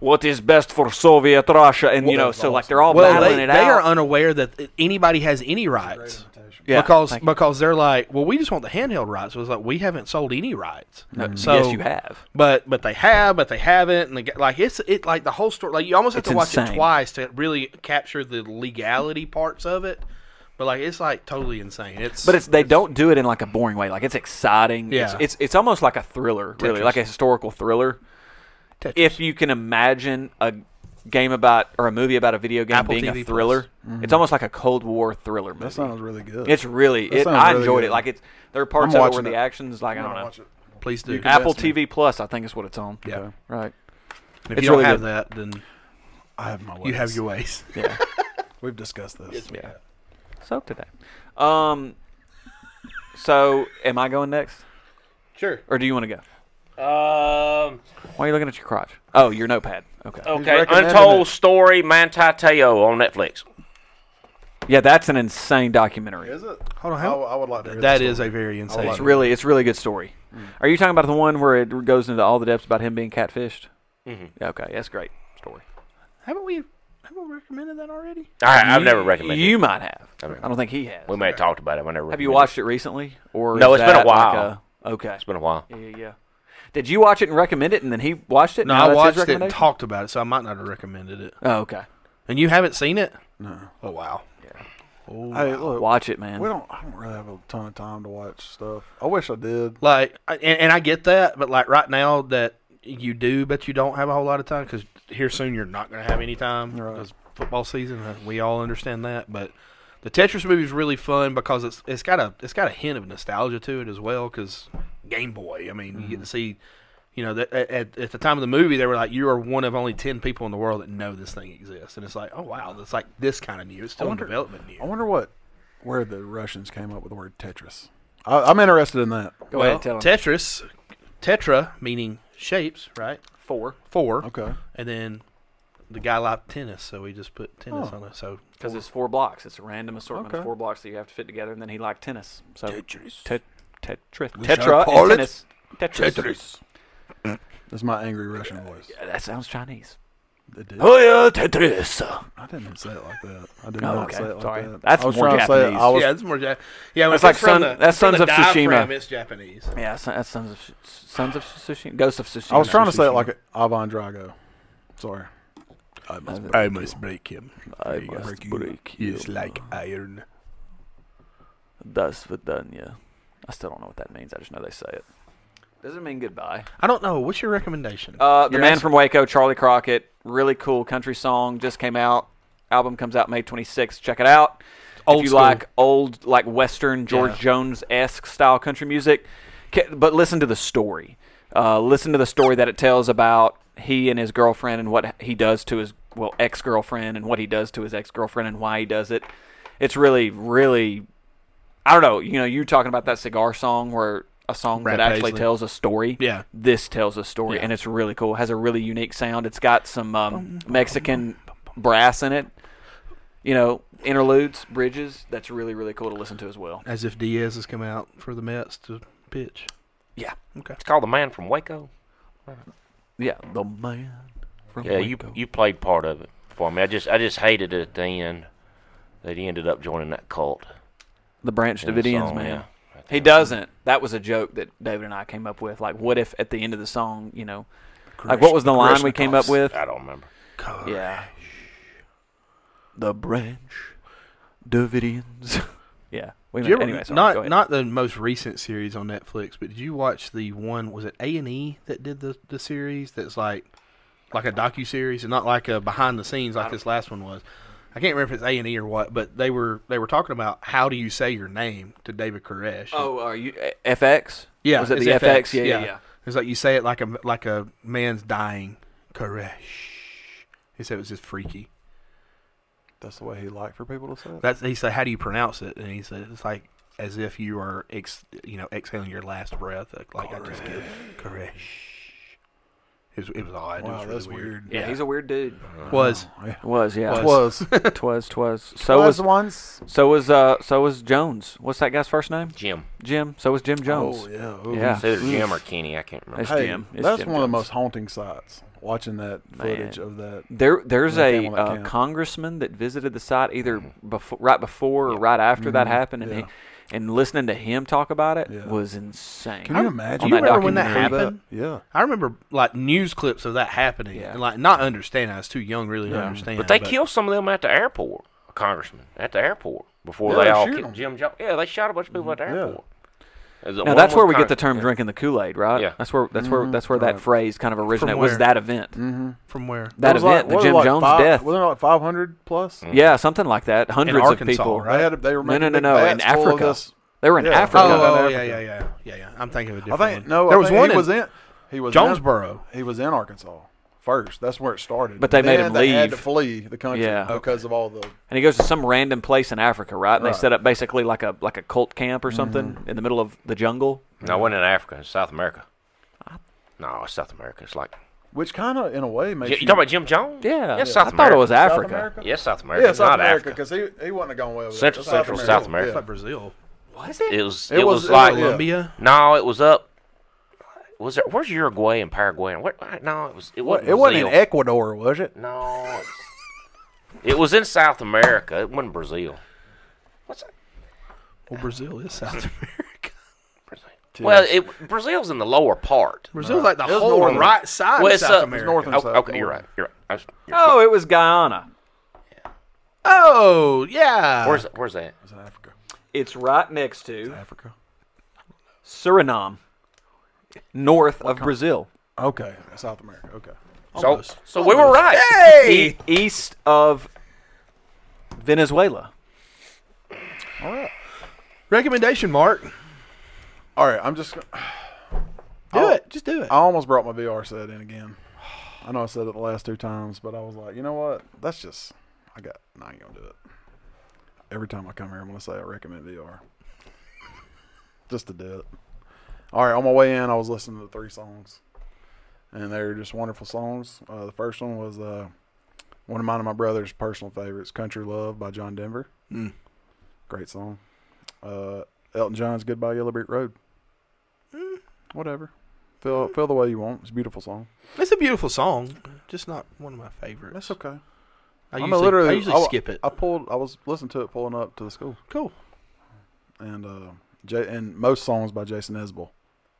Speaker 1: "What is best for Soviet Russia?" And you know, so like they're all
Speaker 2: Well,
Speaker 1: battling
Speaker 2: they,
Speaker 1: it
Speaker 2: they
Speaker 1: out.
Speaker 2: are unaware that i- anybody has any rights.
Speaker 1: Yeah,
Speaker 2: because
Speaker 1: thank you.
Speaker 2: because they're like, well, we just want the handheld rights. It was like we haven't sold any rights. Mm-hmm. So
Speaker 1: yes, you have.
Speaker 2: but but they have, but they haven't, and they get, like it's it like the whole story. Like you almost have
Speaker 1: It's
Speaker 2: to watch
Speaker 1: insane.
Speaker 2: it twice to really capture the legality parts of it. But like it's like totally insane. It's
Speaker 1: But it's they don't do it in like a boring way. Like it's exciting. It's,
Speaker 2: Yeah.
Speaker 1: it's it's almost like a thriller, really,
Speaker 2: Tetris.
Speaker 1: like a historical thriller.
Speaker 2: Tetris.
Speaker 1: If you can imagine a game about or a movie about a video game
Speaker 2: Apple
Speaker 1: being a
Speaker 2: TV+.
Speaker 1: thriller, it's almost like a Cold War thriller movie.
Speaker 3: Mm-hmm. That sounds really good.
Speaker 1: It's really.
Speaker 3: That
Speaker 1: It,
Speaker 3: sounds
Speaker 1: I
Speaker 3: really
Speaker 1: enjoyed
Speaker 3: good.
Speaker 1: it. Like it's there are parts
Speaker 3: I'm
Speaker 1: of it where
Speaker 3: watching
Speaker 1: the
Speaker 3: it.
Speaker 1: action's like I
Speaker 3: I'm
Speaker 1: don't
Speaker 3: gonna
Speaker 1: know.
Speaker 3: watch it.
Speaker 2: please do.
Speaker 1: Apple
Speaker 3: Investment.
Speaker 1: TV Plus, I think is what it's on.
Speaker 2: Yeah.
Speaker 1: Right.
Speaker 2: if
Speaker 1: it's
Speaker 2: you don't
Speaker 1: really
Speaker 2: have
Speaker 1: good.
Speaker 2: that, then
Speaker 3: I have my ways.
Speaker 2: you have your ways.
Speaker 1: Yeah.
Speaker 3: We've discussed this.
Speaker 1: yeah. So today. Um. So am I going next,
Speaker 2: Sure.
Speaker 1: or do you want to go?
Speaker 4: um,
Speaker 1: Why are you looking at your crotch? Oh, your notepad. Okay.
Speaker 4: okay,
Speaker 3: recommending
Speaker 4: Untold
Speaker 3: it.
Speaker 4: Story Manti Teo on Netflix.
Speaker 1: Yeah, that's an insane documentary.
Speaker 3: Is it?
Speaker 2: Hold on,
Speaker 3: I,
Speaker 2: how-
Speaker 3: I would like to. Hear
Speaker 2: That
Speaker 3: the
Speaker 2: is
Speaker 3: story.
Speaker 2: a very insane.
Speaker 1: It's really, it's really good story.
Speaker 3: Mm.
Speaker 1: Are you talking about the one where it goes into all the depths about him being catfished? Mm-hmm. Okay, that's a great story.
Speaker 2: haven't we haven't we recommended that already?
Speaker 4: I, I've never recommended.
Speaker 1: You
Speaker 4: it.
Speaker 1: might have. I don't think he has.
Speaker 4: We may have talked about it. but I never.
Speaker 1: Have you
Speaker 4: recommended
Speaker 1: watched it recently? Or
Speaker 4: No,
Speaker 1: is
Speaker 4: it's been a
Speaker 1: that like
Speaker 4: while.
Speaker 1: a- okay,
Speaker 4: It's been a while.
Speaker 1: yeah, yeah, yeah. Did you watch it and recommend it, and then he watched it?
Speaker 2: No,
Speaker 1: Now
Speaker 2: I
Speaker 1: that's his
Speaker 2: watched it and
Speaker 1: recommendation?
Speaker 2: talked about it, so I might not have recommended it.
Speaker 1: Oh, okay.
Speaker 2: And you haven't seen it? No. Oh wow.
Speaker 3: Hey, look,
Speaker 1: Watch it, man.
Speaker 3: we don't. I don't really have a ton of time to watch stuff. I wish I did.
Speaker 2: Like, I- and, and I get that, but like right now that you do, but you don't have a whole lot of time because here soon you're not going to have any time because football season. uh, We all understand that, but the Tetris movie is really fun because it's it's got a it's got a hint of nostalgia to it as well because Game Boy. I mean, you
Speaker 3: Mm-hmm.
Speaker 2: get to see. You know, that at- at, at the time of the movie, they were like, "You are one of only ten people in the world that know this thing exists," and it's like, "Oh wow, that's like this kind of new. It's still in development new."
Speaker 3: I wonder what, where the Russians came up with the word Tetris. I, I'm interested in that.
Speaker 1: Go
Speaker 2: Well,
Speaker 1: ahead, tell him.
Speaker 2: Tetris, tetra meaning shapes, right?
Speaker 1: Four.
Speaker 2: Four.
Speaker 3: Okay.
Speaker 2: And then the guy liked tennis, so we just put tennis
Speaker 1: Oh.
Speaker 2: on it. So
Speaker 1: Because it's four blocks. It's a random assortment of
Speaker 3: Okay.
Speaker 1: four blocks that you have to fit together, and then he liked tennis. So
Speaker 3: Tetris.
Speaker 1: Te- Tetris.
Speaker 3: shall
Speaker 1: Tetra
Speaker 3: call
Speaker 1: and
Speaker 3: it
Speaker 1: tennis. Tetris.
Speaker 3: That's my angry Russian voice.
Speaker 1: Yeah, that sounds Chinese.
Speaker 3: It did.
Speaker 1: Oh yeah, Tetris.
Speaker 3: I didn't even say it like that. I didn't
Speaker 1: Oh,
Speaker 3: know
Speaker 1: okay.
Speaker 3: say it like
Speaker 1: Sorry.
Speaker 3: that.
Speaker 1: That's
Speaker 3: I was
Speaker 1: more
Speaker 3: trying to say it. I
Speaker 1: Japanese.
Speaker 3: was
Speaker 2: yeah, it's more Jap- yeah. when
Speaker 1: That's
Speaker 2: it
Speaker 1: like
Speaker 2: comes from
Speaker 1: Sun- that's Sons
Speaker 2: from the
Speaker 1: of Tsushima.
Speaker 2: diaphragm, It's Japanese.
Speaker 1: Yeah, son- that's sons of Sh- sons of Tsushima. Ghost of Tsushima.
Speaker 3: I was trying to say it like a Ivan Drago. Sorry.
Speaker 2: I must,
Speaker 1: break-
Speaker 2: I must break him.
Speaker 1: I must break
Speaker 2: It's
Speaker 1: you.
Speaker 2: like iron.
Speaker 1: Das Vidania. I still don't know what that means. I just know they say it. Doesn't mean goodbye.
Speaker 2: I don't know. What's your recommendation?
Speaker 1: Uh, the
Speaker 2: You're
Speaker 1: man
Speaker 2: asking-
Speaker 1: from Waco, Charlie Crockett. Really cool country song. Just came out. Album comes out May 26th. Check it out.
Speaker 2: Old
Speaker 1: if you
Speaker 2: school.
Speaker 1: like old, like Western George
Speaker 2: Yeah.
Speaker 1: Jones esque style country music, ca- but listen to the story. Uh, listen to the story that it tells about he and his girlfriend and what he does to his well ex girlfriend and what he does to his ex girlfriend and why he does it. It's really, really I don't know. You know, you talking about that cigar song where a song that
Speaker 2: Brad
Speaker 1: actually
Speaker 2: Paisley.
Speaker 1: tells a story.
Speaker 2: Yeah.
Speaker 1: This tells a story, and it's really cool. It has a really unique sound. It's got some um, Mexican brass in it. You know, interludes, bridges. That's really, really cool to listen to as well.
Speaker 2: as if Diaz has come out for the Mets to pitch.
Speaker 1: Yeah.
Speaker 4: It's called the Man from Waco.
Speaker 1: Yeah. The man. From
Speaker 4: Yeah, you
Speaker 1: Waco.
Speaker 4: you played part of it for me. I just I just hated it at the end that he ended up joining that cult.
Speaker 1: the Branch
Speaker 4: in the
Speaker 1: Davidians,
Speaker 4: song,
Speaker 1: man.
Speaker 4: yeah.
Speaker 1: He doesn't. That was a joke that David and I came up with. Like, what if at the end of the song, you know, like what was the line we came up with?
Speaker 4: I don't remember.
Speaker 1: Yeah. The branch Davidians. yeah. We
Speaker 2: Did you ever,
Speaker 1: anyway, sorry, go
Speaker 2: not
Speaker 1: ahead.
Speaker 2: not the most recent series on Netflix, but did you watch the one? Was it A and E that did the the series? That's like like a docu series and not like a behind the scenes like this last one was. I can't remember if it's A and E or what, but they were they were talking about how do you say your name to David Koresh.
Speaker 1: Oh, are you uh, FX?
Speaker 2: yeah,
Speaker 1: Was it
Speaker 2: it's
Speaker 1: the FX? Yeah, yeah, yeah.
Speaker 2: It's like you say it like a like a man's dying Koresh. He said it was just freaky.
Speaker 3: That's the way he liked for people to say it.
Speaker 2: That's he said. How do you pronounce it? And he said it's like as if you are ex, you know exhaling your last breath. Like, like I just did. Correct. It was, it was odd.
Speaker 3: Wow,
Speaker 2: it was
Speaker 3: that's
Speaker 2: really weird.
Speaker 3: weird.
Speaker 1: Yeah, he's a weird dude.
Speaker 2: Was
Speaker 1: Was yeah.
Speaker 3: Was.
Speaker 1: Twas twas. So was
Speaker 3: once.
Speaker 1: so was uh so was Jones. What's that guy's first name?
Speaker 4: Jim.
Speaker 1: Jim. So was Jim Jones.
Speaker 3: Oh, yeah. Ooh.
Speaker 1: Yeah.
Speaker 4: It's either Jim or Kenny. I can't remember.
Speaker 1: It's
Speaker 3: Hey,
Speaker 1: Jim. It's
Speaker 3: that's
Speaker 1: Jim
Speaker 3: one of the
Speaker 1: Jones.
Speaker 3: most haunting sights. Watching that footage
Speaker 1: Man.
Speaker 3: of that.
Speaker 1: There, there's
Speaker 3: Right
Speaker 1: a
Speaker 3: down on that
Speaker 1: uh,
Speaker 3: count.
Speaker 1: congressman that visited the site either before, right before or right after that happened, and
Speaker 3: Mm-hmm. Yeah.
Speaker 1: he, and listening to him talk about it
Speaker 3: Yeah.
Speaker 1: was insane.
Speaker 3: Can you imagine?
Speaker 1: On
Speaker 2: Do you
Speaker 1: that
Speaker 2: remember when that
Speaker 1: documentary.
Speaker 2: happened?
Speaker 3: Yeah.
Speaker 2: I remember like news clips of that happening
Speaker 1: Yeah.
Speaker 2: and like not understanding. I was too young really to understand.
Speaker 4: But they killed some of them at the airport, congressmen at the airport before
Speaker 3: Yeah,
Speaker 4: they
Speaker 3: they
Speaker 4: all
Speaker 3: shoot
Speaker 4: killed
Speaker 3: 'em.
Speaker 4: Jim Jones. Yeah, they shot a bunch of people at the airport. There's a-
Speaker 1: Now
Speaker 4: one
Speaker 1: that's
Speaker 4: was
Speaker 1: where we get the
Speaker 4: Cong-
Speaker 1: term "drinking the Kool-Aid," right?
Speaker 4: Yeah.
Speaker 1: That's where that's where that's where that phrase kind of originated. Was
Speaker 2: where?
Speaker 1: that event?
Speaker 2: from where?
Speaker 1: That
Speaker 3: It Mm-hmm. was
Speaker 1: event,
Speaker 3: what
Speaker 1: the
Speaker 3: was it,
Speaker 1: Jim
Speaker 3: like
Speaker 1: Jones
Speaker 3: five-
Speaker 1: death.
Speaker 3: Wasn't it like 500 plus?
Speaker 1: Yeah, something like that. Hundreds
Speaker 2: Arkansas,
Speaker 1: of people.
Speaker 2: right?
Speaker 3: They had. A, they were
Speaker 1: No, no,
Speaker 3: making
Speaker 1: no,
Speaker 3: big
Speaker 1: no. In
Speaker 3: vats full of
Speaker 1: Africa,
Speaker 3: this-
Speaker 1: they were in
Speaker 3: Yeah.
Speaker 1: Africa.
Speaker 2: Oh,
Speaker 3: Africa.
Speaker 2: oh,
Speaker 3: Africa.
Speaker 2: yeah, yeah, yeah, yeah, yeah. I'm thinking of a
Speaker 3: I
Speaker 2: different
Speaker 3: think
Speaker 2: one.
Speaker 3: no.
Speaker 2: there
Speaker 3: I
Speaker 2: was
Speaker 3: think
Speaker 2: one
Speaker 3: He
Speaker 2: in
Speaker 3: was in. He was in-
Speaker 2: Jonesboro.
Speaker 3: he was in Arkansas first. That's where it started.
Speaker 1: But they made
Speaker 3: Then
Speaker 1: him
Speaker 3: They had to
Speaker 1: leave.
Speaker 3: flee the country
Speaker 1: Yeah.
Speaker 3: because of all the.
Speaker 1: and he goes to some random place in Africa, right? And
Speaker 3: Right. Mm-hmm.
Speaker 1: they set up basically like a like a cult camp or something in the middle of the jungle.
Speaker 4: No, it wasn't in Africa. It's South America. No, it's South America. It's like
Speaker 3: Which kind of, in a way,
Speaker 4: you,
Speaker 3: makes
Speaker 4: you talking about Jim Jones?
Speaker 1: Yeah,
Speaker 4: yeah, South
Speaker 1: I
Speaker 4: America.
Speaker 1: thought it was
Speaker 3: South
Speaker 1: Africa.
Speaker 3: America?
Speaker 4: Yeah, it's South America.
Speaker 3: Yeah,
Speaker 4: It's
Speaker 3: South
Speaker 4: not
Speaker 3: Africa
Speaker 4: Africa.
Speaker 3: because he he wasn't have gone away with
Speaker 4: Central-
Speaker 3: it. That's
Speaker 4: Central South America.
Speaker 2: It's like Brazil,
Speaker 1: Was
Speaker 4: It was. It,
Speaker 3: It
Speaker 4: was,
Speaker 3: was- it
Speaker 4: like
Speaker 3: was- Oh, yeah.
Speaker 2: Colombia.
Speaker 4: no. It was up. Was there? Where's Uruguay and Paraguay? And what? No, it was. It
Speaker 3: What-
Speaker 4: wasn't.
Speaker 3: It wasn't in
Speaker 4: Brazil.
Speaker 3: Ecuador, was it?
Speaker 4: No. it's- It was in South America. It wasn't Brazil. What's that?
Speaker 2: Well, Brazil is South America.
Speaker 4: Brazil. Well, it, Brazil's in the lower part.
Speaker 2: Brazil's like the
Speaker 3: It was
Speaker 2: whole
Speaker 3: northern.
Speaker 2: right side
Speaker 4: Well,
Speaker 2: of
Speaker 4: it's, uh,
Speaker 2: South
Speaker 4: it's
Speaker 2: America.
Speaker 3: northern.
Speaker 4: Okay,
Speaker 3: South
Speaker 4: okay, you're right.
Speaker 3: Northern.
Speaker 4: You're right. I was, you're
Speaker 1: Oh, it was Guyana.
Speaker 2: Oh yeah.
Speaker 4: Where's where's that?
Speaker 3: It's in Africa.
Speaker 1: It's right next to
Speaker 3: Africa.
Speaker 1: Suriname, north of Brazil,
Speaker 3: Okay, South America. Okay.
Speaker 4: So so we were right.
Speaker 1: e- east of Venezuela.
Speaker 2: recommendation, Mark? Do
Speaker 3: All right, I'm just. gonna- Oh.
Speaker 2: it. Just do it.
Speaker 3: I almost brought my VR set in again. I know I said it the last two times, but I was like, you know what? That's just. I got. Nah, I ain't gonna do it. Every time I come here, I'm gonna say I recommend VR. just to do it. All right, on my way in, I was listening to three songs, and they're just wonderful songs. Uh, the first one was uh, One of mine and my brother's personal favorites, "Country Love" by John Denver. Great song. Uh, Elton John's "Goodbye Yellow Brick Road." Whatever. Feel feel the way you want. It's a beautiful song.
Speaker 2: It's a beautiful song, just not one of my favorites.
Speaker 3: That's okay.
Speaker 2: I
Speaker 3: I'm
Speaker 2: usually,
Speaker 3: literally
Speaker 2: I usually
Speaker 3: I-
Speaker 2: skip it.
Speaker 3: I pulled. I was listening to it pulling up to the school,
Speaker 2: cool.
Speaker 3: and uh, J- and most songs by Jason Isbell,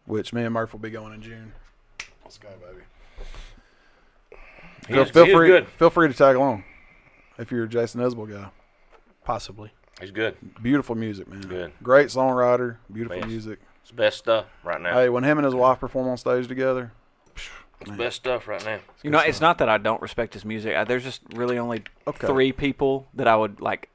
Speaker 3: which me and Murph will be going in June. Let's go, baby.
Speaker 4: He
Speaker 3: Feel,
Speaker 4: is-
Speaker 3: feel
Speaker 4: he is
Speaker 3: free.
Speaker 4: good.
Speaker 3: Feel free to tag along if you're a Jason Isbell guy.
Speaker 2: Possibly.
Speaker 4: He's good.
Speaker 3: Beautiful music, man.
Speaker 4: Good.
Speaker 3: Great songwriter. Beautiful
Speaker 4: Yes.
Speaker 3: music.
Speaker 4: It's the best stuff right now.
Speaker 3: Hey, when him and his wife perform on stage together,
Speaker 4: it's the best stuff right now.
Speaker 1: You know, it's not that I don't respect his music. I, there's just really only
Speaker 3: Okay.
Speaker 1: three people that I would like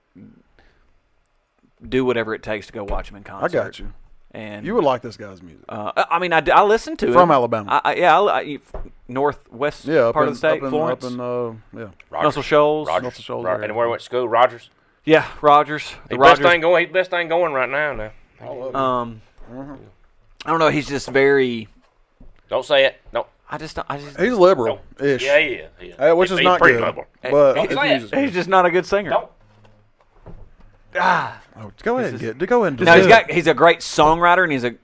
Speaker 1: do whatever it takes to go watch him in
Speaker 3: I
Speaker 1: concert.
Speaker 3: got you.
Speaker 1: And
Speaker 3: You would like this guy's music.
Speaker 1: Uh, I- I mean, I, d- I listen to it
Speaker 3: From Alabama.
Speaker 1: I, I, yeah, I, li- I, you- northwest
Speaker 3: yeah, up
Speaker 1: part
Speaker 3: in,
Speaker 1: of the state,
Speaker 3: up in,
Speaker 1: Florence,
Speaker 3: Up in, uh, yeah.
Speaker 4: Rogers.
Speaker 1: Muscle Shoals.
Speaker 4: Rogers.
Speaker 3: Muscle Shoals
Speaker 4: Ro-
Speaker 3: area.
Speaker 4: And where he went to school, Rogers.
Speaker 1: Yeah, Rogers. The
Speaker 4: He's
Speaker 1: Rogers.
Speaker 4: best thing going. He's best thing going right now. Now,
Speaker 1: Um,
Speaker 3: Mm-hmm.
Speaker 1: I don't know. He's just very.
Speaker 4: don't say it. No.
Speaker 1: I just. Don't, I just.
Speaker 3: He's liberal ish.
Speaker 4: Yeah, he is. He is.
Speaker 3: Hey, Uh, which
Speaker 4: He-
Speaker 3: is
Speaker 4: he's
Speaker 3: not
Speaker 4: pretty
Speaker 3: good.
Speaker 4: liberal.
Speaker 3: But
Speaker 4: Don't
Speaker 3: his
Speaker 4: say it.
Speaker 3: music-
Speaker 1: He's just not a good singer.
Speaker 4: Don't.
Speaker 3: Oh, go ahead. and get, go ahead.
Speaker 1: No,
Speaker 3: And just
Speaker 1: he's
Speaker 3: do it.
Speaker 1: got. He's a great songwriter, and he's a.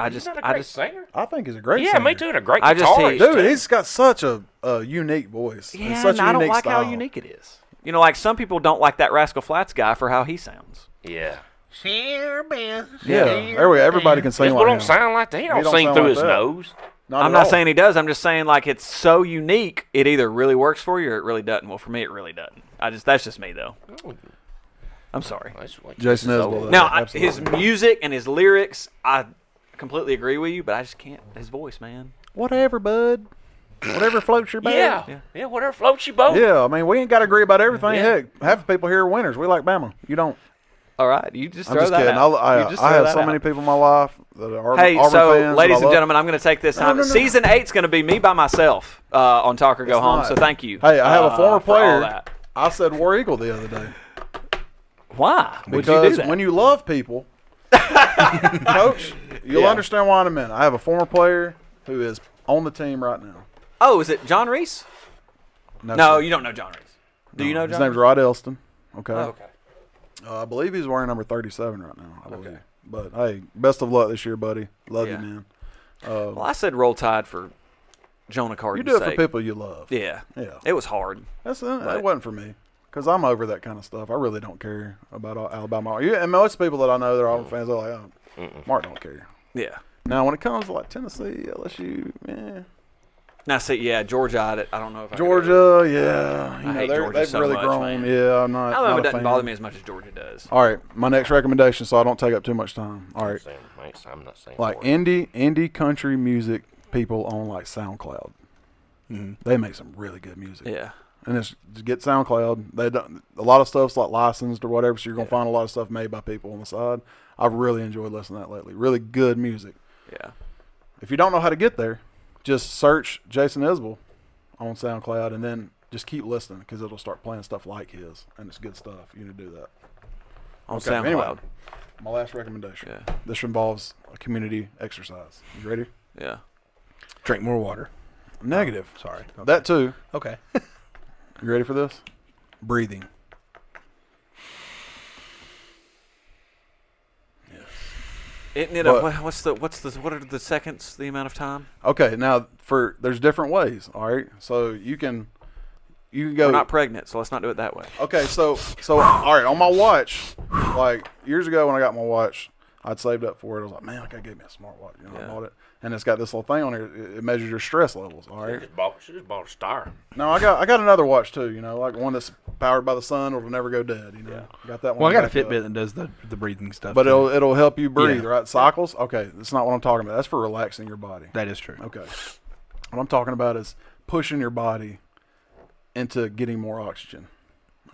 Speaker 1: I
Speaker 4: He's
Speaker 1: just.
Speaker 4: not a
Speaker 1: I
Speaker 4: great
Speaker 1: just.
Speaker 4: singer.
Speaker 3: I think he's a great.
Speaker 4: Yeah,
Speaker 3: singer.
Speaker 4: me too. And a great
Speaker 1: I just- he-
Speaker 4: guitarist.
Speaker 3: Dude, he's got such a, a unique voice. and
Speaker 1: Yeah,
Speaker 3: such
Speaker 1: and
Speaker 3: a
Speaker 1: I don't
Speaker 3: unique
Speaker 1: like how
Speaker 3: style.
Speaker 1: unique it is. You know, like some people don't like that Rascal Flats guy for how he sounds.
Speaker 4: yeah.
Speaker 3: Yeah, there we, everybody can sing
Speaker 4: That's
Speaker 3: like
Speaker 4: what don't
Speaker 3: him.
Speaker 4: sound like that. He don't,
Speaker 3: don't
Speaker 4: sing
Speaker 3: sound
Speaker 4: through
Speaker 3: like
Speaker 4: his
Speaker 3: that.
Speaker 4: nose.
Speaker 1: I'm
Speaker 3: at
Speaker 1: not
Speaker 3: all.
Speaker 1: saying he does. I'm just saying like it's so unique. It either really works for you or it really doesn't. Well, for me, it really doesn't. I just that's just me though. I'm sorry.
Speaker 4: That's what-
Speaker 3: Jason
Speaker 4: this is
Speaker 3: Isbell,
Speaker 4: old.
Speaker 3: though.
Speaker 1: Now I, his
Speaker 3: absolutely.
Speaker 1: music and his lyrics, I completely agree with you, but I just can't. His voice, man.
Speaker 3: whatever, bud. Whatever floats your boat.
Speaker 4: Yeah. yeah, Whatever floats your boat.
Speaker 3: Yeah, I mean, we ain't got to agree about everything.
Speaker 4: Yeah.
Speaker 3: Heck, half the people here are winners. We like Bama. You don't.
Speaker 1: All right, you just
Speaker 3: I'm
Speaker 1: throw
Speaker 3: just
Speaker 1: that
Speaker 3: kidding. I,
Speaker 1: out.
Speaker 3: I,
Speaker 1: You just
Speaker 3: I
Speaker 1: throw
Speaker 3: have
Speaker 1: that
Speaker 3: so many
Speaker 1: out.
Speaker 3: people in my life that are Auburn,
Speaker 1: Hey,
Speaker 3: Auburn fans.
Speaker 1: so
Speaker 3: that I
Speaker 1: ladies and
Speaker 3: love.
Speaker 1: gentlemen, I'm going to take this time.
Speaker 3: no, no.
Speaker 1: Season eight's going to be me by myself uh, on Talk or Go Home.
Speaker 3: not.
Speaker 1: So thank you.
Speaker 3: Hey, I have a
Speaker 1: uh,
Speaker 3: former
Speaker 1: for all
Speaker 3: player.
Speaker 1: that.
Speaker 3: I said War Eagle the other day.
Speaker 1: Why would you
Speaker 3: because
Speaker 1: do that?
Speaker 3: when you love people, coach, you'll
Speaker 1: Yeah.
Speaker 3: understand why in a minute. I have a former player who is on the team right now.
Speaker 1: oh, is it John Reese? No, you don't know John Reese. Do you know
Speaker 3: his
Speaker 1: John?
Speaker 3: name's Rod Elston. Okay.
Speaker 1: Oh, okay.
Speaker 3: Uh, I believe he's wearing number 37 right now. I believe. But hey, best of luck this year, buddy. Love
Speaker 1: Yeah.
Speaker 3: you, man.
Speaker 1: Well, I said roll tide for Jonah Carter.
Speaker 3: You do it for people you love.
Speaker 1: Yeah.
Speaker 3: Yeah.
Speaker 1: It was hard.
Speaker 3: That's uh, that wasn't for me because I'm over that kind of stuff. I really don't care about all Alabama. You, and most people that I know that are
Speaker 1: Mm.
Speaker 3: Auburn fans are like, oh, Mark don't care.
Speaker 1: Yeah.
Speaker 3: Now when it comes to like Tennessee, LSU, man,
Speaker 1: Now, see, yeah, Georgia. I, I don't know if I could ever-
Speaker 3: Georgia, yeah, you
Speaker 1: I
Speaker 3: know
Speaker 1: hate
Speaker 3: they're,
Speaker 1: Georgia
Speaker 3: they've
Speaker 1: so
Speaker 3: really
Speaker 1: much,
Speaker 3: grown.
Speaker 1: man.
Speaker 3: Yeah, I'm not.
Speaker 1: Alabama
Speaker 3: not a
Speaker 1: doesn't
Speaker 3: fan. Oh.
Speaker 1: bother me as much as Georgia does.
Speaker 3: All right, my next recommendation, so I don't take up too much time. All right,
Speaker 4: Saying, mate, I'm not saying.
Speaker 3: like
Speaker 4: for it.
Speaker 3: indie indie country music people on like SoundCloud. They make some really good music.
Speaker 1: Yeah.
Speaker 3: and it's to get SoundCloud. They don't a lot of stuff's like licensed or whatever, so you're gonna find a lot of stuff made by people on the side. I've really enjoyed listening to that lately. Really good music.
Speaker 1: Yeah.
Speaker 3: If you don't know how to get there, just search Jason Isbell on SoundCloud and then just keep listening because it'll start playing stuff like his, and it's good stuff. You need to do that.
Speaker 1: On
Speaker 3: Okay,
Speaker 1: SoundCloud.
Speaker 3: anyway. My last recommendation.
Speaker 1: Yeah.
Speaker 3: This involves a community exercise. You ready?
Speaker 1: Yeah.
Speaker 2: Drink more water.
Speaker 1: Oh,
Speaker 3: Negative.
Speaker 2: Sorry.
Speaker 3: That too.
Speaker 2: Okay.
Speaker 3: You ready for this? Breathing.
Speaker 1: Isn't it?
Speaker 3: What?
Speaker 1: A, what- what's the? What's the? What are the seconds? The amount of time?
Speaker 3: Okay, now for there's different ways. All right, so you can you can go.
Speaker 1: We're not pregnant, so let's not do it that way.
Speaker 3: okay, so so all right on my watch, like years ago when I got my watch, I'd saved up for it. I was like, man, I gotta get me a smartwatch. You know, I
Speaker 1: Yeah.
Speaker 3: bought it, and it's got this little thing on here. It, it measures your stress levels. All right.
Speaker 4: Just bought, she just bought a star.
Speaker 3: No, I got I got another watch too. You know, like one that's powered by the sun, it'll never go dead. You know, got that one.
Speaker 2: Well, I got a
Speaker 3: backed up.
Speaker 2: Fitbit that does the, the breathing stuff.
Speaker 3: but
Speaker 2: too.
Speaker 3: it'll it'll help you breathe,
Speaker 2: Yeah.
Speaker 3: right? Cycles. Okay, that's not what I'm talking about. That's for relaxing your body.
Speaker 2: that is true.
Speaker 3: Okay. What I'm talking about is pushing your body into getting more oxygen.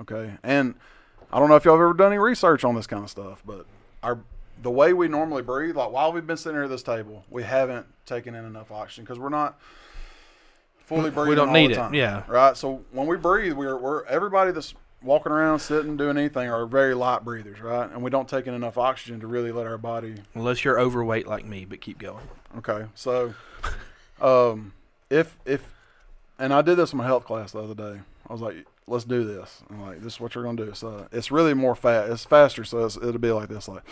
Speaker 3: Okay. And I don't know if y'all have ever done any research on this kind of stuff, but our the way we normally breathe, like while we've been sitting here at this table, we haven't taken in enough oxygen because we're not fully breathing.
Speaker 2: don't
Speaker 3: all
Speaker 2: need
Speaker 3: the
Speaker 2: it,
Speaker 3: time,
Speaker 2: yeah.
Speaker 3: Right. So when we breathe, we're we're everybody that's walking around, sitting, doing anything are very light breathers, right? And we don't take in enough oxygen to really let our body
Speaker 2: Unless you're overweight like me, but keep going.
Speaker 3: Okay, so um, if if, and I did this in my health class the other day. I was like, let's do this. I'm like, this is what you're gonna do. So it's really more fast. It's faster. So it's, it'll be like this, like,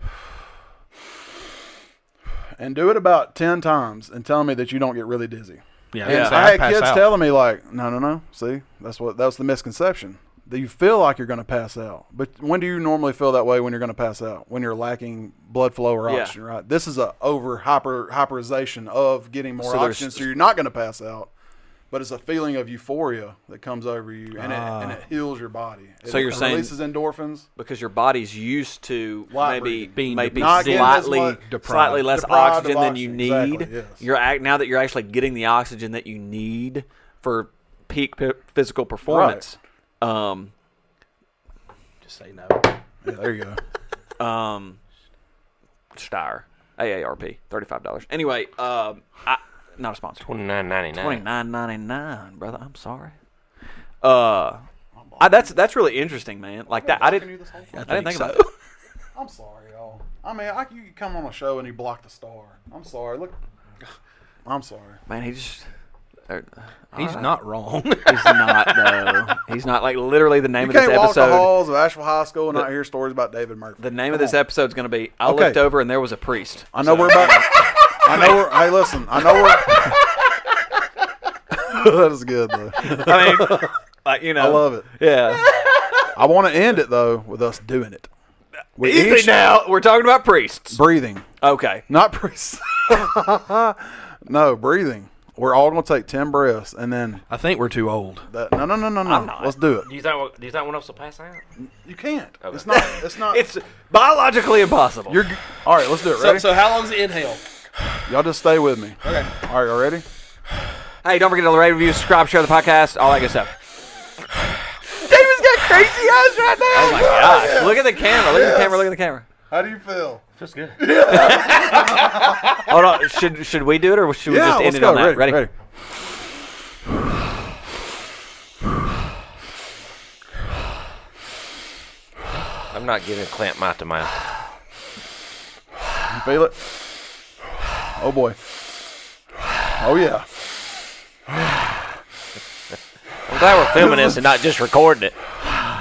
Speaker 3: and do it about ten times, and tell me that you don't get really dizzy.
Speaker 2: Yeah,
Speaker 3: And
Speaker 2: that's how
Speaker 3: I had
Speaker 2: pass
Speaker 3: kids
Speaker 2: out.
Speaker 3: telling me like, no, no, no. See, that's what that's the misconception. That you feel like you're going to pass out, but when do you normally feel that way when you're going to pass out? When you're lacking blood flow or
Speaker 1: Yeah.
Speaker 3: oxygen, right? This is a over hyper hyperization of getting more
Speaker 1: So there's-
Speaker 3: oxygen, so you're not going to pass out. But it's a feeling of euphoria that comes over you, and, it, and it heals your body.
Speaker 1: Ah.
Speaker 3: It
Speaker 1: So you're saying-
Speaker 3: releases endorphins.
Speaker 1: because your body's used to
Speaker 3: Light
Speaker 1: maybe
Speaker 3: breathing.
Speaker 2: Being
Speaker 1: maybe
Speaker 3: not getting as
Speaker 1: slightly
Speaker 3: much-
Speaker 1: slightly
Speaker 3: Deprived.
Speaker 1: less
Speaker 3: Deprived
Speaker 1: oxygen
Speaker 3: of
Speaker 1: than you
Speaker 3: oxygen,
Speaker 1: need.
Speaker 3: exactly, yes.
Speaker 1: You're act now that you're actually getting the oxygen that you need for peak p- physical performance. Um,
Speaker 2: Just say no.
Speaker 3: Yeah, there you go.
Speaker 1: um, Steyr, AARP, thirty five dollars. Anyway, um, I, not a sponsor.
Speaker 4: Twenty nine ninety
Speaker 1: Twenty
Speaker 4: nine.
Speaker 1: nine ninety nine, brother. I'm sorry. Uh, I, that's that's really interesting, man. Like that, I didn't. I didn't think about. It.
Speaker 3: I'm sorry, y'all. I mean, I, you could come on a show and you block the star. I'm sorry. Look, I'm sorry.
Speaker 1: Man, he just. er,
Speaker 2: He's not wrong.
Speaker 1: He's not though. He's not like literally the name
Speaker 3: You
Speaker 1: of this
Speaker 3: can't walk the
Speaker 1: episode.
Speaker 3: halls of Asheville High School and not hear stories about David Murphy.
Speaker 1: the name of
Speaker 3: Come
Speaker 1: this
Speaker 3: on.
Speaker 1: episode's going to be I
Speaker 3: Okay.
Speaker 1: looked over and there was a priest.
Speaker 3: I know we're about. I know we're. Hey, listen. I know we're. that is good though.
Speaker 1: I mean, like you know,
Speaker 3: I love it.
Speaker 1: Yeah,
Speaker 3: I want to end it though with us doing it. We
Speaker 1: easy now. We're talking about priests.
Speaker 3: breathing,
Speaker 1: Okay,
Speaker 3: not priests. no breathing. We're all gonna take ten breaths and then.
Speaker 2: I think we're too old.
Speaker 3: That, no, no, no, no, no. Let's do it.
Speaker 4: Do you think we'll- do you think one of us will pass out?
Speaker 3: You can't. It's not. It's not.
Speaker 1: it's biologically impossible.
Speaker 3: You're g- all right. Let's do it. Ready?
Speaker 2: how long's the inhale?
Speaker 3: Y'all just stay with me. Okay. All right. Y'all ready?
Speaker 1: hey, don't forget to rate, review, subscribe, share the podcast, all that good stuff. David's got crazy eyes right now. Oh my gosh! Look at the camera. Look at the camera. Look at the camera.
Speaker 3: How do you feel?
Speaker 4: Feels good.
Speaker 1: Hold on. Should should we do it or should we just end it on that?
Speaker 3: Ready? ready.
Speaker 4: I'm not giving Clamp mouth to mouth.
Speaker 3: You feel it? Oh boy. Oh yeah.
Speaker 4: I'm glad we're filming this and not just recording it.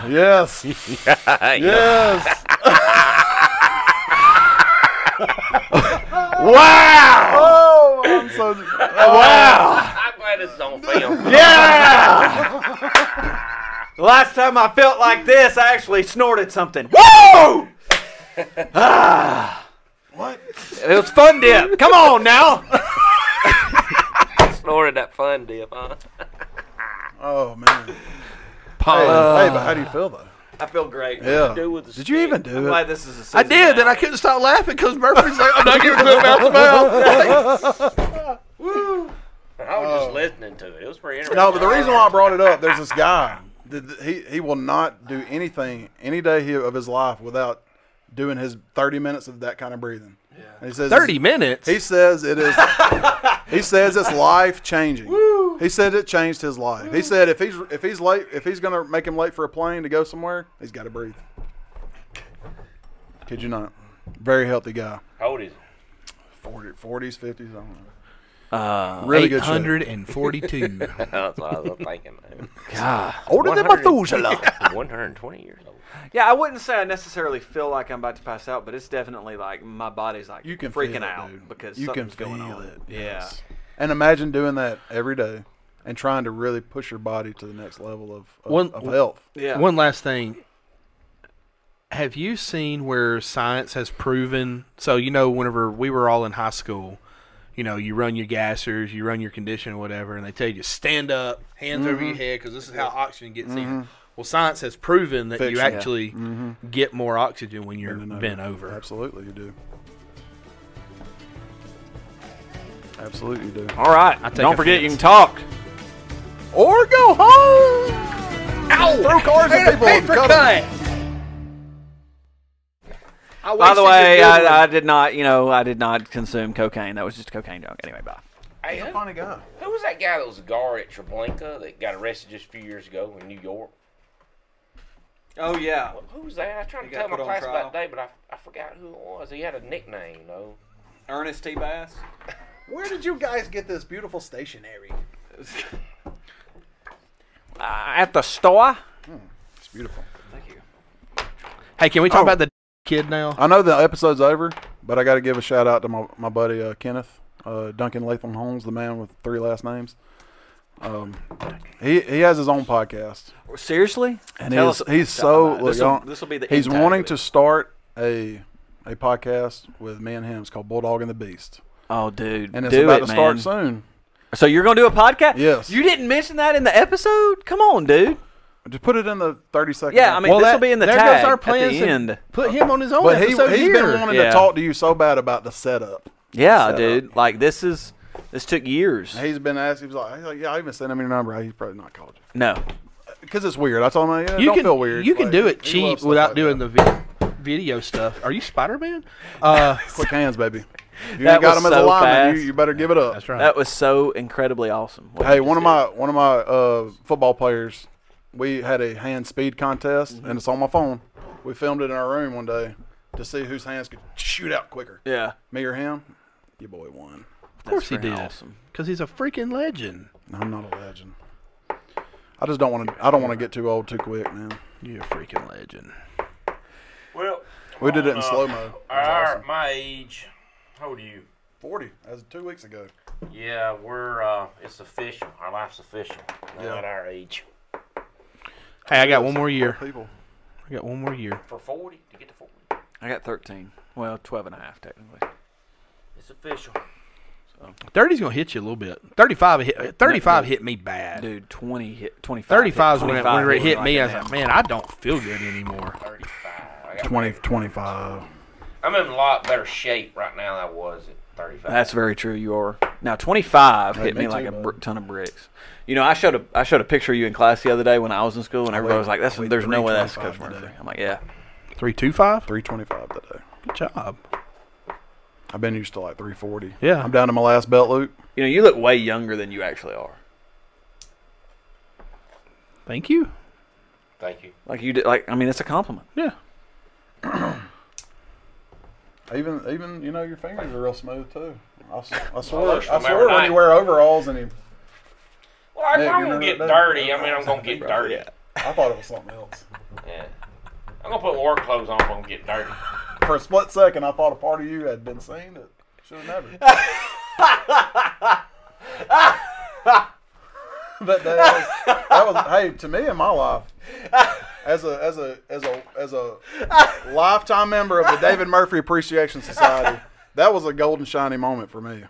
Speaker 3: Yes. yes.
Speaker 4: Wow!
Speaker 3: Oh, I'm so.
Speaker 4: I'm glad this is on film.
Speaker 1: The last time I felt
Speaker 3: Mm.
Speaker 1: like this, I actually snorted something.
Speaker 3: Whoa! what?
Speaker 1: It was fun dip. Come
Speaker 2: Oh,
Speaker 1: on now.
Speaker 4: Snorted that fun dip, huh?
Speaker 3: Oh man. Hey, hey, but how do you feel though?
Speaker 1: I feel great.
Speaker 3: Yeah.
Speaker 4: Do with the
Speaker 3: Did you even do
Speaker 1: I'm
Speaker 3: it?
Speaker 1: glad this is a
Speaker 2: I did, and I couldn't stop laughing because Murphy's like, I'm not giving a mouth to mouth.
Speaker 4: I was just listening to it. It was pretty interesting.
Speaker 3: Uh, No, but the reason why I brought it up, there's this guy. that- that He he will not do anything any day he- of his life without doing his 30 minutes of that kind of breathing. Yeah. And he says
Speaker 2: 30 minutes.
Speaker 3: He says it is. he says it's life changing. He said it changed his life. He said if he's if he's late if he's gonna make him late for a plane to go somewhere, he's got to breathe. Kid you not? Very healthy guy.
Speaker 4: Hold it.
Speaker 3: 40, 40s, 50s. I don't know.
Speaker 1: Uh,
Speaker 3: Really good. shape.
Speaker 2: 842.
Speaker 4: Oh, That's what I was thinking. man.
Speaker 1: God.
Speaker 2: Older than
Speaker 4: 100.
Speaker 2: Methuselah.
Speaker 4: 120 years old.
Speaker 1: Yeah, I wouldn't say I necessarily feel like I'm about to pass out, but it's definitely like my body's like
Speaker 3: You can
Speaker 1: freaking
Speaker 3: feel it,
Speaker 1: out
Speaker 3: dude.
Speaker 1: because
Speaker 3: You can
Speaker 1: something's going
Speaker 3: feel
Speaker 1: on.
Speaker 3: it,
Speaker 1: Yeah.
Speaker 3: yes. And imagine doing that every day and trying to really push your body to the next level of of,
Speaker 2: One-
Speaker 3: of health.
Speaker 1: Yeah.
Speaker 2: One last thing. Have you seen where science has proven? So, you know, whenever we were all in high school, you know, you run your gassers, you run your condition, whatever, and they tell you stand up, hands over
Speaker 3: Mm-hmm.
Speaker 2: your head, because this is how oxygen gets in. Well, science has proven that you
Speaker 3: Fiction. Mm-hmm. Yeah. Mm-hmm.
Speaker 2: actually get more oxygen when you're bent over.
Speaker 3: Absolutely, you do. Absolutely, you do.
Speaker 1: All right.
Speaker 2: I take
Speaker 1: Don't forget you
Speaker 2: offense.
Speaker 1: can talk.
Speaker 3: Or go home. Ow! Throw cars at people. and cut 'em.
Speaker 1: By the way, I, I did not, you know, I did not consume cocaine. That was just a cocaine joke. Anyway, bye.
Speaker 4: Hey, who, who was that guy that was a guard at Treblinka that got arrested just a few years ago in New York?
Speaker 1: Oh yeah.
Speaker 4: Who was that? I was trying
Speaker 1: He
Speaker 4: to
Speaker 1: got
Speaker 4: tell my
Speaker 1: put on
Speaker 4: class
Speaker 1: trial.
Speaker 4: about that, but I, I forgot who it was. He had a nickname, you know.
Speaker 1: Ernest T. Bass.
Speaker 6: Where did you guys get this beautiful stationery?
Speaker 1: Uh, at the store.
Speaker 3: It's beautiful.
Speaker 2: Hey, can we talk
Speaker 3: Oh.
Speaker 2: about the kid now?
Speaker 3: I know the episode's over, but I got to give a shout out to my, my buddy uh, Kenneth uh, Duncan Latham Holmes, the man with three last names. Um, he he has his own podcast,
Speaker 1: Seriously?
Speaker 3: and he's he's so look,
Speaker 1: this will,
Speaker 3: y'all-
Speaker 1: be the
Speaker 3: he's
Speaker 1: end tag
Speaker 3: wanting
Speaker 1: of
Speaker 3: to
Speaker 1: it.
Speaker 3: start a a podcast with me and him. It's called Bulldog and the Beast,
Speaker 1: Oh, dude,
Speaker 3: and it's
Speaker 1: do
Speaker 3: about
Speaker 1: it,
Speaker 3: to
Speaker 1: man.
Speaker 3: start soon.
Speaker 1: So you're gonna do a podcast?
Speaker 3: Yes.
Speaker 1: You didn't mention that in the episode. Come on, dude.
Speaker 3: Just put it in the thirty second.
Speaker 1: Yeah, I mean, this will
Speaker 2: that-
Speaker 1: be in the
Speaker 2: there
Speaker 1: tag
Speaker 2: goes our
Speaker 1: at the
Speaker 2: plans to
Speaker 1: end.
Speaker 2: Put him on his own
Speaker 3: but he he's
Speaker 2: episode here.
Speaker 3: been wanting
Speaker 1: Yeah.
Speaker 3: to talk to you so bad about the setup.
Speaker 1: Yeah,
Speaker 3: Set
Speaker 1: dude.
Speaker 3: up.
Speaker 1: Like this is this took years.
Speaker 3: He's been asking. He was like, he's like, "Yeah, I even sent him your number. He's probably not called you
Speaker 1: No.
Speaker 3: because it's weird." I told him, "Yeah,
Speaker 2: you
Speaker 3: don't
Speaker 2: can
Speaker 3: feel weird."
Speaker 2: You can
Speaker 3: Like,
Speaker 2: do it
Speaker 3: he
Speaker 2: cheap
Speaker 3: loves stuff
Speaker 2: without
Speaker 3: like
Speaker 2: doing
Speaker 3: that.
Speaker 2: the vi- video stuff. Are you Spider Man? Uh,
Speaker 3: quick hands, baby. You
Speaker 1: That
Speaker 3: ain't got
Speaker 1: was
Speaker 3: him as a
Speaker 1: so
Speaker 3: lineman. You,
Speaker 1: fast.
Speaker 3: you better give it up.
Speaker 2: that's right.
Speaker 1: That was so incredibly awesome. What
Speaker 3: Hey,
Speaker 1: you
Speaker 3: one of
Speaker 1: just
Speaker 3: my one of my uh, football players, we had a hand speed contest, and it's on my phone. We filmed it in our room one day to see whose hands could shoot out quicker.
Speaker 1: did. Yeah.
Speaker 3: Me or him? Your boy won.
Speaker 2: of course he
Speaker 1: freaking
Speaker 2: did.
Speaker 1: awesome.
Speaker 2: Because he's a freaking legend.
Speaker 3: No, I'm not a legend. I just don't want to. I don't want to get too old too quick, man.
Speaker 2: You're a freaking legend.
Speaker 4: Well, um,
Speaker 3: We did it in slow mo.
Speaker 4: our, my age, how old are you?
Speaker 3: Forty. That was two weeks ago.
Speaker 4: Yeah, we're uh, it's official. Our life's official.
Speaker 3: Yeah.
Speaker 4: Not our age.
Speaker 2: Hey, I got one more year.
Speaker 3: People.
Speaker 2: I got one more year.
Speaker 4: For forty to get to forty,
Speaker 1: I got 13. Well, 12 and a half technically.
Speaker 4: it's official.
Speaker 2: 30's going to hit you a little bit. 35 hit, 35 hit me bad.
Speaker 1: Dude, 20 hit 25.
Speaker 2: 35 is when it,
Speaker 1: 25
Speaker 2: when it hit
Speaker 1: like
Speaker 2: me. I
Speaker 1: that.
Speaker 2: was like, man, I don't feel good anymore.
Speaker 3: Twenty. Twenty-five.
Speaker 4: I'm in a lot better shape right now than I was at thirty-five.
Speaker 1: That's very true. You are now twenty five. Hit
Speaker 3: me
Speaker 1: me like
Speaker 3: too,
Speaker 1: a
Speaker 3: bud.
Speaker 1: br- ton of bricks. You know, I showed a I showed a picture of you in class the other day when I was in school, and everybody was like, "That's there's no way that's Coach
Speaker 3: 325
Speaker 1: Murphy."
Speaker 3: today.
Speaker 1: I'm like, "Yeah,
Speaker 2: Three two five.
Speaker 3: Three twenty-five today.
Speaker 2: Good job.
Speaker 3: I've been used to like three forty.
Speaker 2: Yeah.
Speaker 3: I'm down to my last belt loop.
Speaker 1: you know, you look way younger than you actually are.
Speaker 2: Thank you.
Speaker 4: Thank you.
Speaker 1: Like you did. Like I mean, it's a compliment.
Speaker 2: Yeah.
Speaker 3: Even even you know your fingers are real smooth too. I, s- I swear,
Speaker 4: works
Speaker 3: I
Speaker 4: from
Speaker 3: swear when
Speaker 4: overnight.
Speaker 3: you wear overalls and you,
Speaker 4: Well, I,
Speaker 3: Yeah,
Speaker 4: I'm
Speaker 3: you
Speaker 4: gonna
Speaker 3: know
Speaker 4: get
Speaker 3: that-
Speaker 4: dirty. I mean, I'm gonna get dirty.
Speaker 3: I thought it was something else.
Speaker 4: Yeah. I'm gonna put work clothes on. if I'm gonna get dirty.
Speaker 3: For a split second, I thought a part of you had been seen that should have never. but that was, that was hey to me in my life as a as a as a as a lifetime member of the David Murphy Appreciation Society. That was a golden shiny moment for me.